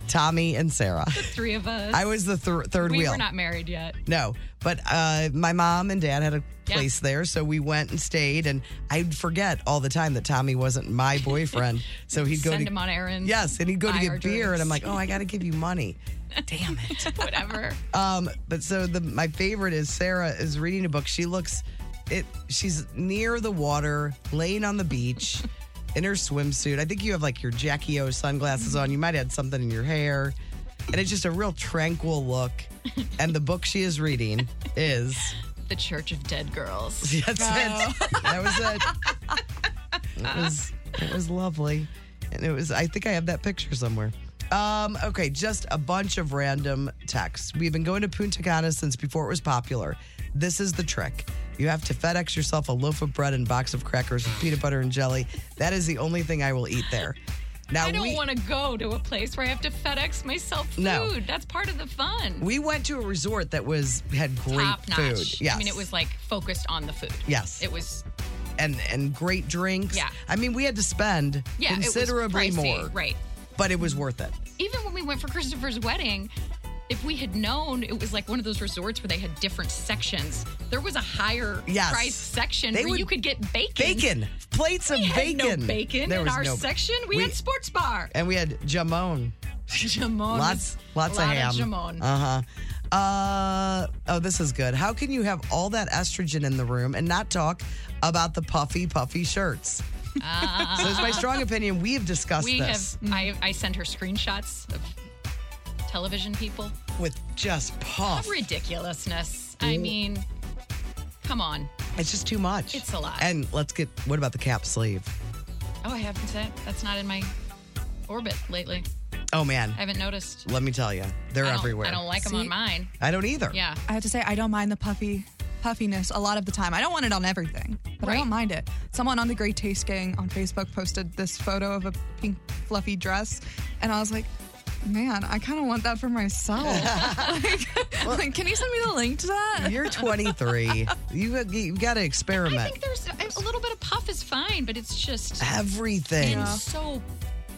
Tommy, and Sarah. three of us. I was the thir- third we wheel. were not married yet. No, but uh, my mom and dad had a Yeah. place there, so we went and stayed. And I'd forget all the time that Tommy wasn't my boyfriend, so he'd go Send to him on errands. yes, and he'd go to buy get our beer, and I'm like, drinks. oh, I got to (laughs) give you money. Damn it. Whatever. Um, but so the my favorite is Sarah is reading a book. She looks it. She's near the water, laying on the beach. In her swimsuit, I think you have like your Jackie O sunglasses on. You might have something in your hair, and it's just a real tranquil look. And the book she is reading is The Church of Dead Girls. (laughs) Oh. That's it. That was (laughs) it. Uh-huh. It was it was lovely, and it was. I think I have that picture somewhere. Um, okay, just a bunch of random texts. We've been going to Punta Cana since before it was popular. This is the trick. You have to FedEx yourself a loaf of bread and box of crackers with peanut butter and jelly. That is the only thing I will eat there. Now I don't we want to go to a place where I have to FedEx myself food. No. That's part of the fun. we went to a resort that was had great Top notch. food. Yes. I mean, it was like focused on the food. Yes. It was, and and great drinks. Yeah. I mean, we had to spend yeah, it was considerably pricey, more, Right. but it was worth it. Even when we went for Christopher's wedding, if we had known it was like one of those resorts where they had different sections, there was a higher Yes. price section They where would- you could get bacon. Bacon, plates of We had bacon. no bacon There in was our no- section. We, had sports bar. and we had jamon. Jamon. Lots, is lots a of lot ham. jamon. Uh huh. Uh oh, this is good. How can you have all that estrogen in the room and not talk about the puffy, puffy (laughs) shirts? Ah. (laughs) so it's my strong opinion. We have discussed we this have. I, I send her screenshots of television people. with just puff. Ridiculousness. I mean, come on. It's just too much. It's a lot. And let's get, what about the cap sleeve? Oh, I haven't said that's not in my orbit lately. Oh, man. I haven't noticed. Let me tell you, they're I don't- everywhere. I don't like them on See? mine. I don't either. Yeah. I have to say, I don't mind the puffy puffiness a lot of the time. I don't want it on everything, but I don't mind it. Someone on the Great Taste Gang on Facebook posted this photo of a pink fluffy dress, and I was like, man, I kind of want that for (laughs) myself. like, like, can you send me the link to that? You're 23. you you got to experiment. I think there's a little bit of puff is fine, but it's just Everything. It's so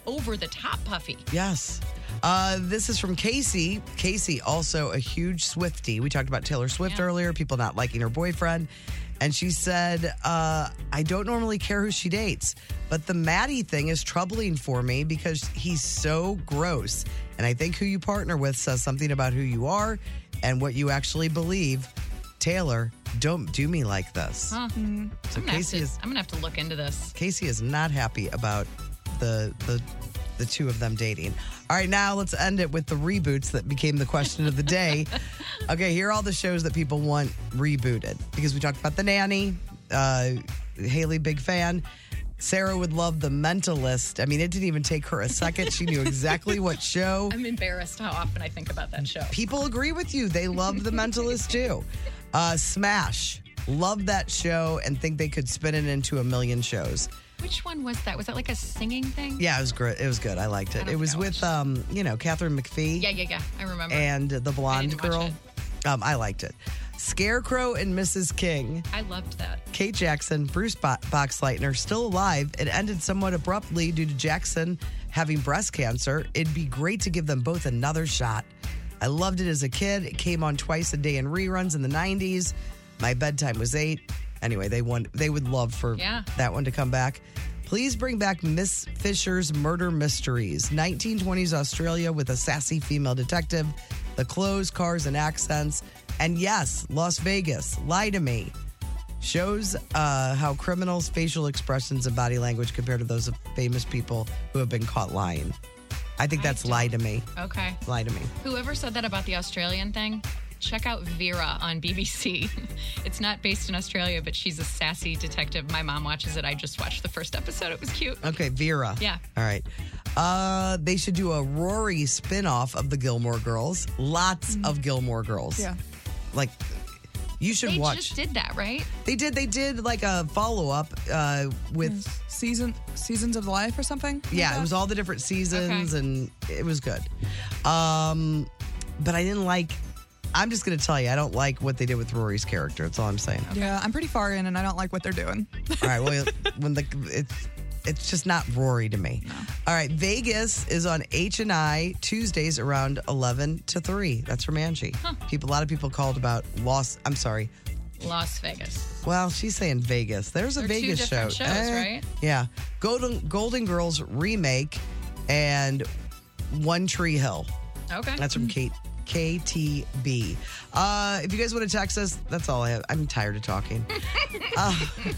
over the top puffy. Yes. Uh, this is from Casey. Casey, also a huge Swifty. We talked about Taylor Swift earlier, people not liking her boyfriend. And she said, uh, I don't normally care who she dates, but the Maddie thing is troubling for me because he's so gross. And I think who you partner with says something about who you are and what you actually believe. Taylor, don't do me like this. Huh. So I'm, gonna have Hmm. Casey to- is- I'm gonna have to look into this. Casey is not happy about the the the two of them dating. All right, now let's end it with the reboots that became the question of the day. okay, here are all the shows that people want rebooted because we talked about the nanny. Uh, Haley, big fan. Sarah would love The Mentalist. I mean, it didn't even take her a second. She knew exactly what show. I'm embarrassed how often I think about that show. People agree with you. They love The Mentalist too. Uh, Smash, love that show and think they could spin it into a million shows. Which one was that? Was that like a singing thing? Yeah, it was great. It was good. I liked it. it was with um, you know, Catherine McPhee Yeah, yeah, yeah. I remember. and the blonde girl. Um, I liked it. Scarecrow and Mrs. King. I loved that. Kate Jackson, Bruce Bo- Boxleitner, still alive. It ended somewhat abruptly due to Jackson having breast cancer. It'd be great to give them both another shot. I loved it as a kid. It came on twice a day in reruns in the 90s. My bedtime was eight. Anyway, they want they would love for Yeah. that one to come back. Please bring back Miss Fisher's Murder Mysteries, 1920s Australia with a sassy female detective, the clothes, cars, and accents. And yes, Las Vegas, Lie to Me, shows uh, how criminals' facial expressions and body language compare to those of famous people who have been caught lying. I think that's Lie to Me. Okay. Lie to Me. Whoever said that about the Australian thing, check out Vera on BBC. (laughs) it's not based in Australia, but she's a sassy detective. My mom watches it. I just watched the first episode. It was cute. Okay, Vera. Yeah. All right. Uh, they should do a Rory spinoff of the Gilmore Girls. Lots of Gilmore Girls. Mm-hmm. Yeah. Like, you should they watch. just did that, right? They did. They did like a follow up uh, with season seasons of life or something. like yeah. that? It was all the different seasons, and it was good. Um, but I didn't like. I'm just gonna tell you, I don't like what they did with Rory's character. That's all I'm saying. Yeah, I'm pretty far in, and I don't like what they're doing. All right. Well, when the it's it's just not Rory to me. All right. Vegas is on H and I Tuesdays around eleven to three. That's from Angie. People, a lot of people called about Los. I'm sorry. Las Vegas. Well, she's saying Vegas. There's a They're two Vegas different show. Eh, shows, Uh, right? Yeah. Golden Golden Girls remake and One Tree Hill. Okay. That's from Kate KTB. Uh, if you guys want to text us, that's all I have. I'm tired of talking. uh, (laughs)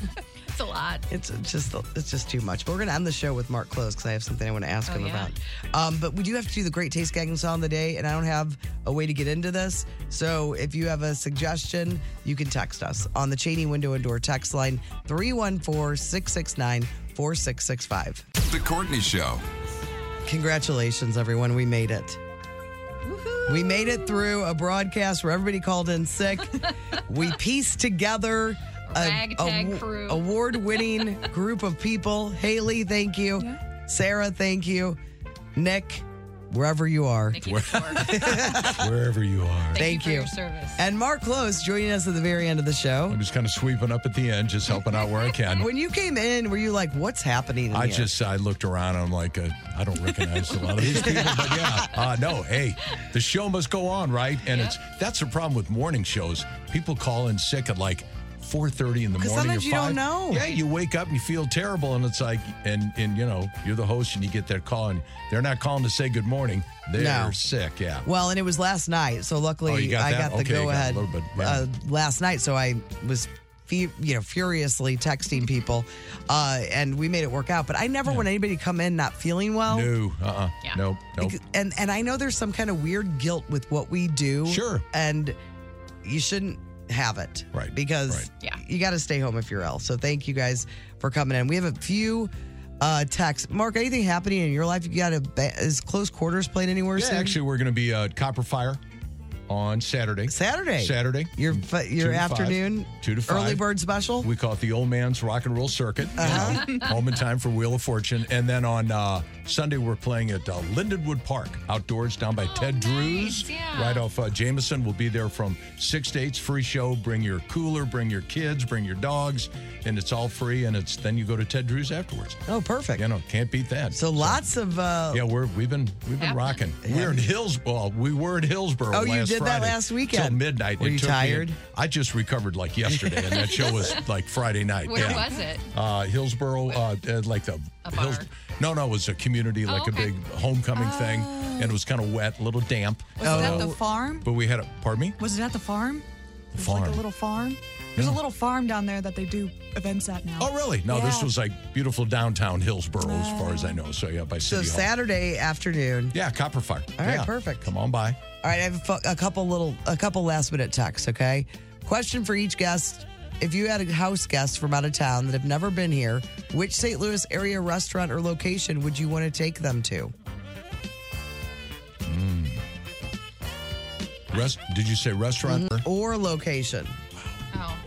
it's a lot. It's just it's just too much. But we're gonna end the show with Mark Close because I have something I want to ask Oh, him yeah. about. Um, but we do have to do the Great Taste Gagging Song of the Day, and I don't have a way to get into this. So if you have a suggestion, you can text us on the Cheney Window and Door text line 314 669 4665. The Courtney Show. Congratulations, everyone. We made it. We made it through a broadcast where everybody called in sick. we pieced together Ragtag crew. award winning group of people. Haley, thank you. Sarah, thank you. Nick, wherever you are. (laughs) Wherever you are. Thank, you. And Mark Close joining us at the very end of the show. I'm just kind of sweeping up at the end, just helping out where I (laughs) can. When you came in, were you like, what's happening? in I here? just I looked around. and I'm like, uh, I don't recognize a lot of these people, but yeah, uh, no. Hey, the show must go on, right? And it's that's the problem with morning shows. People call in sick at like. 4:30 in the 'Cause morning. sometimes or you don't five. know. Yeah, you wake up and you feel terrible, and it's like, and and you know, you're the host, and you get that call, and they're not calling to say good morning. They're No. sick. Yeah. Well, and it was last night, so Oh, luckily you got I that? got the Okay, you got a go ahead little bit, yeah. uh, last night. So I was, fu- you know, furiously texting people, uh, and we made it work out. But I never want anybody to come in not feeling well. No. Uh. uh Nope. Nope. Bec- And and I know there's some kind of weird guilt with what we do. Sure. And you shouldn't have it. Right. Because Yeah. you got to stay home if you're ill. So thank you guys for coming in. We have a few uh, texts. Mark, anything happening in your life? You got a ba- is close quarters played anywhere Yeah, soon? actually, we're going to be at Copper Fire on Saturday. Saturday. Saturday. Mm, Your fi- your Two to five. afternoon Two to five. early bird special. Uh-huh. We call it the Old Man's Rock and Roll Circuit. you know, Uh-huh. home in time for Wheel of Fortune, and then on uh, Sunday we're playing at uh, Lindenwood Park outdoors down by Ted Drew's, Oh, yeah. right off uh, Jameson. We'll be there from six to eight. It's Free show. Bring your cooler. Bring your kids. Bring your dogs, and it's all free. And it's then you go to Ted Drew's afterwards. Oh, perfect. You know, can't beat that. So lots of uh, Yeah, we're we've been we've been rocking. We're in Hillsboro. Well, we were in Hillsboro. Oh, you last did that Friday last weekend. till midnight. Were It you took me- tired? I just recovered like yesterday, and that show (laughs) was like Friday night. Where yeah. was it? Uh, Hillsboro, uh, uh, like the A bar. No, no, it was a community, Oh, like okay. a big homecoming thing, and it was kind of wet, a little damp. Was it at the Oh. farm? But we had a pardon me. Was it at the farm? There's like farm. a little farm. There's a Yeah. little farm down there that they do events at now. Oh, really? No, this Yeah. was like beautiful downtown Hillsboro, as far as I know. So yeah, by so City Hall. Saturday afternoon. Yeah, Copper Fire. All right, Yeah. perfect. Come on by. All right, I have a, fu- a couple little, a couple last minute texts. Okay, question for each guest: If you had a house guest from out of town that have never been here, which St. Louis area restaurant or location would you want to take them to? Hmm. Rest? Did you say restaurant? Mm-hmm. Or location? Oh,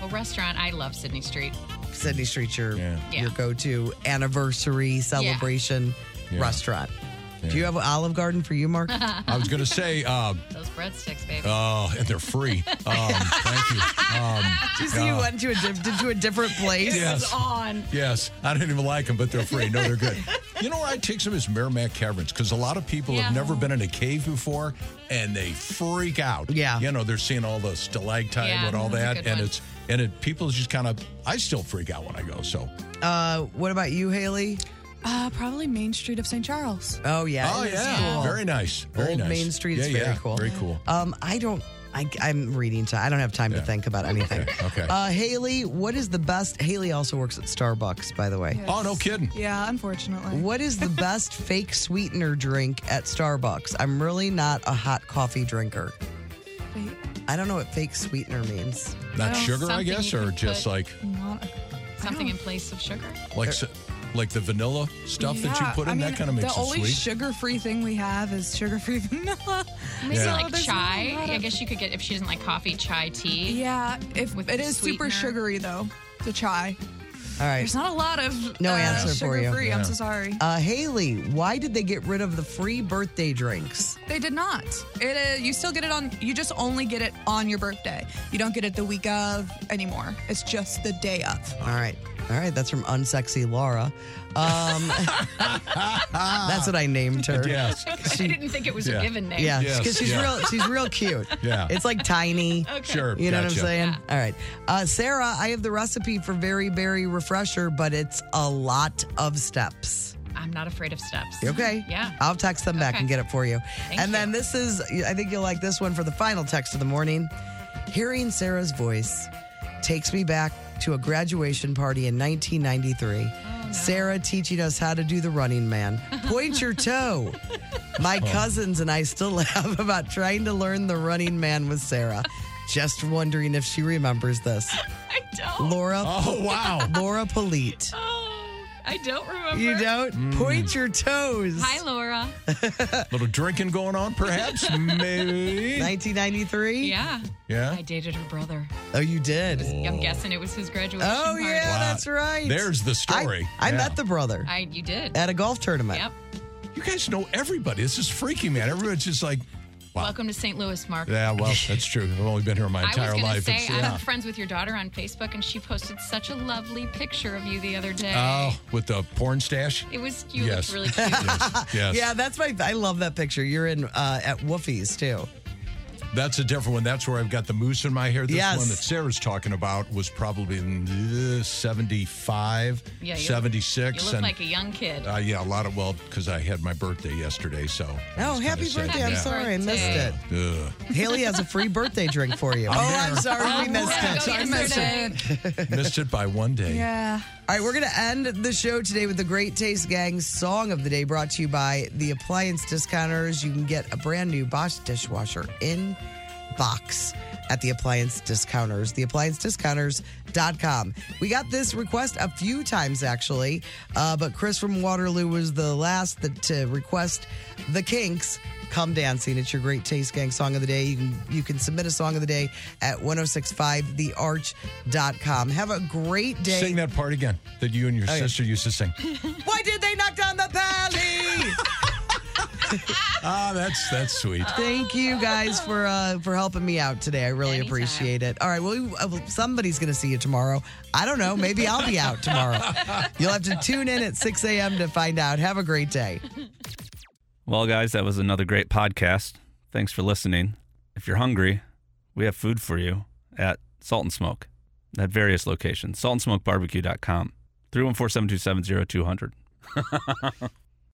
well, restaurant. I love Sydney Street. Sydney Street, your Yeah. your go to anniversary celebration restaurant. Do you have an Olive Garden for you, Mark? (laughs) I was gonna say. Uh, Those breadsticks, baby. Oh, and (laughs) (laughs) they're free. Um, thank you. Um, Did you see you uh, went to a di- to a different place? Yes. on. Yes, I didn't even like them, but they're free. No, they're good. You know where I take some is Merrimack Caverns because a lot of people have Yeah. never been in a cave before and they freak out. Yeah, you know they're seeing all the stalactite Yeah, and all that's a that, good and one. it's and it people just kind of I still freak out when I go. So Uh, what about you, Haley? Uh, probably Main Street of St. Charles. Oh yeah. oh it's yeah, cool. very nice, very Old nice. Main Street is Yeah, very yeah, cool. very cool. Um, I don't. I, I'm reading. To, I don't have time to think about anything. okay. Uh, Haley, what is the best? Haley also works at Starbucks, by the way. Oh, no kidding. Yeah, unfortunately. What is (laughs) the best fake sweetener drink at Starbucks? I'm really not a hot coffee drinker. Wait, I don't know what fake sweetener means. Oh, Not Well, sugar, I something guess, you or could just put- like- Not something in place of sugar. Like s like the vanilla stuff that you yeah, put in I mean, that kind of makes The it only sweet. sugar-free thing we have is sugar-free vanilla. (laughs) Maybe Yeah. like there's chai. not a lot I of- guess you could get if she doesn't like coffee, chai tea. Yeah, if With it the is super sweetener. sugary though to chai. All right. There's not a lot of No uh, answer for you. sugar-free. I'm so sorry. Uh, Haley, why did they get rid of the free birthday drinks? They did not. It is, you still get it on. You just only get it on your birthday. You don't get it the week of anymore. It's just the day of. All right. All right. That's from Unsexy Laura. Um, (laughs) Ah. that's what I named her. (laughs) Yes. (laughs) I didn't think it was yeah. a given name. Yeah, because she's real. She's real cute. (laughs) Yeah. it's like tiny. Okay. Sure, you know what I'm gotcha. saying. All right, uh, Sarah, I have the recipe for very berry refresher, but it's a lot of steps. I'm not afraid of steps. Okay. Yeah. I'll text them back Okay. and get it for you. Thank and then this is, I think you'll like this one for the final text of the morning. Hearing Sarah's voice takes me back to a graduation party in 1993. Oh, Sarah teaching us how to do the running man. Point your toe. My Oh. cousins and I still (laughs) laugh about trying to learn the running man with Sarah. Just wondering if she remembers this. (laughs) I don't. Laura. Oh, wow. Laura Polite. I don't remember. You don't? Point your toes. Hi, Laura. Mm. (laughs) little drinking going on, (laughs) perhaps. Maybe. 1993? Yeah. Yeah. I dated her brother. Oh, you did. I'm guessing it was his graduation. Oh party. yeah, that's right. There's the story. I Yeah. met the brother I, you did. at a golf tournament. Yep. You guys know everybody. This is freaky, man. Everyone's just like, wow. Welcome to St. Louis, Mark. Yeah, (laughs) well, that's true. I've only been here my I was entire gonna life. say It's- I'm friends with your daughter on Facebook, and she posted such a lovely picture of you the other day. Oh, with the porn stash? It was you Yes. looked really cute. (laughs) Yes. Yeah, that's my. I love that picture. You're in uh, at Woofie's too. That's a different one. That's where I've got the moose in my hair. This Yes. one that Sarah's talking about was probably in, uh, 75, Yeah, you- 76. You look and, like a young kid. uh, yeah, a lot of, well, because I had my birthday yesterday, so. Oh, happy sad. birthday! I'm Yeah. sorry, I missed it. Ugh. Haley has a free birthday drink for you. I'm oh, there. I'm sorry, we I'm missed there. it. I missed it. (laughs) missed it by one day. Yeah. All right, we're going to end the show today with the Great Taste Gang Song of the Day brought to you by the Appliance Discounters. You can get a brand new Bosch dishwasher in box at the appliance discounters, theappliancediscounters.com. We got this request a few times actually, uh, but Chris from Waterloo was the last that, to request the Kinks. Come dancing. It's your great taste gang song of the day. You can you can submit a song of the day at 1065thearch.com. Have a great day. Sing that part (laughs) again that you and your Oh, yeah. sister used to sing. Why did they knock down the pally? ah, that's that's sweet. Thank you guys for uh, for helping me out today. I really appreciate it. All right, well, we- uh, well, somebody's going to see you tomorrow. I don't know. Maybe I'll be out (laughs) tomorrow. You'll have to tune in at 6 a.m. to find out. Have a great day. Well, guys, that was another great podcast. Thanks for listening. If you're hungry, we have food for you at Salt and Smoke at various locations. Saltandsmokebarbecue.com. 314 727 0200.